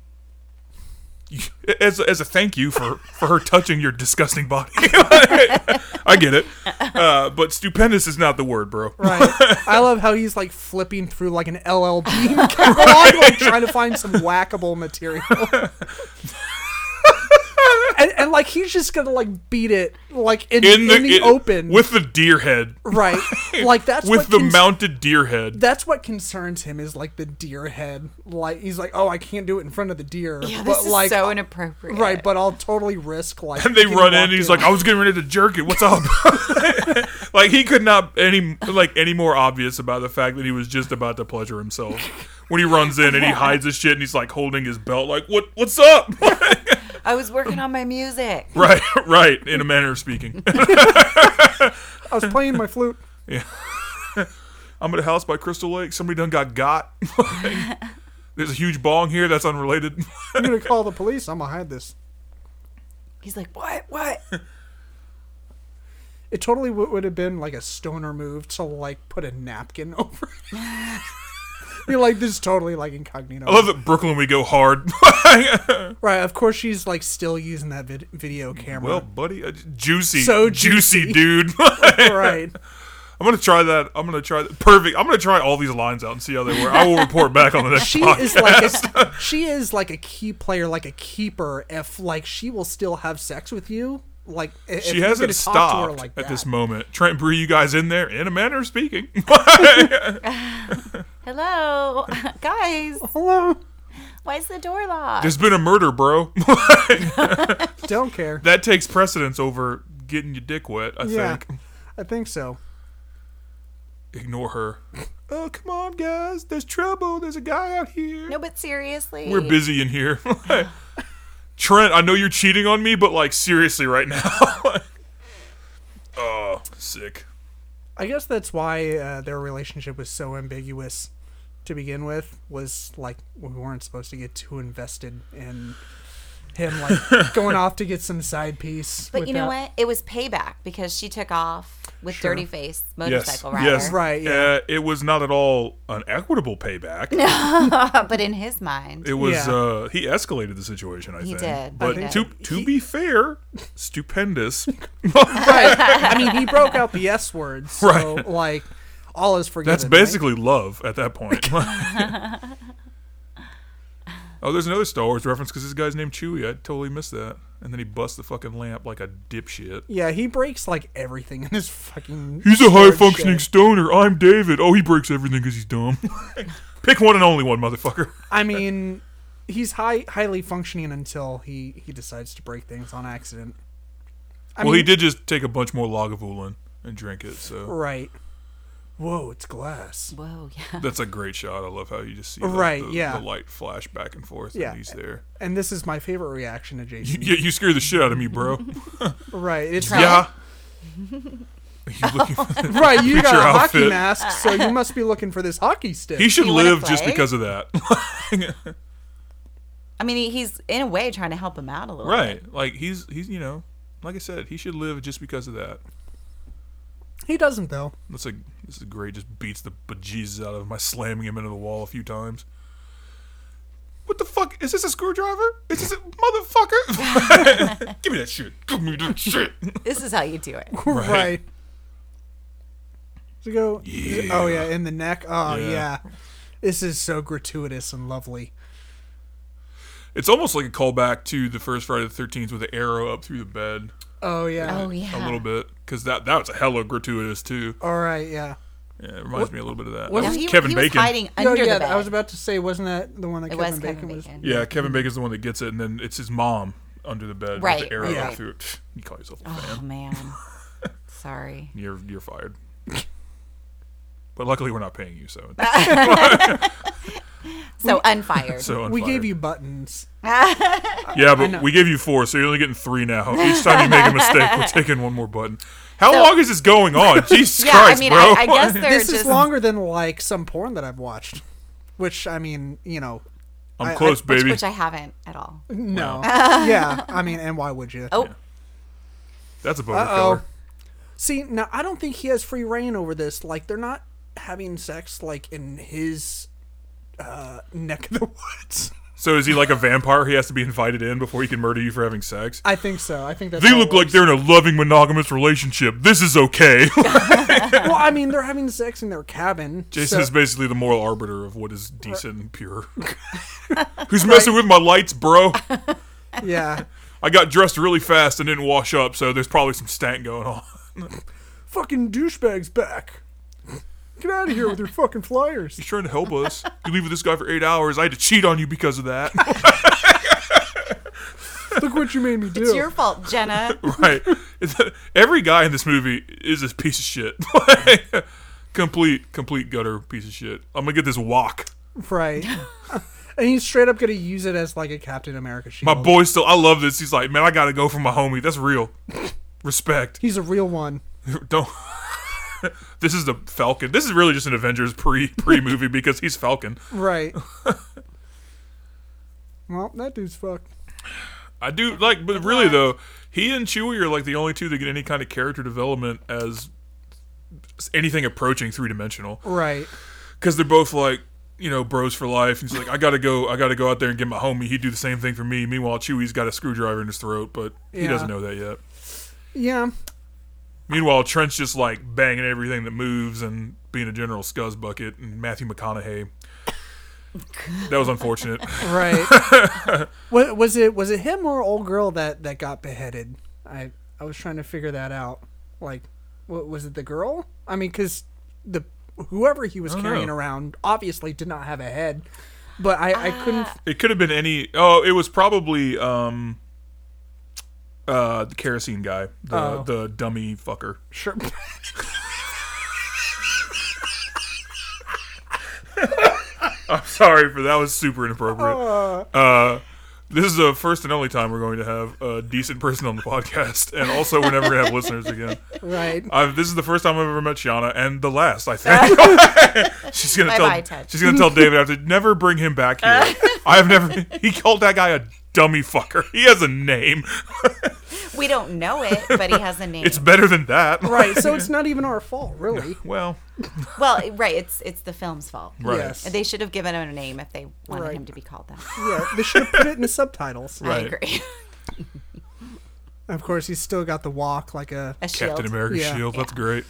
[SPEAKER 2] you- as as a thank you for for her touching your disgusting body. *laughs* I get it. Uh, but stupendous is not the word, bro.
[SPEAKER 1] Right.
[SPEAKER 2] *laughs*
[SPEAKER 1] I love how he's like flipping through like an LL Bean catalog,
[SPEAKER 2] *laughs*
[SPEAKER 1] like trying to find some whackable material. and, and like he's just gonna like beat it like in, in the,
[SPEAKER 2] it-
[SPEAKER 1] open,
[SPEAKER 2] with the deer head, *laughs*
[SPEAKER 1] right? Like that's
[SPEAKER 2] with
[SPEAKER 1] what
[SPEAKER 2] the
[SPEAKER 1] cons-
[SPEAKER 2] mounted deer head.
[SPEAKER 1] that's what concerns him is like the deer head. Like he's like, oh, I can't do it in front of the deer.
[SPEAKER 3] yeah, this
[SPEAKER 1] but
[SPEAKER 3] is
[SPEAKER 1] like,
[SPEAKER 3] so inappropriate.
[SPEAKER 1] right, but I'll totally risk like.
[SPEAKER 2] And they
[SPEAKER 1] getting
[SPEAKER 2] run in,
[SPEAKER 1] walked
[SPEAKER 2] and he's like, "I was getting ready to jerk it. What's up?" *laughs* like he could not any like any more obvious about the fact that he was just about to pleasure himself when he runs
[SPEAKER 1] *laughs*
[SPEAKER 2] in and he hides his shit and he's like holding his belt, like, "What? What's up?" *laughs*
[SPEAKER 3] I was working on my music.
[SPEAKER 2] right, right. In a manner of speaking, *laughs*
[SPEAKER 1] I was playing my flute.
[SPEAKER 2] I'm at a house by Crystal Lake. Somebody done got got. *laughs*
[SPEAKER 1] *laughs*
[SPEAKER 2] Like, There's a huge bong here that's unrelated. *laughs*
[SPEAKER 1] I'm gonna call the police. I'm gonna hide this.
[SPEAKER 3] He's like, what? What?
[SPEAKER 1] It totally w- would have been like a stoner move to like put a napkin *laughs* over. it. You're like this is totally like incognito.
[SPEAKER 2] I love that Brooklyn. We go hard. *laughs*
[SPEAKER 1] right, of course she's like still using that vid- video camera.
[SPEAKER 2] well, buddy, uh, juicy,
[SPEAKER 1] So
[SPEAKER 2] juicy,
[SPEAKER 1] juicy.
[SPEAKER 2] *laughs* dude.
[SPEAKER 1] right.
[SPEAKER 2] I'm gonna try that. I'm gonna try that. perfect. I'm gonna try all these lines out and see how they work. I will report back on the next
[SPEAKER 1] She
[SPEAKER 2] *laughs* podcast.
[SPEAKER 1] is like a, she is like a key player, like a keeper. If like she will still have sex with you, like i- if
[SPEAKER 2] she
[SPEAKER 1] you're
[SPEAKER 2] hasn't
[SPEAKER 1] gonna talk to her
[SPEAKER 2] stopped
[SPEAKER 1] like
[SPEAKER 2] at this
[SPEAKER 1] that.
[SPEAKER 2] moment. Trent, Bree, you guys in there? In a manner of speaking, *laughs*
[SPEAKER 3] Hello, *laughs* guys.
[SPEAKER 1] Hello,
[SPEAKER 3] Why is the door locked?
[SPEAKER 2] there's been a murder, bro. *laughs*
[SPEAKER 1] don't care.
[SPEAKER 2] that takes precedence over getting your dick wet. I
[SPEAKER 1] Yeah.
[SPEAKER 2] think.
[SPEAKER 1] I think so.
[SPEAKER 2] Ignore her. Oh come on, guys! There's trouble. There's a guy out here.
[SPEAKER 3] no, but seriously,
[SPEAKER 2] We're busy in here. *laughs* Trent, I know you're cheating on me, but like seriously, right now. *laughs* oh, sick.
[SPEAKER 1] I guess that's why uh, their relationship was so ambiguous to begin with. Was like we weren't supposed to get too invested in him,
[SPEAKER 2] *laughs*
[SPEAKER 1] like going off to get some side piece.
[SPEAKER 3] But
[SPEAKER 1] with
[SPEAKER 3] you know
[SPEAKER 1] that.
[SPEAKER 3] what? It was payback because she took off with
[SPEAKER 1] Sure.
[SPEAKER 3] dirty face motorcycle rider.
[SPEAKER 2] yes,
[SPEAKER 1] Right, yeah.
[SPEAKER 2] Uh, it was not at all an equitable payback.
[SPEAKER 3] *laughs* but in his mind,
[SPEAKER 2] It was
[SPEAKER 1] Yeah.
[SPEAKER 2] uh, he escalated the situation. I
[SPEAKER 3] He
[SPEAKER 2] think.
[SPEAKER 3] did,
[SPEAKER 2] But
[SPEAKER 3] he did.
[SPEAKER 2] to to be fair,
[SPEAKER 1] *laughs*
[SPEAKER 2] stupendous.
[SPEAKER 1] Right. I mean, he broke
[SPEAKER 3] *laughs*
[SPEAKER 1] out the S words, so
[SPEAKER 2] Right.
[SPEAKER 1] like all is forgiven.
[SPEAKER 2] That's
[SPEAKER 1] right?
[SPEAKER 2] basically love at
[SPEAKER 1] *laughs*
[SPEAKER 2] that point. *laughs* oh, there's another Star Wars reference because this guy's named Chewie. I totally missed that. And then he busts the fucking lamp like a dipshit.
[SPEAKER 1] Yeah, he breaks like everything in his fucking.
[SPEAKER 2] He's a high
[SPEAKER 1] storage
[SPEAKER 2] functioning
[SPEAKER 1] shed.
[SPEAKER 2] stoner. I'm David. Oh, he breaks everything because
[SPEAKER 1] *laughs*
[SPEAKER 2] he's dumb. Pick one and only one, motherfucker.
[SPEAKER 1] I mean, he's high, highly functioning until he he decides to break things on accident. I
[SPEAKER 2] well, he
[SPEAKER 1] mean,
[SPEAKER 2] did just take a bunch more Lagavulin and drink it. So
[SPEAKER 1] Right. whoa, it's glass.
[SPEAKER 3] Whoa, yeah.
[SPEAKER 2] That's a great shot. I love how you just see the,
[SPEAKER 1] Right,
[SPEAKER 2] the-
[SPEAKER 1] yeah.
[SPEAKER 2] the light flash back and forth.
[SPEAKER 1] Yeah.
[SPEAKER 2] and he's there.
[SPEAKER 1] And this is my favorite reaction to
[SPEAKER 2] *laughs*
[SPEAKER 1] Jason.
[SPEAKER 2] You, you scare the shit out of me, bro.
[SPEAKER 1] *laughs* right. It's
[SPEAKER 2] yeah. Are *laughs* you looking for that?
[SPEAKER 3] *laughs*
[SPEAKER 1] right. You got
[SPEAKER 2] your
[SPEAKER 1] a hockey
[SPEAKER 2] outfit.
[SPEAKER 1] mask, so you must be looking for this hockey stick.
[SPEAKER 2] He should
[SPEAKER 3] You wanna
[SPEAKER 2] live just
[SPEAKER 3] play?
[SPEAKER 2] because of that. *laughs*
[SPEAKER 3] I mean, he, he's in a way trying to help him out a little. bit.
[SPEAKER 2] right. Like he's he's you know, like I said, he should live just because of that.
[SPEAKER 1] he doesn't though. *laughs*
[SPEAKER 2] That's like this is great. Just beats the bejesus out of him by slamming him into the wall a few times. What the fuck is this? A screwdriver? Is this a motherfucker? *laughs* Give me that shit. Give me that shit.
[SPEAKER 3] This is how you do it.
[SPEAKER 1] Right. To go.
[SPEAKER 2] Yeah.
[SPEAKER 1] Oh yeah, in the neck. Oh
[SPEAKER 2] Yeah.
[SPEAKER 1] yeah. This is so gratuitous and lovely.
[SPEAKER 2] It's almost like a callback to the first Friday the Thirteenth with the arrow up through the bed
[SPEAKER 1] Oh yeah.
[SPEAKER 3] Oh yeah.
[SPEAKER 2] a little bit because that that was a hella gratuitous too.
[SPEAKER 1] All right. Yeah.
[SPEAKER 2] Yeah, it reminds me a little bit of that.
[SPEAKER 1] what
[SPEAKER 2] That
[SPEAKER 3] No,
[SPEAKER 2] was
[SPEAKER 3] he,
[SPEAKER 2] Kevin
[SPEAKER 3] he was
[SPEAKER 2] Bacon.
[SPEAKER 3] hiding
[SPEAKER 1] No,
[SPEAKER 3] under
[SPEAKER 1] yeah.
[SPEAKER 3] the bed.
[SPEAKER 1] I was about to say, wasn't that the one that
[SPEAKER 3] it
[SPEAKER 1] Kevin
[SPEAKER 3] was
[SPEAKER 1] Bacon
[SPEAKER 3] Kevin
[SPEAKER 1] was?
[SPEAKER 3] Bacon.
[SPEAKER 2] Yeah, Kevin Bacon's the one that gets it, and then it's his mom under the bed with
[SPEAKER 3] Right,
[SPEAKER 2] the arrow
[SPEAKER 1] right.
[SPEAKER 2] up through it. *laughs* You call yourself a fan?
[SPEAKER 3] Oh man.
[SPEAKER 2] *laughs*
[SPEAKER 3] Sorry.
[SPEAKER 2] You're you're fired. *laughs* but luckily, we're not paying you,
[SPEAKER 3] *laughs*
[SPEAKER 2] so
[SPEAKER 3] So
[SPEAKER 2] *laughs*
[SPEAKER 3] unfired.
[SPEAKER 2] so
[SPEAKER 1] We gave
[SPEAKER 2] unfired.
[SPEAKER 1] you buttons.
[SPEAKER 2] yeah, but we gave you four, so you're only getting three now. Each time you make a mistake,
[SPEAKER 3] *laughs*
[SPEAKER 2] we're taking one more button. How long is this going on? Jesus
[SPEAKER 3] yeah,
[SPEAKER 2] Christ,
[SPEAKER 3] I mean,
[SPEAKER 2] bro! *laughs*
[SPEAKER 3] I, I guess they're
[SPEAKER 1] This
[SPEAKER 3] just
[SPEAKER 1] is longer than like some porn that I've watched, which I mean, you know, I-
[SPEAKER 2] I'm
[SPEAKER 1] I-
[SPEAKER 2] close,
[SPEAKER 3] which,
[SPEAKER 2] baby.
[SPEAKER 3] which I haven't at all.
[SPEAKER 1] no,
[SPEAKER 3] *laughs*
[SPEAKER 1] yeah. I mean, and why would you?
[SPEAKER 3] Oh,
[SPEAKER 2] That's a bummer
[SPEAKER 1] Uh-oh.
[SPEAKER 2] killer.
[SPEAKER 1] See, now I don't think he has free reign over this. Like they're not having sex like in his uh, neck of the woods.
[SPEAKER 2] So is he like a vampire? He has to be invited in before he can murder you for having sex.
[SPEAKER 1] *laughs* I think so. I think that's
[SPEAKER 2] They
[SPEAKER 1] how it
[SPEAKER 2] look like
[SPEAKER 1] works.
[SPEAKER 2] they're in a loving monogamous relationship. This is okay.
[SPEAKER 3] *laughs*
[SPEAKER 1] well. I mean, they're having sex in their cabin.
[SPEAKER 2] Jason's
[SPEAKER 1] so-
[SPEAKER 2] basically the moral arbiter of what is decent and
[SPEAKER 3] *laughs*
[SPEAKER 2] pure. Who's messing with my lights, bro?
[SPEAKER 1] yeah.
[SPEAKER 2] I got dressed really fast and didn't wash up, so there's probably some stank going on.
[SPEAKER 1] *laughs*
[SPEAKER 2] *laughs*
[SPEAKER 1] Fucking douchebags back. Get out of here with your fucking flyers.
[SPEAKER 2] He's trying to help us. You leave with this guy for eight hours. I had to cheat on you because of that.
[SPEAKER 1] *laughs*
[SPEAKER 2] *laughs*
[SPEAKER 1] Look what you made me do.
[SPEAKER 3] it's your
[SPEAKER 2] *laughs*
[SPEAKER 3] fault, Jenna.
[SPEAKER 2] right. It's- Every guy in this movie is this piece of shit. *laughs* complete, complete gutter piece of shit. I'm gonna get this wok.
[SPEAKER 1] *laughs* right. and he's straight up gonna use it as like a Captain America shield.
[SPEAKER 2] My boy still, I love this. He's like, man, I gotta go for my homie. That's real. Respect. *laughs*
[SPEAKER 1] He's a real one.
[SPEAKER 2] Don't. *laughs* this is the Falcon. This is really just an Avengers pre pre movie because he's Falcon.
[SPEAKER 1] *laughs* Right. well, that dude's fucked.
[SPEAKER 2] I do like, but really though, he and Chewie are like the only two that get any kind of character development as anything approaching three dimensional
[SPEAKER 1] Right.
[SPEAKER 2] because they're both like. You know, bros for life. He's like, I gotta go. I gotta go out there and get my homie. He'd do the same thing for me. Meanwhile, Chewie's got a screwdriver in his throat, but he
[SPEAKER 1] Yeah.
[SPEAKER 2] doesn't know that yet.
[SPEAKER 1] Yeah.
[SPEAKER 2] Meanwhile, Trent's just like banging everything that moves and being a general scuzz bucket and Matthew McConaughey. that was unfortunate. *laughs*
[SPEAKER 1] Right. Wa- was it was it him or old girl that that got beheaded? I I was trying to figure that out. Like, what was it the girl? I mean, because the whoever he was
[SPEAKER 2] don't
[SPEAKER 1] carrying
[SPEAKER 2] know.
[SPEAKER 1] around obviously did not have a head. But I I couldn't. f-
[SPEAKER 2] It could have been any. Oh, it was probably um, uh, the kerosene guy, the
[SPEAKER 1] Oh.
[SPEAKER 2] the dummy fucker. *laughs*
[SPEAKER 1] Sure. *laughs*
[SPEAKER 2] I'm sorry for that. Was super inappropriate.
[SPEAKER 1] Ah.
[SPEAKER 2] Uh, this is the first and only time we're going to have a decent person on the podcast, and also we're never going to have listeners again.
[SPEAKER 1] right.
[SPEAKER 2] I've, this is the first time I've ever met Shiana, and the last,
[SPEAKER 1] *laughs*
[SPEAKER 2] I think. *laughs* she's gonna tell.
[SPEAKER 3] Bye-bye, Ted. Uh.
[SPEAKER 2] She's gonna tell David after never bring him back here. I have never. He called that guy a dummy fucker. He has a name.
[SPEAKER 3] We don't know it, but he has a
[SPEAKER 2] *laughs*
[SPEAKER 3] name.
[SPEAKER 2] It's better than that.
[SPEAKER 1] Right. So *laughs* it's not even our fault, really.
[SPEAKER 2] Well,
[SPEAKER 3] well, right. It's it's the film's fault.
[SPEAKER 2] right.
[SPEAKER 1] Yes.
[SPEAKER 3] They should have given him a name if they wanted
[SPEAKER 1] Right.
[SPEAKER 3] him to be called
[SPEAKER 2] *laughs*
[SPEAKER 3] that.
[SPEAKER 1] Yeah. They should have put it in the subtitles.
[SPEAKER 3] I
[SPEAKER 2] Right.
[SPEAKER 3] *laughs* agree.
[SPEAKER 1] Of course, he's still got the walk like a.
[SPEAKER 3] A shield.
[SPEAKER 2] Captain America
[SPEAKER 1] Yeah.
[SPEAKER 2] shield. That's great.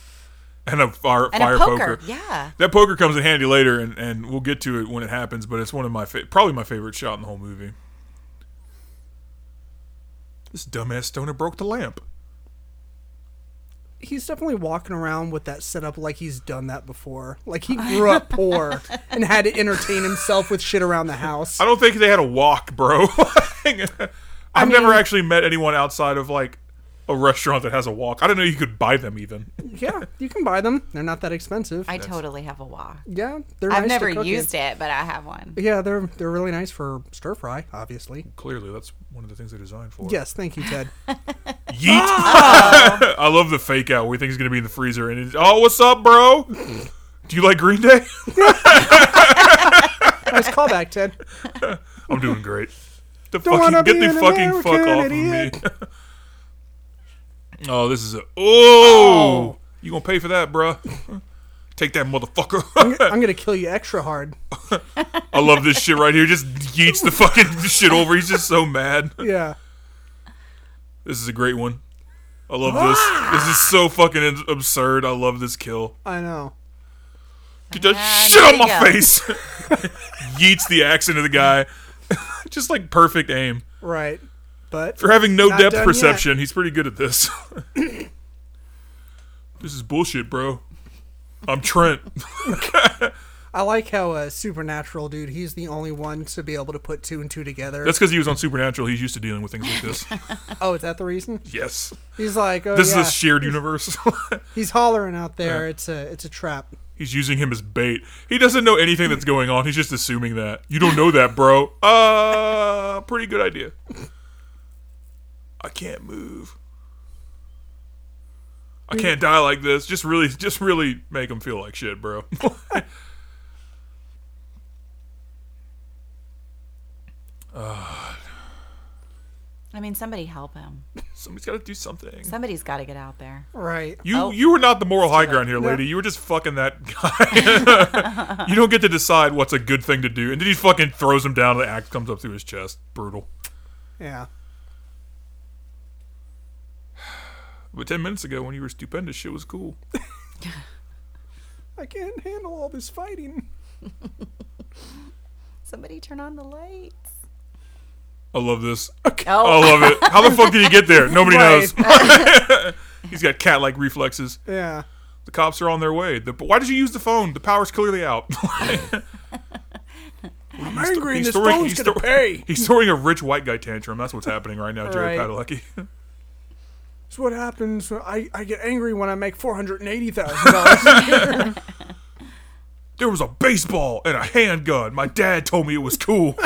[SPEAKER 2] And a fire,
[SPEAKER 3] And
[SPEAKER 2] fire
[SPEAKER 3] a poker.
[SPEAKER 2] poker.
[SPEAKER 3] Yeah.
[SPEAKER 2] That poker comes in handy later, and, and we'll get to it when it happens. But it's one of my fa- probably my favorite shot in the whole movie. This dumbass stoner broke the lamp.
[SPEAKER 1] he's definitely walking around with that setup like he's done that before. Like he grew
[SPEAKER 3] *laughs*
[SPEAKER 1] up poor and had to entertain himself with shit around the house.
[SPEAKER 2] I don't *laughs* think they had a walk, bro. I've never actually met anyone outside of like a restaurant that has a walk. I don't know you could buy them even.
[SPEAKER 1] Yeah, you can buy them. They're not that expensive.
[SPEAKER 3] I totally have a wok.
[SPEAKER 1] yeah, they're.
[SPEAKER 3] I've
[SPEAKER 1] nice to
[SPEAKER 3] never
[SPEAKER 1] cook in.
[SPEAKER 3] used it, but I have one.
[SPEAKER 1] Yeah, they're they're really nice for stir fry, obviously.
[SPEAKER 2] Clearly, that's one of the things they designed for.
[SPEAKER 1] Yes, thank you, Ted. Oh.
[SPEAKER 2] Yeet. *laughs* I love the fake out where you think he's gonna be in the freezer and it's, oh, what's up, bro? Do you like Green Day? *laughs*
[SPEAKER 1] nice callback, Ted.
[SPEAKER 2] I'm doing great. The
[SPEAKER 1] Don't wanna
[SPEAKER 2] fucking, get
[SPEAKER 1] be
[SPEAKER 2] the
[SPEAKER 1] an
[SPEAKER 2] fucking fuck
[SPEAKER 1] American
[SPEAKER 2] off
[SPEAKER 1] idiot.
[SPEAKER 2] of me. *laughs* oh, this is a oh, you gonna pay for that, bruh? *laughs* Take that, motherfucker!
[SPEAKER 1] *laughs*
[SPEAKER 2] *laughs*
[SPEAKER 1] I'm gonna kill you extra hard.
[SPEAKER 2] I love this shit right here. Just yeets the fucking *laughs* shit over. He's just so mad.
[SPEAKER 1] Yeah.
[SPEAKER 2] This is a great one. I love
[SPEAKER 1] Ah.
[SPEAKER 2] this. This is so fucking in- absurd. I love this kill.
[SPEAKER 1] I know.
[SPEAKER 2] Get that
[SPEAKER 3] Ah,
[SPEAKER 2] shit
[SPEAKER 3] there
[SPEAKER 2] on
[SPEAKER 3] you
[SPEAKER 2] my
[SPEAKER 3] go.
[SPEAKER 1] *laughs*
[SPEAKER 2] face. yeets the axe into the guy. *laughs* just like perfect aim.
[SPEAKER 1] Right. But
[SPEAKER 2] For having no
[SPEAKER 1] Not done
[SPEAKER 2] depth
[SPEAKER 1] yet.
[SPEAKER 2] perception, he's pretty good at this. *laughs* this is bullshit, bro. I'm Trent.
[SPEAKER 1] I like how a supernatural dude, he's the only one to be able to put two and two together.
[SPEAKER 2] That's because he was on Supernatural. He's used to dealing with things
[SPEAKER 1] *laughs*
[SPEAKER 2] like this.
[SPEAKER 1] oh, is that the reason?
[SPEAKER 2] Yes.
[SPEAKER 1] He's like, oh,
[SPEAKER 2] This
[SPEAKER 1] yeah.
[SPEAKER 2] is a shared universe. *laughs*
[SPEAKER 1] he's hollering out there. It's a it's a trap.
[SPEAKER 2] he's using him as bait. He doesn't know anything that's going on. He's just assuming that. You don't know that, bro. Uh, pretty good idea. I can't move. I can't die like this. Just really, just really make him feel like shit, bro. *laughs*
[SPEAKER 3] I mean, somebody help him.
[SPEAKER 2] Somebody's got to do something.
[SPEAKER 3] Somebody's got to get out there.
[SPEAKER 1] Right.
[SPEAKER 2] You
[SPEAKER 3] Oh.
[SPEAKER 2] you were not the moral high ground here, lady. You were just fucking that *laughs* guy. you don't get to decide what's a good thing to do. And then he fucking throws him down. and The axe comes up through his chest. Brutal.
[SPEAKER 1] Yeah.
[SPEAKER 2] But ten minutes ago, when you were stupendous, shit was cool.
[SPEAKER 1] I can't handle all this fighting.
[SPEAKER 3] Somebody turn on the lights.
[SPEAKER 2] I love this.
[SPEAKER 3] Oh,
[SPEAKER 2] *laughs* I love it. How the fuck did he get there? Nobody
[SPEAKER 1] Right.
[SPEAKER 2] knows. *laughs* He's got cat-like reflexes.
[SPEAKER 1] Yeah.
[SPEAKER 2] The cops are on their way. The, why did you use the phone? The power's clearly out. *laughs*
[SPEAKER 1] I'm angry
[SPEAKER 2] He's
[SPEAKER 1] and this
[SPEAKER 2] throwing-
[SPEAKER 1] phone's
[SPEAKER 2] he's
[SPEAKER 1] gonna
[SPEAKER 2] throw-
[SPEAKER 1] pay.
[SPEAKER 2] He's throwing a rich white guy tantrum. That's what's happening right now, Jerry
[SPEAKER 1] Right.
[SPEAKER 2] Padalecki. *laughs*
[SPEAKER 1] It's what happens. When I I get angry when I make four hundred and eighty thousand dollars.
[SPEAKER 2] There was a baseball and a handgun. My dad told me it was cool.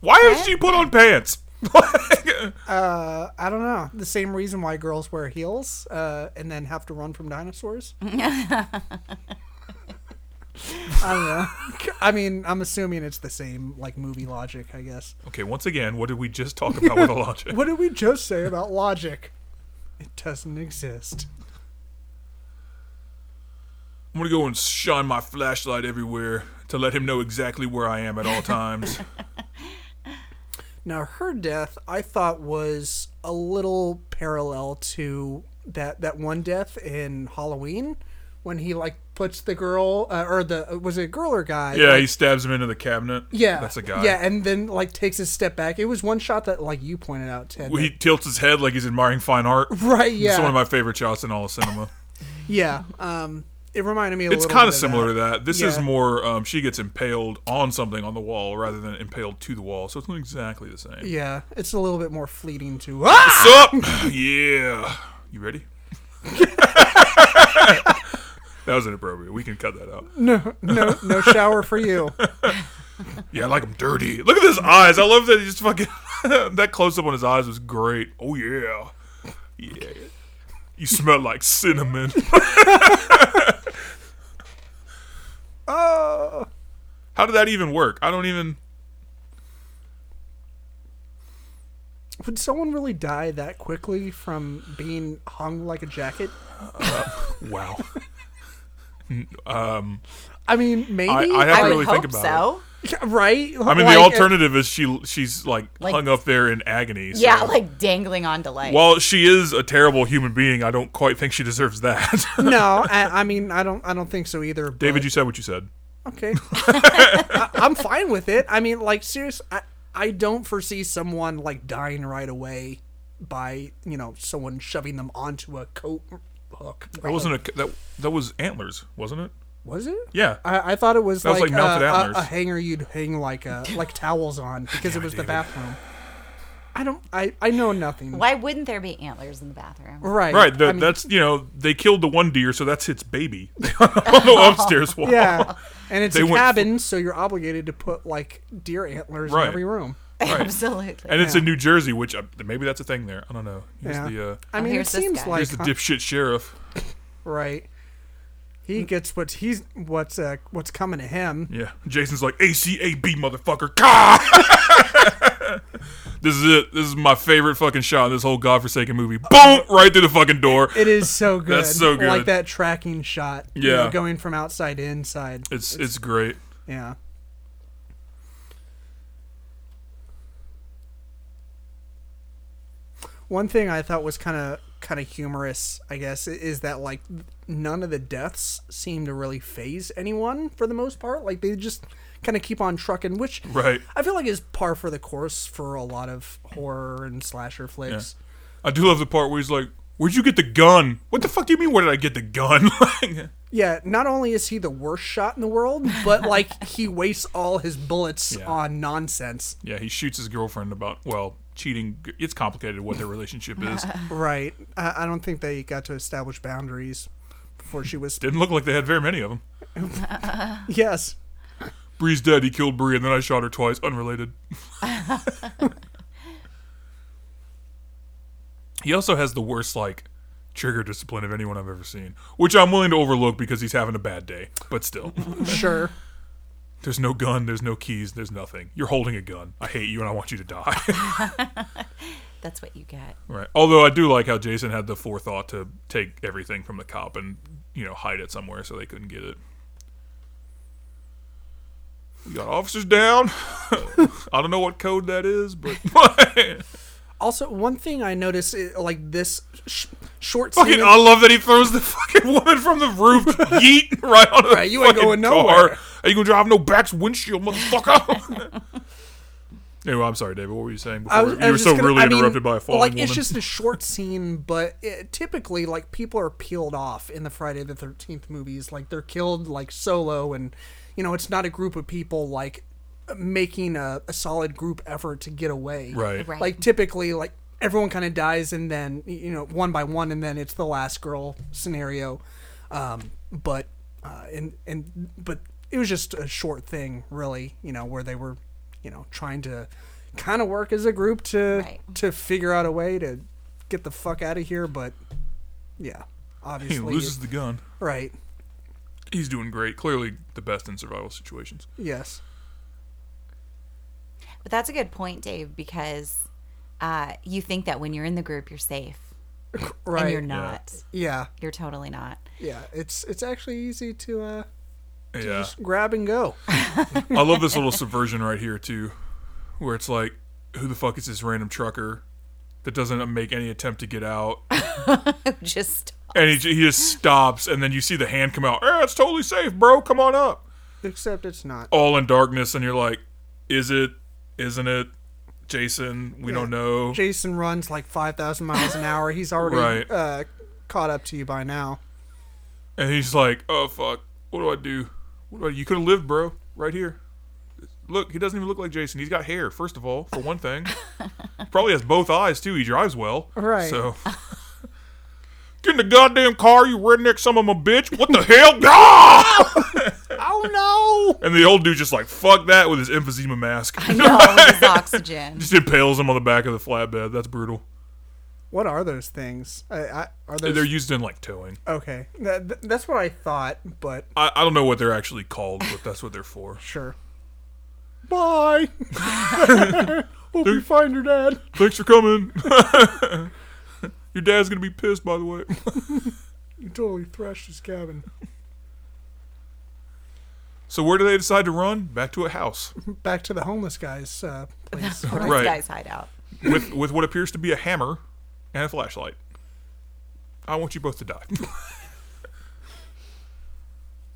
[SPEAKER 2] Why did she put on pants? *laughs*
[SPEAKER 1] uh, *laughs* I don't know. The same reason why girls wear heels uh, and then have to run from dinosaurs. *laughs* I don't know. I mean, I'm assuming it's the same like movie logic, I guess.
[SPEAKER 2] okay, once again, what did we just talk about with
[SPEAKER 1] *laughs*
[SPEAKER 2] the logic?
[SPEAKER 1] What did we just say about logic? It doesn't exist.
[SPEAKER 2] I'm gonna go and shine my flashlight everywhere to let him know exactly where I am at all times.
[SPEAKER 1] Now, her death, I thought was a little parallel to that that one death in Halloween when he like puts the girl uh, or the was it a girl or guy?
[SPEAKER 2] yeah, he stabs him into the cabinet.
[SPEAKER 1] yeah,
[SPEAKER 2] that's a guy.
[SPEAKER 1] Yeah, and then like takes a step back. It was one shot that like you pointed out, Ted.
[SPEAKER 2] he tilts his head like he's admiring fine art.
[SPEAKER 1] *laughs* right? Yeah,
[SPEAKER 2] It's one of my favorite shots in all of cinema.
[SPEAKER 1] yeah. Um, it reminded me. A
[SPEAKER 2] It's
[SPEAKER 1] little
[SPEAKER 2] kind
[SPEAKER 1] bit
[SPEAKER 2] of similar
[SPEAKER 1] that.
[SPEAKER 2] to that. This is
[SPEAKER 1] Yeah.
[SPEAKER 2] more um, she gets impaled on something on the wall rather than impaled to the wall, so it's not exactly the same.
[SPEAKER 1] Yeah, it's a little bit more fleeting to. Ah! *laughs*
[SPEAKER 2] What's up? yeah. You ready? *laughs* that was inappropriate. We can cut that out.
[SPEAKER 1] No, no shower for
[SPEAKER 2] *laughs*
[SPEAKER 1] you.
[SPEAKER 2] Yeah, I like him dirty. Look at his eyes. I love that he just fucking *laughs* that close up on his eyes was great. Oh yeah. Yeah. You smell like cinnamon. *laughs*
[SPEAKER 1] *laughs* Oh,
[SPEAKER 2] How did that even work? I don't even
[SPEAKER 1] would someone really die that quickly from being hung like a jacket?
[SPEAKER 2] Wow.
[SPEAKER 1] I mean, maybe.
[SPEAKER 2] I have
[SPEAKER 3] I would
[SPEAKER 2] really think
[SPEAKER 3] hope
[SPEAKER 2] about
[SPEAKER 3] so.
[SPEAKER 1] Yeah, *laughs* right?
[SPEAKER 2] I mean
[SPEAKER 1] Like,
[SPEAKER 2] the
[SPEAKER 1] uh,
[SPEAKER 2] alternative is she she's like,
[SPEAKER 3] Like-
[SPEAKER 2] hung up there in agony. so-
[SPEAKER 3] Yeah, like dangling onto lights.
[SPEAKER 2] while she is a terrible human being, I don't quite think she deserves that. *laughs*
[SPEAKER 1] no, I, I mean, I don't. I don't think so either.
[SPEAKER 2] David, you said what you said.
[SPEAKER 1] but-
[SPEAKER 2] *laughs*
[SPEAKER 1] okay? I, I'm fine with it. I mean, like, serious. I, I don't foresee someone like dying right away by you know someone shoving them onto a coat hook.
[SPEAKER 2] That wasn't a that that was antlers, wasn't it?
[SPEAKER 1] Was it?
[SPEAKER 2] Yeah.
[SPEAKER 1] I, I thought it was
[SPEAKER 2] That was
[SPEAKER 1] like,
[SPEAKER 2] like melted
[SPEAKER 1] uh, a,
[SPEAKER 2] antlers.
[SPEAKER 1] a hanger you'd hang like uh, like towels on because it was the
[SPEAKER 2] David.
[SPEAKER 1] bathroom. I don't. I I know nothing.
[SPEAKER 3] Why wouldn't there be antlers in the bathroom?
[SPEAKER 1] Right.
[SPEAKER 2] Right, the,
[SPEAKER 1] I mean,
[SPEAKER 2] that's you know they killed the one deer, so that's its baby *laughs* on the
[SPEAKER 1] *laughs*
[SPEAKER 2] upstairs wall.
[SPEAKER 1] yeah.
[SPEAKER 2] *laughs*
[SPEAKER 1] And it's
[SPEAKER 2] They
[SPEAKER 1] a
[SPEAKER 2] went f-
[SPEAKER 1] cabin, so you're obligated to put like deer antlers
[SPEAKER 2] Right.
[SPEAKER 1] in every room.
[SPEAKER 3] *laughs* Absolutely.
[SPEAKER 2] and it's in New Jersey, which uh, maybe that's a thing there. I don't know. Here's
[SPEAKER 1] Yeah.
[SPEAKER 2] the uh,
[SPEAKER 1] I mean, it
[SPEAKER 3] here's this
[SPEAKER 1] seems
[SPEAKER 3] guy.
[SPEAKER 1] like
[SPEAKER 2] here's the dipshit sheriff.
[SPEAKER 1] right. He gets what he's what's uh, what's coming to him.
[SPEAKER 2] Mm. Yeah, Jason's like ACAB motherfucker. Ka! *laughs* this is it. This is my favorite fucking shot in this whole godforsaken movie. Boom! Right through the fucking door.
[SPEAKER 1] It is so good.
[SPEAKER 2] *laughs* That's so
[SPEAKER 1] Like
[SPEAKER 2] good.
[SPEAKER 1] that tracking shot. you
[SPEAKER 2] Yeah.
[SPEAKER 1] know, going from outside to inside.
[SPEAKER 2] It's it's great.
[SPEAKER 1] Yeah. One thing I thought was kind of kind of humorous, I guess, i- is that like none of the deaths seem to really phase anyone for the most part. Like they just kind of keep on trucking, which
[SPEAKER 2] Right.
[SPEAKER 1] I feel like is par for the course for a lot of horror and slasher flicks.
[SPEAKER 2] I do love the part where he's like, "Where'd you get the gun? What the fuck do you mean? Where did I get the gun?" *laughs* Like,
[SPEAKER 1] Yeah, not only is he the worst shot in the world, but like he wastes all his bullets
[SPEAKER 2] Yeah.
[SPEAKER 1] on nonsense.
[SPEAKER 2] yeah, he shoots his girlfriend about well cheating. It's complicated what their relationship is.
[SPEAKER 1] Right. I, I don't think they got to establish boundaries before she was.
[SPEAKER 2] Didn't look like they had very many of them.
[SPEAKER 1] yes.
[SPEAKER 2] Bree's dead. He killed Bree, and then I shot her twice. Unrelated. he also has the worst like trigger discipline of anyone I've ever seen, which I'm willing to overlook because he's having a bad day. But still,
[SPEAKER 1] Sure.
[SPEAKER 2] there's no gun, there's no keys, there's nothing. You're holding a gun. I hate you, and I want you to die.
[SPEAKER 3] That's what you get.
[SPEAKER 2] right. Although I do like how Jason had the forethought to take everything from the cop and you know hide it somewhere so they couldn't get it. We got officers down. *laughs* I don't know what code that is, but *laughs*
[SPEAKER 1] Also, one thing I noticed, i- like this sh- short scene.
[SPEAKER 2] Fucking, I love that he throws the fucking woman from the roof,
[SPEAKER 1] *laughs*
[SPEAKER 2] yeet, right on the
[SPEAKER 1] Right, you ain't
[SPEAKER 2] fucking
[SPEAKER 1] going
[SPEAKER 2] car.
[SPEAKER 1] nowhere.
[SPEAKER 2] Are you gonna drive no bat's windshield, motherfucker? *laughs* anyway, I'm sorry, David. What were you saying before?
[SPEAKER 1] I was- I
[SPEAKER 2] you were
[SPEAKER 1] was
[SPEAKER 2] so
[SPEAKER 1] just gonna-
[SPEAKER 2] really
[SPEAKER 1] I mean,
[SPEAKER 2] interrupted by a falling
[SPEAKER 1] Like
[SPEAKER 2] woman.
[SPEAKER 1] it's just a short scene, but it, typically, like people are peeled off in the Friday the Thirteenth movies. Like they're killed like solo, and you know it's not a group of people like making a, a solid group effort to get away.
[SPEAKER 2] right.
[SPEAKER 3] Right.
[SPEAKER 1] Like typically, like everyone kind of dies, and then y- you know one by one, and then it's the last girl scenario. Um, but uh, and and but it was just a short thing, really. You know where they were, you know, trying to kind of work as a group to
[SPEAKER 3] Right.
[SPEAKER 1] to figure out a way to get the fuck out of here. But yeah, obviously,
[SPEAKER 2] *laughs* He loses the gun.
[SPEAKER 1] right?
[SPEAKER 2] He's doing great. Clearly, the best in survival situations.
[SPEAKER 1] Yes,
[SPEAKER 3] But that's a good point, Dave, because uh, you think that when you're in the group, you're safe,
[SPEAKER 1] right.
[SPEAKER 3] and you're not.
[SPEAKER 1] Yeah,
[SPEAKER 3] You're totally *laughs* not.
[SPEAKER 1] yeah. It's it's actually easy to uh,
[SPEAKER 2] Yeah.
[SPEAKER 1] grab and go.
[SPEAKER 3] *laughs*
[SPEAKER 2] I love this little subversion right here too, where it's like, who the fuck is this random trucker that doesn't make any attempt to get out? *laughs*
[SPEAKER 3] Just
[SPEAKER 2] And he, j- he just stops, and then you see the hand come out. Eh, it's totally safe, bro. Come on up.
[SPEAKER 1] Except it's not.
[SPEAKER 2] All in darkness, and you're like, is it? Isn't it? Jason, we don't know.
[SPEAKER 1] Jason runs like 5,000 miles an hour. He's already
[SPEAKER 2] Right.
[SPEAKER 1] uh, caught up to you by now.
[SPEAKER 2] and he's like, oh fuck, what do I do? What do I? You could have lived, bro, right here. Look, he doesn't even look like Jason. He's got hair, first of all, for one thing. Probably has both eyes too. He drives well,
[SPEAKER 1] Right.
[SPEAKER 2] So. *laughs* Get in the goddamn car, you redneck son of a bitch! What the hell? *laughs* Ah!
[SPEAKER 1] *laughs* Oh
[SPEAKER 2] And the old dude just like fuck that with his emphysema mask.
[SPEAKER 3] no, it's
[SPEAKER 2] *laughs*
[SPEAKER 3] oxygen.
[SPEAKER 2] just impales him on the back of the flatbed. That's brutal.
[SPEAKER 1] What are those things? I, I, are those
[SPEAKER 2] They're used in like towing.
[SPEAKER 1] okay? That, th- that's what I thought, but
[SPEAKER 2] I, I don't know what they're actually called, but that's what they're for.
[SPEAKER 1] sure. Bye. Hope you find your dad.
[SPEAKER 2] Thanks for coming. *laughs* Your dad's gonna be pissed, by the way. *laughs*
[SPEAKER 1] You totally thrashed his cabin.
[SPEAKER 2] So where do they decide to run? Back to a house
[SPEAKER 1] Back to the homeless guys' uh, place.
[SPEAKER 3] Right.
[SPEAKER 2] Right.
[SPEAKER 3] Guys hide out.
[SPEAKER 2] with with what appears to be a hammer and a flashlight. I want you both to die. *laughs*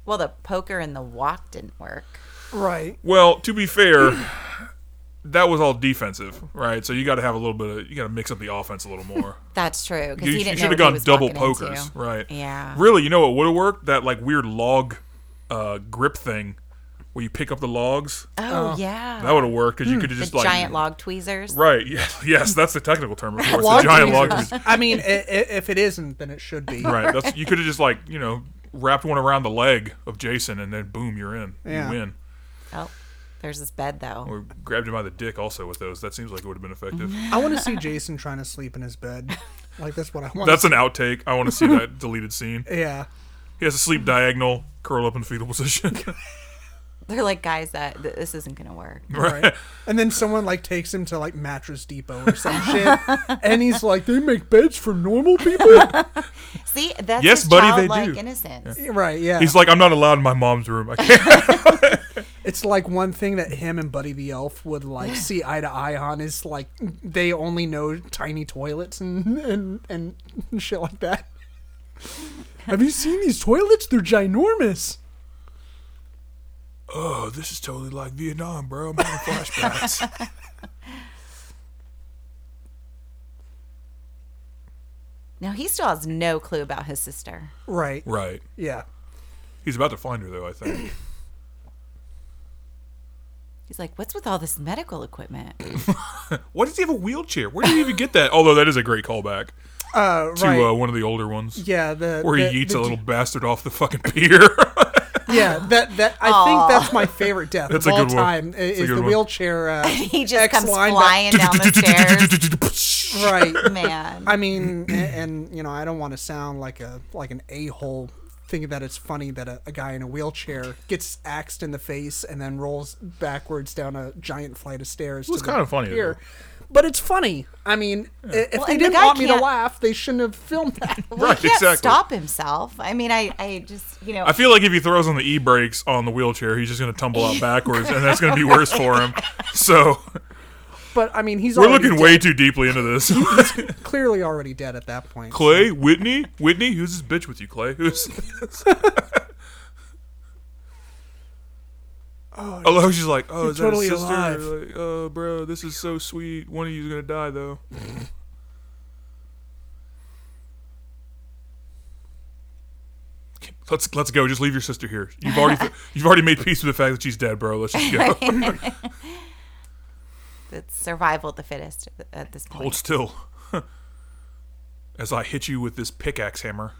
[SPEAKER 3] Well, the poker and the walk didn't work.
[SPEAKER 1] right.
[SPEAKER 2] well, to be fair, that was all defensive, right? So you got to have a little bit of you got to mix up the offense a little more.
[SPEAKER 3] That's true. Because
[SPEAKER 2] you
[SPEAKER 3] he didn't know
[SPEAKER 2] should have
[SPEAKER 3] what he
[SPEAKER 2] gone
[SPEAKER 3] was
[SPEAKER 2] double
[SPEAKER 3] walking
[SPEAKER 2] pokers,
[SPEAKER 3] into.
[SPEAKER 2] right?
[SPEAKER 3] Yeah.
[SPEAKER 2] Really, you know what would have worked? That like weird log uh, grip thing where you pick up the logs.
[SPEAKER 3] Oh, yeah.
[SPEAKER 2] That would have worked because you could
[SPEAKER 3] the
[SPEAKER 2] just like
[SPEAKER 3] giant log tweezers.
[SPEAKER 2] Right. Yeah, *laughs* yes, that's the technical
[SPEAKER 1] *laughs*
[SPEAKER 2] term. Of course,
[SPEAKER 1] Log
[SPEAKER 2] the giant
[SPEAKER 1] tweezers.
[SPEAKER 2] log tweezers.
[SPEAKER 1] *laughs* I mean, i- i- if it isn't, then it should be.
[SPEAKER 2] Right. That's you could have just like you know wrapped one around the leg of Jason and then boom, you're in.
[SPEAKER 1] Yeah.
[SPEAKER 2] You win.
[SPEAKER 3] Oh, there's this bed though.
[SPEAKER 2] Or grabbed him by the dick also with those. That seems like it would have
[SPEAKER 1] *laughs*
[SPEAKER 2] been effective.
[SPEAKER 1] I want to see Jason trying to sleep in his bed. Like that's what I want.
[SPEAKER 2] That's an outtake. I want to see that *laughs* deleted scene.
[SPEAKER 1] yeah.
[SPEAKER 2] He has to sleep diagonal, curl up in fetal
[SPEAKER 1] *laughs*
[SPEAKER 2] position. *laughs*
[SPEAKER 3] They're like guys that th- this isn't gonna work.
[SPEAKER 1] Right. And then someone like takes him to like Mattress Depot or *laughs* some shit, and he's like, "They make beds for normal people."
[SPEAKER 3] See, that's
[SPEAKER 2] Yes,
[SPEAKER 3] his
[SPEAKER 2] buddy, they
[SPEAKER 3] childlike
[SPEAKER 2] do.
[SPEAKER 3] innocence.
[SPEAKER 1] *laughs* right? Yeah.
[SPEAKER 2] He's like, I'm not allowed in my mom's room. I can't. *laughs*
[SPEAKER 1] it's like one thing that him and Buddy the Elf would like see eye to eye on is like they only know tiny toilets and and and shit like that. Have you seen these toilets? They're ginormous.
[SPEAKER 2] oh, this is totally like Vietnam, bro. I'm
[SPEAKER 1] *laughs*
[SPEAKER 2] having flashbacks.
[SPEAKER 3] No, he still has no clue about his sister.
[SPEAKER 1] Right.
[SPEAKER 2] right.
[SPEAKER 1] Yeah.
[SPEAKER 2] He's about to find her though. I think.
[SPEAKER 3] He's like, "What's with all this medical equipment?" *laughs*
[SPEAKER 2] Why does he have a wheelchair? Where did he even get that? Although that is a great callback
[SPEAKER 1] Uh,
[SPEAKER 2] to
[SPEAKER 1] right.
[SPEAKER 2] uh, one of the older ones.
[SPEAKER 1] yeah. The
[SPEAKER 2] Where he
[SPEAKER 1] the-
[SPEAKER 2] yeets
[SPEAKER 1] the
[SPEAKER 2] a little bastard off the fucking *laughs* pier.
[SPEAKER 3] *laughs*
[SPEAKER 1] Yeah, that that I
[SPEAKER 3] Aw.
[SPEAKER 1] think that's my favorite death
[SPEAKER 2] That's
[SPEAKER 1] of
[SPEAKER 2] a
[SPEAKER 1] all
[SPEAKER 2] good one.
[SPEAKER 1] time. i-
[SPEAKER 2] That's a
[SPEAKER 1] Is
[SPEAKER 2] good
[SPEAKER 1] the
[SPEAKER 2] one.
[SPEAKER 1] wheelchair? Uh,
[SPEAKER 3] *laughs* He just
[SPEAKER 1] X
[SPEAKER 3] comes
[SPEAKER 1] line
[SPEAKER 3] flying down the stairs.
[SPEAKER 2] right.
[SPEAKER 1] Back, *laughs* right.
[SPEAKER 3] Man,
[SPEAKER 1] I mean, a- and you know, I don't want to sound like a like an a hole. Thinking that it's funny that a, a guy in a wheelchair gets axed in the face and then rolls backwards down a giant flight of stairs.
[SPEAKER 2] was
[SPEAKER 1] to the
[SPEAKER 2] kinda funny,
[SPEAKER 1] pier. But it's funny. I mean, i- if
[SPEAKER 3] Well,
[SPEAKER 1] they
[SPEAKER 3] and the
[SPEAKER 1] didn't
[SPEAKER 3] guy
[SPEAKER 1] want me to
[SPEAKER 3] can't-
[SPEAKER 1] laugh, they shouldn't have filmed
[SPEAKER 3] *laughs*
[SPEAKER 1] that.
[SPEAKER 3] well,
[SPEAKER 2] Right,
[SPEAKER 3] he can't
[SPEAKER 2] exactly.
[SPEAKER 3] stop himself. I mean, I, I just, you know,
[SPEAKER 2] I feel like if he throws on the e brakes on the wheelchair, he's just going to
[SPEAKER 1] *laughs*
[SPEAKER 2] tumble out backwards, and that's going to be worse for him. So
[SPEAKER 1] But I mean, he's
[SPEAKER 2] we're
[SPEAKER 1] already
[SPEAKER 2] looking
[SPEAKER 1] dead-
[SPEAKER 2] way too deeply into this.
[SPEAKER 1] clearly already dead at that point.
[SPEAKER 2] Clay, Whitney, Whitney, who's this bitch with you, Clay? Who's? Oh, no, she's like, oh, is that
[SPEAKER 1] totally
[SPEAKER 2] a sister?
[SPEAKER 1] alive.
[SPEAKER 2] Like, oh, bro, this is so sweet. One of you's gonna die though. *laughs* Let's let's go. Just leave your sister here.
[SPEAKER 1] *laughs*
[SPEAKER 2] You've already you've already made peace with the fact that she's dead, bro. Let's just go.
[SPEAKER 3] it's survival of the fittest at th- at this point.
[SPEAKER 2] Hold still. *laughs* As I hit you with this pickaxe hammer.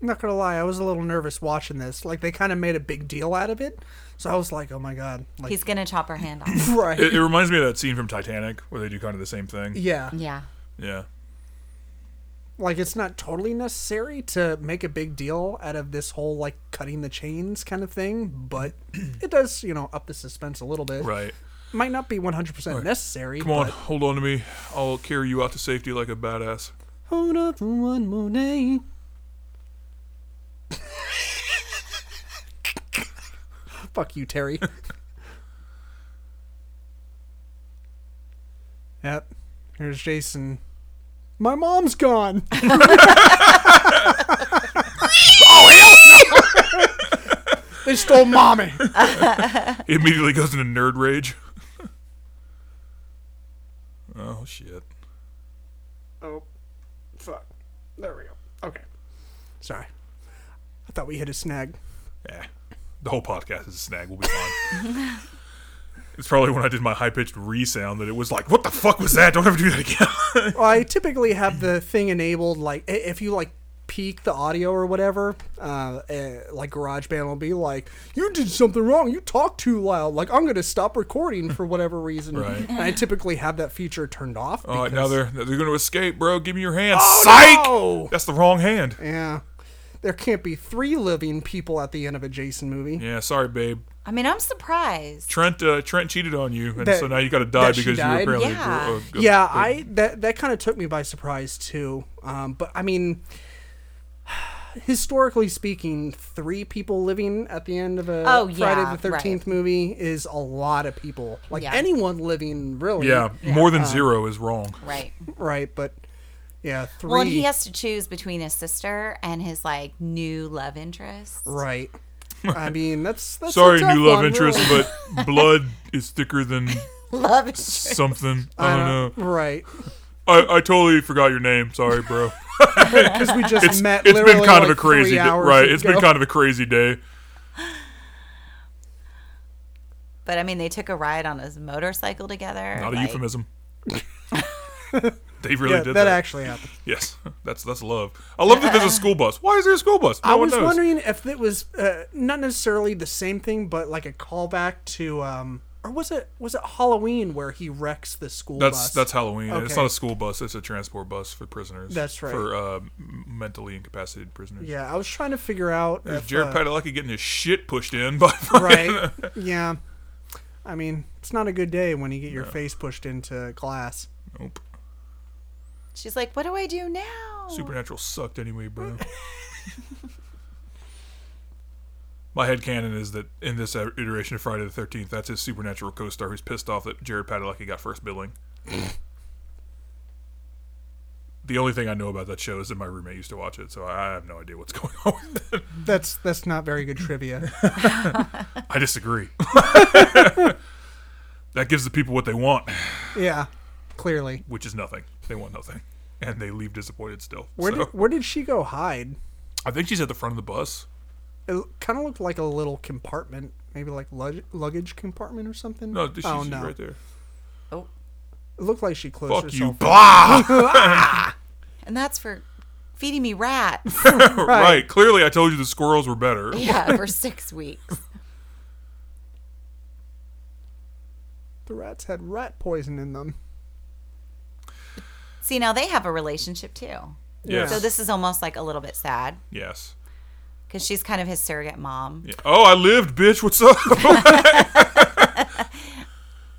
[SPEAKER 1] I'm not gonna lie, I was a little nervous watching this. Like they kind of made a big deal out of it, so I was like, "Oh my god!" Like,
[SPEAKER 3] He's gonna chop her hand
[SPEAKER 1] *laughs*
[SPEAKER 3] off.
[SPEAKER 1] right?
[SPEAKER 2] It, it reminds me of that scene from Titanic where they do kind of the same thing.
[SPEAKER 1] yeah,
[SPEAKER 3] yeah.
[SPEAKER 2] Yeah.
[SPEAKER 1] like it's not totally necessary to make a big deal out of this whole like cutting the chains kind of thing, but *clears throat* it does, you know, up the suspense a little bit.
[SPEAKER 2] Right.
[SPEAKER 1] Might not be 100 percent necessary.
[SPEAKER 2] Come on, hold on to me. I'll carry you out to safety like a badass.
[SPEAKER 1] Hold up for one more day. Fuck you, Terry. yep. Here's Jason. My mom's *laughs* gone. oh hell they stole mommy.
[SPEAKER 2] He immediately goes into nerd rage. *laughs* oh shit.
[SPEAKER 1] oh, fuck. There we go. Okay. Sorry. I thought we hit a snag.
[SPEAKER 2] Yeah. Eh. The whole podcast is a snag. We'll be fine. it's probably when I did my high pitched resound that it was like, "What the fuck was that? Don't ever do that again." *laughs*
[SPEAKER 1] Well, I typically have the thing enabled, like i- if you like peak the audio or whatever, uh, uh, like GarageBand will be like, "You did something wrong. You talked too loud. Like I'm gonna stop recording for whatever reason."
[SPEAKER 2] Right. Oh,
[SPEAKER 1] And I typically have that feature turned off.
[SPEAKER 2] All right, now they're they're going to escape, bro. Give me your hand. Psych.
[SPEAKER 1] Oh,
[SPEAKER 2] That's the wrong hand.
[SPEAKER 1] no! Yeah. There can't be three living people at the end of a Jason movie.
[SPEAKER 2] Yeah, sorry, babe.
[SPEAKER 3] I mean, I'm surprised.
[SPEAKER 2] Trent uh, Trent cheated on you, and
[SPEAKER 1] That-
[SPEAKER 2] so now you got to die
[SPEAKER 1] that she
[SPEAKER 2] because you
[SPEAKER 1] died?
[SPEAKER 2] apparently. uh,
[SPEAKER 3] Yeah.
[SPEAKER 2] a- a- a-
[SPEAKER 1] yeah, I that that kind of took me by surprise too. Um, but I mean, historically speaking, three people living at the end of a
[SPEAKER 3] Oh,
[SPEAKER 1] Friday
[SPEAKER 3] yeah,
[SPEAKER 1] the Thirteenth movie is a lot of people. Like
[SPEAKER 3] Yeah.
[SPEAKER 1] anyone living, really.
[SPEAKER 2] Yeah, more
[SPEAKER 1] Uh,
[SPEAKER 2] than zero is wrong.
[SPEAKER 3] Right.
[SPEAKER 1] Right, but yeah, three.
[SPEAKER 3] Well, and he has to choose between his sister and his like new love interest.
[SPEAKER 1] right.
[SPEAKER 2] *laughs*
[SPEAKER 1] I mean, that's that's a
[SPEAKER 2] Sorry,
[SPEAKER 1] tough
[SPEAKER 2] new love
[SPEAKER 1] one,
[SPEAKER 2] interest,
[SPEAKER 1] really. *laughs*
[SPEAKER 2] but blood is thicker than
[SPEAKER 3] Love interest.
[SPEAKER 1] *laughs*
[SPEAKER 2] something. I don't know. *laughs*
[SPEAKER 1] Right. *laughs*
[SPEAKER 2] I, I totally forgot your name. Sorry, bro.
[SPEAKER 1] because we just met.
[SPEAKER 2] it's been
[SPEAKER 1] literally,
[SPEAKER 2] kind of a
[SPEAKER 1] like,
[SPEAKER 2] crazy
[SPEAKER 1] three
[SPEAKER 2] day.
[SPEAKER 1] hours
[SPEAKER 2] right It's been
[SPEAKER 1] ago.
[SPEAKER 2] kind of a
[SPEAKER 1] *laughs*
[SPEAKER 2] crazy day
[SPEAKER 3] But I mean, they took a ride on his motorcycle together.
[SPEAKER 2] not a
[SPEAKER 1] *laughs*
[SPEAKER 3] like-
[SPEAKER 2] euphemism they really
[SPEAKER 1] yeah,
[SPEAKER 2] did
[SPEAKER 1] that
[SPEAKER 2] that,
[SPEAKER 1] actually happened.
[SPEAKER 2] yes *laughs* that's that's love i love that there's a school bus why is there a school bus no
[SPEAKER 1] I
[SPEAKER 2] one
[SPEAKER 1] was
[SPEAKER 2] knows
[SPEAKER 1] wondering if it was uh, not necessarily the same thing, but like a callback to, um, or was it was it Halloween where he wrecks the school
[SPEAKER 2] that's
[SPEAKER 1] bus?
[SPEAKER 2] that's Halloween. and It's
[SPEAKER 1] Okay.
[SPEAKER 2] not a school bus. It's a transport bus for prisoners.
[SPEAKER 1] That's right.
[SPEAKER 2] For uh, m- mentally incapacitated prisoners.
[SPEAKER 1] yeah. I was trying to figure out if,
[SPEAKER 2] Jared
[SPEAKER 1] uh,
[SPEAKER 2] Padalecki getting his shit pushed in by *laughs* fucking- uh,
[SPEAKER 1] right? yeah, I mean it's not a good day when you get your face pushed into glass.
[SPEAKER 2] Nope.
[SPEAKER 3] She's like, what do I do now?
[SPEAKER 2] Supernatural sucked
[SPEAKER 1] *laughs*
[SPEAKER 2] anyway, bro. My head canon is that in this uh, iteration of Friday the Thirteenth, that's his supernatural co-star who's pissed off that Jared Padalecki got first
[SPEAKER 1] *laughs*
[SPEAKER 2] billing. the only thing I know about that show is that my roommate used to watch it, so I have no idea what's *laughs* going on. With it.
[SPEAKER 1] That's that's not very good
[SPEAKER 2] *laughs*
[SPEAKER 1] trivia.
[SPEAKER 2] I disagree. that gives the people what they want,
[SPEAKER 1] yeah, clearly.
[SPEAKER 2] which is nothing. They want nothing, and they leave disappointed still.
[SPEAKER 1] Where
[SPEAKER 2] So,
[SPEAKER 1] did where did she go hide?
[SPEAKER 2] I think she's at the front of the bus.
[SPEAKER 1] It kind of looked like a little compartment, maybe like lug- luggage compartment or something.
[SPEAKER 2] No, she's
[SPEAKER 1] oh
[SPEAKER 2] she's
[SPEAKER 1] no,
[SPEAKER 2] right there.
[SPEAKER 3] Oh,
[SPEAKER 1] it looked like she closed
[SPEAKER 2] Fuck you,
[SPEAKER 1] herself.
[SPEAKER 2] blah.
[SPEAKER 3] and that's for feeding me
[SPEAKER 2] *laughs*
[SPEAKER 3] rats.
[SPEAKER 2] right. Clearly, I told you the squirrels were better.
[SPEAKER 3] *laughs* yeah, for six weeks.
[SPEAKER 1] The rats had rat poison in them.
[SPEAKER 3] See, now they have a relationship too.
[SPEAKER 2] Yes.
[SPEAKER 3] So this is almost like a little bit sad
[SPEAKER 2] yes.
[SPEAKER 3] because she's kind of his surrogate mom.
[SPEAKER 2] Yeah. Oh, I lived, bitch. What's up? *laughs*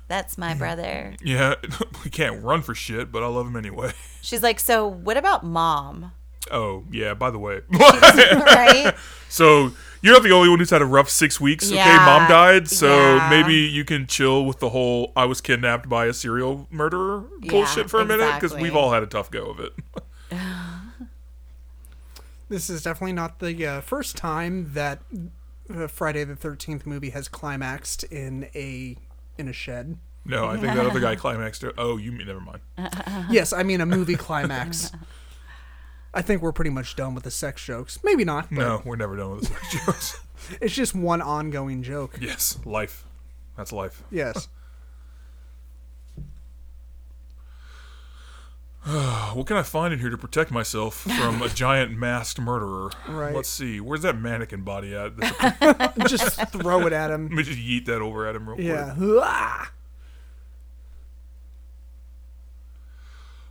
[SPEAKER 3] That's my brother.
[SPEAKER 2] yeah. *laughs* We can't run for shit, but I love him anyway. *laughs*
[SPEAKER 3] She's like, so what about mom?
[SPEAKER 2] Oh, yeah. By the way,
[SPEAKER 3] right?
[SPEAKER 2] so you're not the only one who's had a rough six weeks. Okay,
[SPEAKER 3] Yeah.
[SPEAKER 2] mom died, so
[SPEAKER 3] Yeah.
[SPEAKER 2] maybe you can chill with the whole "I was kidnapped by a serial murderer"
[SPEAKER 3] Yeah,
[SPEAKER 2] bullshit for a minute because
[SPEAKER 3] exactly.
[SPEAKER 2] we've all had a tough go of it. *laughs*
[SPEAKER 1] This is definitely not the uh, first time that uh, Friday the Thirteenth movie has climaxed in a in a shed.
[SPEAKER 2] No, I think that other
[SPEAKER 3] *laughs*
[SPEAKER 2] guy climaxed. it. Oh, you mean never mind.
[SPEAKER 3] Uh-uh.
[SPEAKER 1] yes, I mean a movie climax. I think we're pretty much done with the sex jokes. Maybe not. But
[SPEAKER 2] No, we're never done with this
[SPEAKER 3] *laughs*
[SPEAKER 2] jokes.
[SPEAKER 1] It's just one ongoing joke.
[SPEAKER 2] yes, life. That's life.
[SPEAKER 1] Yes.
[SPEAKER 2] Uh, What can I find in here to protect myself from a giant masked murderer?
[SPEAKER 1] Right.
[SPEAKER 2] Let's see. Where's that mannequin body at? That's *laughs* a-
[SPEAKER 1] just throw it at him.
[SPEAKER 2] Let me just yeet that over at him real
[SPEAKER 1] Yeah.
[SPEAKER 2] quick.
[SPEAKER 1] Hua!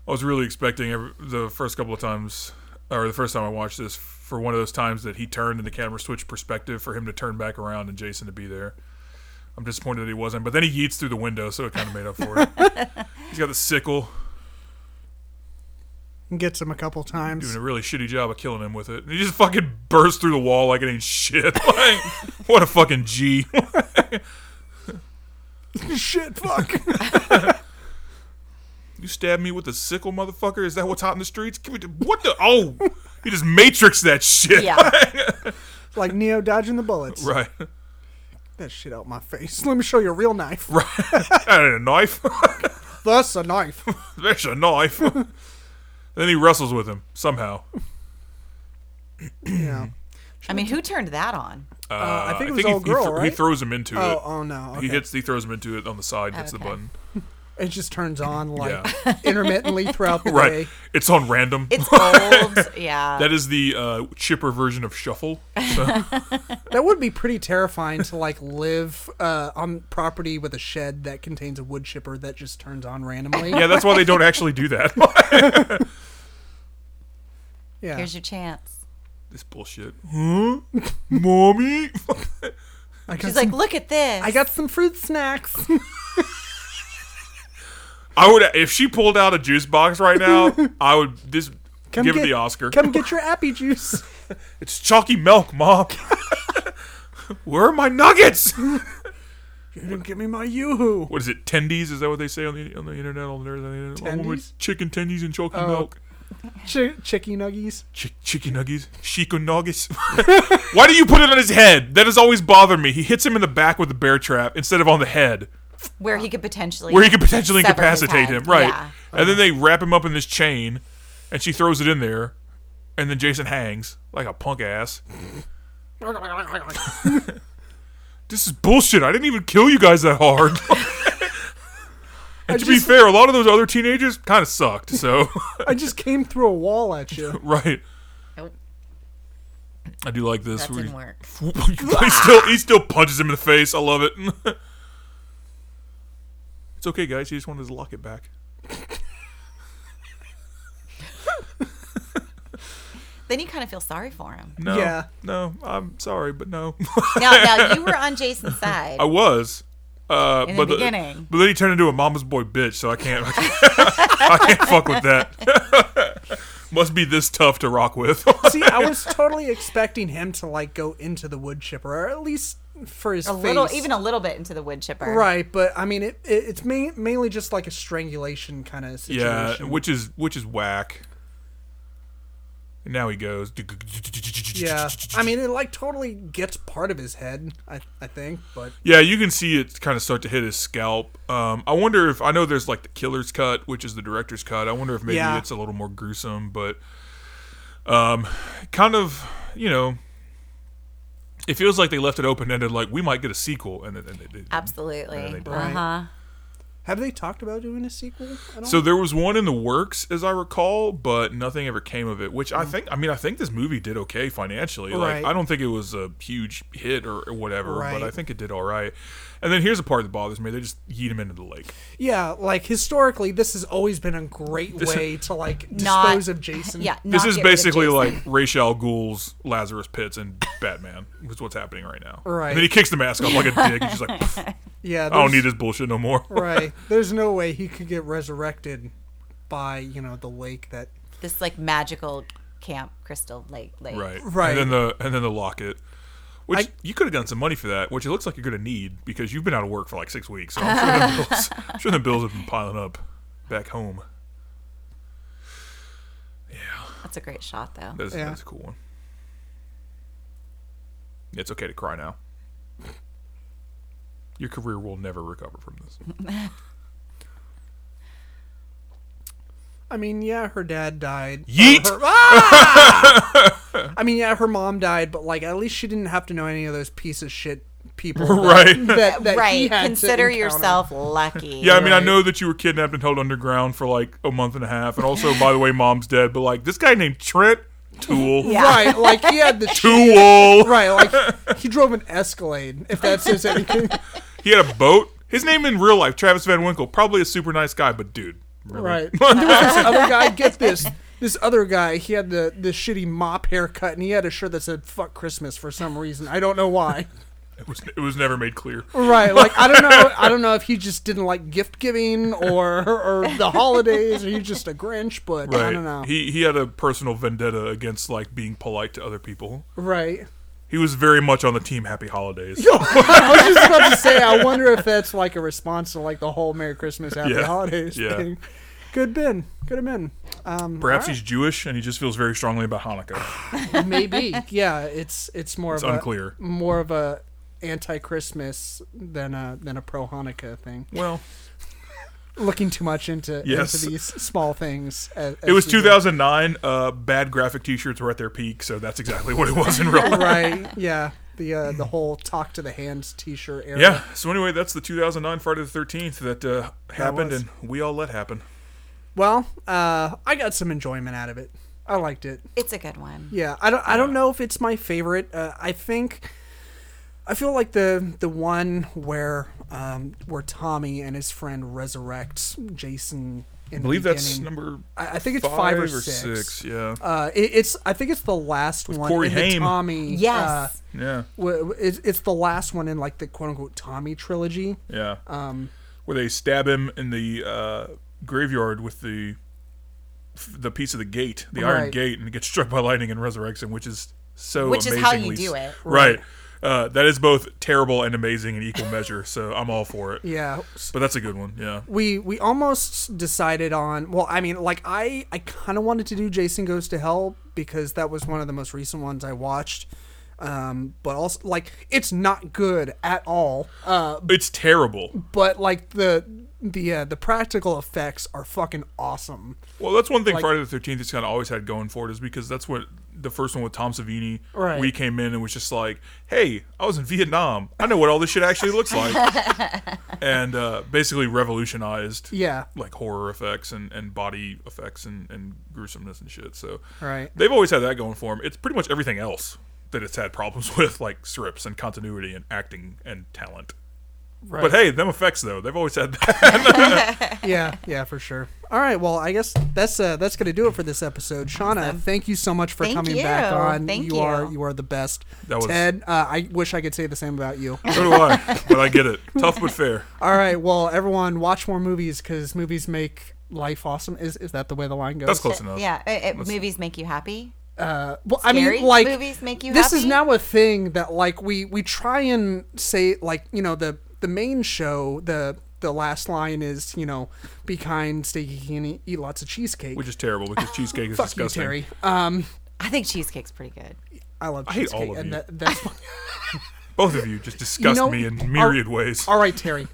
[SPEAKER 2] I was really expecting every, the first couple of times, or the first time I watched this, for one of those times that he turned and the camera switched perspective for him to turn back around and Jason to be there. I'm disappointed that he wasn't, but then he yeets through the window, so it kind of made up for it. He's got the sickle,
[SPEAKER 1] Gets him a couple
[SPEAKER 2] doing
[SPEAKER 1] times.
[SPEAKER 2] a really shitty job of killing him with it. And he just fucking bursts through the wall like it ain't shit. *laughs* Like, what a fucking G. *laughs*
[SPEAKER 1] Shit, fuck.
[SPEAKER 2] You stabbed me with a sickle, motherfucker. Is that what's hot in the streets? Give me the, what the? Oh, you just matrix that shit.
[SPEAKER 3] Yeah.
[SPEAKER 1] like Neo dodging the bullets.
[SPEAKER 2] *laughs* Right.
[SPEAKER 1] That shit out my face. Let me show you a real knife.
[SPEAKER 2] Right. *laughs* that ain't a knife. *laughs*
[SPEAKER 1] That's a knife.
[SPEAKER 2] Uh, That's a knife. *laughs* then he wrestles with him somehow.
[SPEAKER 1] yeah.
[SPEAKER 3] I mean, who turned that on?
[SPEAKER 2] Uh,
[SPEAKER 1] I think it was
[SPEAKER 2] he,
[SPEAKER 1] all
[SPEAKER 2] he
[SPEAKER 1] girl,
[SPEAKER 2] thro- he
[SPEAKER 1] right?
[SPEAKER 2] throws him into
[SPEAKER 1] Oh,
[SPEAKER 2] it.
[SPEAKER 1] oh no.
[SPEAKER 2] He
[SPEAKER 1] okay.
[SPEAKER 2] hits. He throws him into it on the side. Hits the
[SPEAKER 3] Okay.
[SPEAKER 2] button.
[SPEAKER 1] It just turns on like
[SPEAKER 2] Yeah.
[SPEAKER 1] *laughs* intermittently throughout the
[SPEAKER 2] Right.
[SPEAKER 1] day.
[SPEAKER 2] It's on random.
[SPEAKER 3] It's old.
[SPEAKER 2] *laughs*
[SPEAKER 3] yeah.
[SPEAKER 2] that is the uh, chipper version of
[SPEAKER 1] *laughs*
[SPEAKER 2] shuffle. So,
[SPEAKER 1] That would be pretty terrifying to like live uh, on property with a shed that contains a wood chipper that just turns on randomly.
[SPEAKER 2] yeah, that's why they don't actually do that.
[SPEAKER 1] *laughs*
[SPEAKER 2] *laughs*
[SPEAKER 1] Yeah.
[SPEAKER 3] Here's your chance.
[SPEAKER 2] this bullshit. Huh? Mommy. *laughs*
[SPEAKER 1] I got
[SPEAKER 3] She's
[SPEAKER 1] some,
[SPEAKER 3] like, look at this.
[SPEAKER 1] I got some fruit
[SPEAKER 2] *laughs*
[SPEAKER 1] snacks.
[SPEAKER 2] I would if she pulled out a juice box right
[SPEAKER 1] *laughs*
[SPEAKER 2] now. I would this give
[SPEAKER 1] get-
[SPEAKER 2] it the Oscar.
[SPEAKER 1] Come get
[SPEAKER 2] *laughs*
[SPEAKER 1] your appy juice.
[SPEAKER 2] It's chalky milk,
[SPEAKER 1] *laughs*
[SPEAKER 2] mom. Where are my nuggets? *laughs*
[SPEAKER 1] you didn't give me my yoo-hoo.
[SPEAKER 2] What is it? Tendies? Is that what they say on the on the internet? On the nerds on the internet? A woman
[SPEAKER 1] Tendies? Oh,
[SPEAKER 2] with chicken tendies and chalky milk.
[SPEAKER 1] Ch- chicky nuggies.
[SPEAKER 2] Chick- chicken nuggies, *laughs* chico nuggets. Why do you put it on his head? That has always bothered me. He hits him in the back with a bear trap instead of on the head,
[SPEAKER 3] where he could potentially
[SPEAKER 2] where he could potentially
[SPEAKER 3] sever his
[SPEAKER 2] incapacitate
[SPEAKER 3] head.
[SPEAKER 2] him. Right.
[SPEAKER 3] Yeah.
[SPEAKER 2] And then they wrap him up in this chain, and she throws it in there, and then Jason hangs like a punk ass. *laughs* this is bullshit. I didn't even kill you guys that hard. *laughs* and to
[SPEAKER 1] just-
[SPEAKER 2] be fair, a lot of those other teenagers kind of sucked. So, *laughs*
[SPEAKER 1] I just came through a wall at you.
[SPEAKER 2] right.
[SPEAKER 3] Nope.
[SPEAKER 2] I do like this.
[SPEAKER 3] That
[SPEAKER 2] where
[SPEAKER 3] didn't
[SPEAKER 2] he-
[SPEAKER 3] work.
[SPEAKER 2] *laughs* he still he still punches him in the face. I love it. *laughs* it's okay, guys. He just wanted his locket back.
[SPEAKER 3] Then you kind of feel sorry
[SPEAKER 2] *laughs*
[SPEAKER 3] for him.
[SPEAKER 2] No,
[SPEAKER 1] Yeah.
[SPEAKER 2] no. I'm sorry, but no. *laughs*
[SPEAKER 3] Now, now you were on Jason's side.
[SPEAKER 2] I was. Uh,
[SPEAKER 3] In the
[SPEAKER 2] but
[SPEAKER 3] beginning.
[SPEAKER 2] but then he turned into a mama's boy bitch, so I can't, *laughs* I can't, I can't fuck with that. *laughs* Must be this tough to rock with. *laughs*
[SPEAKER 1] See, I was totally expecting him to like go into the wood chipper, or at least for his
[SPEAKER 3] a
[SPEAKER 1] face.
[SPEAKER 3] little, even a little bit into the wood chipper.
[SPEAKER 1] right, but I mean, it, it it's main, mainly just like a strangulation kind of situation.
[SPEAKER 2] yeah, which is which is whack. And now he goes.
[SPEAKER 1] yeah. I mean, it like totally gets part of his head, I I think, but
[SPEAKER 2] Yeah, you can see it kind of start to hit his scalp. Um, I wonder if I know there's like the killer's cut, which is the director's cut. I wonder if maybe
[SPEAKER 1] Yeah.
[SPEAKER 2] it's a little more gruesome, but um, kind of you know, it feels like they left it open ended. Like we might get a sequel, and then and they didn't. Yeah, they
[SPEAKER 3] Absolutely.
[SPEAKER 2] did.
[SPEAKER 3] Uh huh.
[SPEAKER 1] have they talked about doing a sequel? I don't
[SPEAKER 2] So there was one in the works, as I recall, but nothing ever came of it. Which I think, I mean, I think this movie did okay financially.
[SPEAKER 1] Mm. Right.
[SPEAKER 2] Like, I don't think it was a huge hit or, or whatever,
[SPEAKER 1] Right.
[SPEAKER 2] but I think it did all right. And then here's the part that bothers me: they just yeet him into the lake.
[SPEAKER 1] yeah, like historically, this has always been a great way to like
[SPEAKER 3] Not-
[SPEAKER 1] dispose of Jason.
[SPEAKER 3] Yeah.
[SPEAKER 2] This
[SPEAKER 3] not
[SPEAKER 2] is
[SPEAKER 3] get rid of
[SPEAKER 2] basically
[SPEAKER 3] Jason.
[SPEAKER 2] like Rachel Ghoul's Lazarus Pits and Batman is what's happening right now.
[SPEAKER 1] Right.
[SPEAKER 2] And then he kicks the mask off like a dick. He's just like, "Pff,
[SPEAKER 1] yeah.
[SPEAKER 2] I don't
[SPEAKER 1] there's-
[SPEAKER 2] need this bullshit no more.
[SPEAKER 1] *laughs* right. There's no way he could get resurrected by you know the lake that
[SPEAKER 3] this like magical camp crystal lake. lake.
[SPEAKER 2] Right.
[SPEAKER 1] Right.
[SPEAKER 2] And then the and then the locket. Which
[SPEAKER 1] I-
[SPEAKER 2] you could have done some money for that, which it looks like you're gonna need because you've been out of work for like six weeks. So I'm
[SPEAKER 1] *laughs*
[SPEAKER 2] sure the bills, I'm sure the bills have been piling up back home.
[SPEAKER 3] That's a great shot though.
[SPEAKER 2] That's,
[SPEAKER 1] Yeah.
[SPEAKER 2] that's a cool one. It's okay to cry now. Your career will never recover from this.
[SPEAKER 1] I mean, yeah, her dad died.
[SPEAKER 2] Yeet!
[SPEAKER 1] Or her- *laughs* Ah! I mean, yeah, her mom died, but like at least she didn't have to know any of those piece of shit *laughs* people. that-
[SPEAKER 2] Right.
[SPEAKER 1] That, that he
[SPEAKER 3] right.
[SPEAKER 1] had to encounter.
[SPEAKER 3] Consider
[SPEAKER 2] *laughs*
[SPEAKER 3] yourself lucky.
[SPEAKER 2] Yeah, I mean, I
[SPEAKER 1] Right.
[SPEAKER 2] know that you were kidnapped and held underground for like a month and a half, and also, by the way, mom's dead. But like this guy named Trent Tool,
[SPEAKER 3] Yeah.
[SPEAKER 1] Right, like he
[SPEAKER 3] *laughs*
[SPEAKER 1] had the
[SPEAKER 2] Tool,
[SPEAKER 1] *laughs* Right, like he drove an Escalade. If that says *laughs* anything.
[SPEAKER 2] he had a boat. His name in real life, Travis Van Winkle, probably a super nice guy, but dude, really?
[SPEAKER 1] Right. And there was this other guy. Get this. This other guy, he had the the shitty mop haircut, and he had a shirt that said "fuck Christmas" for some reason. I don't know why.
[SPEAKER 2] It was, it was never made clear.
[SPEAKER 1] Right. Like I don't know.
[SPEAKER 2] *laughs*
[SPEAKER 1] I don't know if he just didn't like gift giving or or the holidays, or he's just a Grinch. But
[SPEAKER 2] Right.
[SPEAKER 1] I don't know.
[SPEAKER 2] He he had a personal vendetta against like being polite to other people. *laughs*
[SPEAKER 1] right. *laughs*
[SPEAKER 2] He was very much on the team Happy Holidays.
[SPEAKER 1] I was just about to say. I wonder if that's like a response to like the whole Merry Christmas, Happy
[SPEAKER 2] Yeah.
[SPEAKER 1] Holidays
[SPEAKER 2] Yeah.
[SPEAKER 1] thing. Good been. Good Um, have been.
[SPEAKER 2] Perhaps he's Jewish and he just feels very strongly
[SPEAKER 1] *sighs*
[SPEAKER 2] about Hanukkah.
[SPEAKER 1] Maybe. *laughs* Yeah. It's it's more
[SPEAKER 2] It's
[SPEAKER 1] of
[SPEAKER 2] unclear.
[SPEAKER 1] a more of a anti Christmas than a than a pro Hanukkah thing.
[SPEAKER 2] Well,
[SPEAKER 1] Looking too much into
[SPEAKER 2] Yes.
[SPEAKER 1] into these small things. As,
[SPEAKER 2] it was 2009. Uh, bad graphic T-shirts were at their peak, so that's exactly what it
[SPEAKER 1] *laughs*
[SPEAKER 2] was in real life.
[SPEAKER 1] Right. Yeah. The uh, the whole talk to the hands T-shirt era.
[SPEAKER 2] Yeah. So anyway, that's the 2009 Friday the 13th that uh, happened,
[SPEAKER 1] was.
[SPEAKER 2] and we all let happen.
[SPEAKER 1] Well, uh, I got some enjoyment out of it. I liked it.
[SPEAKER 3] It's a good one.
[SPEAKER 1] Yeah, I don't. I don't know if it's my favorite. Uh, I think. I feel like the the one where um, where Tommy and his friend resurrects Jason. In
[SPEAKER 2] I believe
[SPEAKER 1] the
[SPEAKER 2] that's
[SPEAKER 1] beginning.
[SPEAKER 2] number.
[SPEAKER 1] I, I think it's five, or, six.
[SPEAKER 2] Yeah.
[SPEAKER 1] Uh, it, it's. I think it's the last one.
[SPEAKER 2] Corey
[SPEAKER 1] in the
[SPEAKER 2] Haim.
[SPEAKER 1] Tommy. Uh,
[SPEAKER 3] Yes.
[SPEAKER 2] yeah.
[SPEAKER 1] w- w- it's, it's the last one in like the quote unquote Tommy trilogy.
[SPEAKER 2] Yeah. Um, Where they stab him in the uh, graveyard with the f- the piece of the gate, the iron
[SPEAKER 1] Right.
[SPEAKER 2] gate, and it gets struck by lightning and resurrects him, which is so
[SPEAKER 3] Which is how you
[SPEAKER 2] amazingly
[SPEAKER 3] do
[SPEAKER 2] s-
[SPEAKER 3] it.
[SPEAKER 2] Right. Uh, that is both terrible and amazing in equal measure, so I'm all for it.
[SPEAKER 1] Yeah.
[SPEAKER 2] But that's a good one. Yeah.
[SPEAKER 1] we we almost decided on well i mean like i i kind of wanted to do jason goes to hell because that was one of the most recent ones i watched um but also like it's not good at all uh
[SPEAKER 2] It's terrible.
[SPEAKER 1] but like the the uh, the practical effects are fucking
[SPEAKER 3] *laughs*
[SPEAKER 1] awesome.
[SPEAKER 2] Well, that's one thing
[SPEAKER 1] Like-
[SPEAKER 2] Friday the Thirteenth has kind of always had going for it is because that's what the first one with Tom Savini.
[SPEAKER 1] Right.
[SPEAKER 2] We came in and was just like, "Hey, I was in Vietnam. I know what all this shit actually looks
[SPEAKER 1] *laughs*
[SPEAKER 2] like," and uh, basically revolutionized.
[SPEAKER 1] Yeah.
[SPEAKER 2] Like horror effects and, and body effects and, and gruesomeness and shit. So
[SPEAKER 1] Right.
[SPEAKER 2] they've always had that going for them. It's pretty much everything else that it's had problems *laughs* with, like scripts and continuity and acting and talent.
[SPEAKER 1] Right.
[SPEAKER 2] But hey, them effects though, they've always had that. *laughs*
[SPEAKER 1] yeah, yeah, for sure. All right, well, I guess that's uh, that's gonna do it for this episode. Shauna, thank you so much for
[SPEAKER 3] Thank
[SPEAKER 1] coming back
[SPEAKER 3] you.
[SPEAKER 1] on.
[SPEAKER 3] Thank
[SPEAKER 1] you are
[SPEAKER 3] you.
[SPEAKER 1] you are the best.
[SPEAKER 2] That was-
[SPEAKER 1] Ted, uh, I wish I could say the same about
[SPEAKER 3] *laughs*
[SPEAKER 1] you.
[SPEAKER 2] So do I. But I get it. Tough but fair.
[SPEAKER 1] All right, well, everyone, watch more movies because movies make life awesome. Is is that the way the line goes?
[SPEAKER 2] That's close enough.
[SPEAKER 3] Yeah, it, it- movies make you happy.
[SPEAKER 1] Uh, well, I
[SPEAKER 3] Scary
[SPEAKER 1] mean, like
[SPEAKER 3] movies make you
[SPEAKER 1] This is
[SPEAKER 3] happy?
[SPEAKER 1] now a thing that like we we try and say like you know the the main show the the last line is you know be kind, stay geeky, and eat, eat lots of cheesecake.
[SPEAKER 2] Which is terrible
[SPEAKER 1] *laughs*
[SPEAKER 2] because cheesecake is
[SPEAKER 1] Fuck you,
[SPEAKER 2] disgusting.
[SPEAKER 1] Terry. Um,
[SPEAKER 3] I think cheesecake's pretty good.
[SPEAKER 1] I love
[SPEAKER 2] hate
[SPEAKER 1] cheesecake,
[SPEAKER 2] all of
[SPEAKER 1] and
[SPEAKER 2] you.
[SPEAKER 1] That,
[SPEAKER 2] *laughs*
[SPEAKER 1] that's what-
[SPEAKER 2] Both of you just disgust
[SPEAKER 1] know,
[SPEAKER 2] me in
[SPEAKER 1] our-
[SPEAKER 2] myriad ways.
[SPEAKER 1] all right, Terry.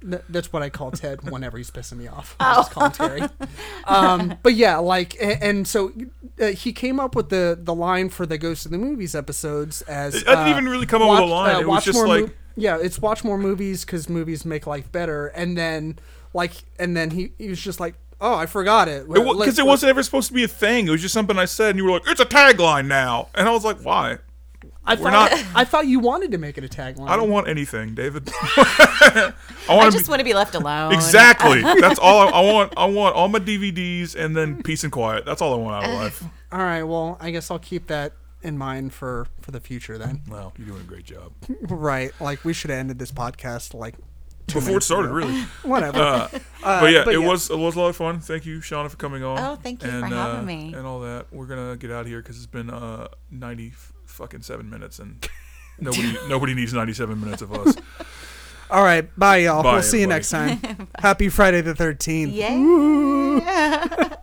[SPEAKER 1] Th- That's what I call Ted whenever he's pissing me off. I just call him Terry. Um, but yeah, like, and, and so uh, he came up with the the line for the Ghost of the Movies episodes as uh,
[SPEAKER 2] I didn't even really come up with a line. It was
[SPEAKER 1] watch
[SPEAKER 2] just
[SPEAKER 1] more
[SPEAKER 2] like-
[SPEAKER 1] yeah, it's watch more movies because movies make life better. And then like, and then he he was just like, oh, I forgot it
[SPEAKER 2] Because it, wa- 'cause it wasn't ever supposed to be a thing. It was just something I said, and you were like, "It's a tagline now," and I was like, "Why?
[SPEAKER 1] I thought,
[SPEAKER 2] not-
[SPEAKER 1] I thought you wanted to make it a tagline.
[SPEAKER 2] I don't want anything, David. *laughs* I
[SPEAKER 3] I
[SPEAKER 2] want to
[SPEAKER 3] just want to be left
[SPEAKER 2] *laughs*
[SPEAKER 3] alone.
[SPEAKER 1] *laughs*
[SPEAKER 2] exactly. That's all I, I want. I want all my DVDs and then peace and quiet. That's all I
[SPEAKER 1] *laughs*
[SPEAKER 2] want out of life.
[SPEAKER 1] All right, well, I guess I'll keep that in mind for for the future then.
[SPEAKER 2] Wow, you're doing a great job.
[SPEAKER 1] Right. Like we should have ended this podcast like
[SPEAKER 2] Before it started, really.
[SPEAKER 1] whatever.
[SPEAKER 2] Uh,
[SPEAKER 3] *laughs*
[SPEAKER 2] but yeah,
[SPEAKER 1] but
[SPEAKER 2] it
[SPEAKER 1] yeah.
[SPEAKER 2] was it was a lot of fun. Thank you, Shauna, for coming on.
[SPEAKER 3] Uh, Oh, thank you for
[SPEAKER 2] and,
[SPEAKER 3] having
[SPEAKER 2] uh,
[SPEAKER 3] me.
[SPEAKER 2] And all that. We're gonna get out of here because it's been uh, ninety f- fucking seven minutes, and
[SPEAKER 3] *laughs*
[SPEAKER 2] nobody nobody needs ninety seven minutes of us.
[SPEAKER 1] All right. Bye y'all.
[SPEAKER 2] Bye,
[SPEAKER 1] we'll see you
[SPEAKER 2] everybody.
[SPEAKER 1] *laughs*
[SPEAKER 3] *laughs*
[SPEAKER 1] next time. Happy Friday the 13th.
[SPEAKER 3] Yeah.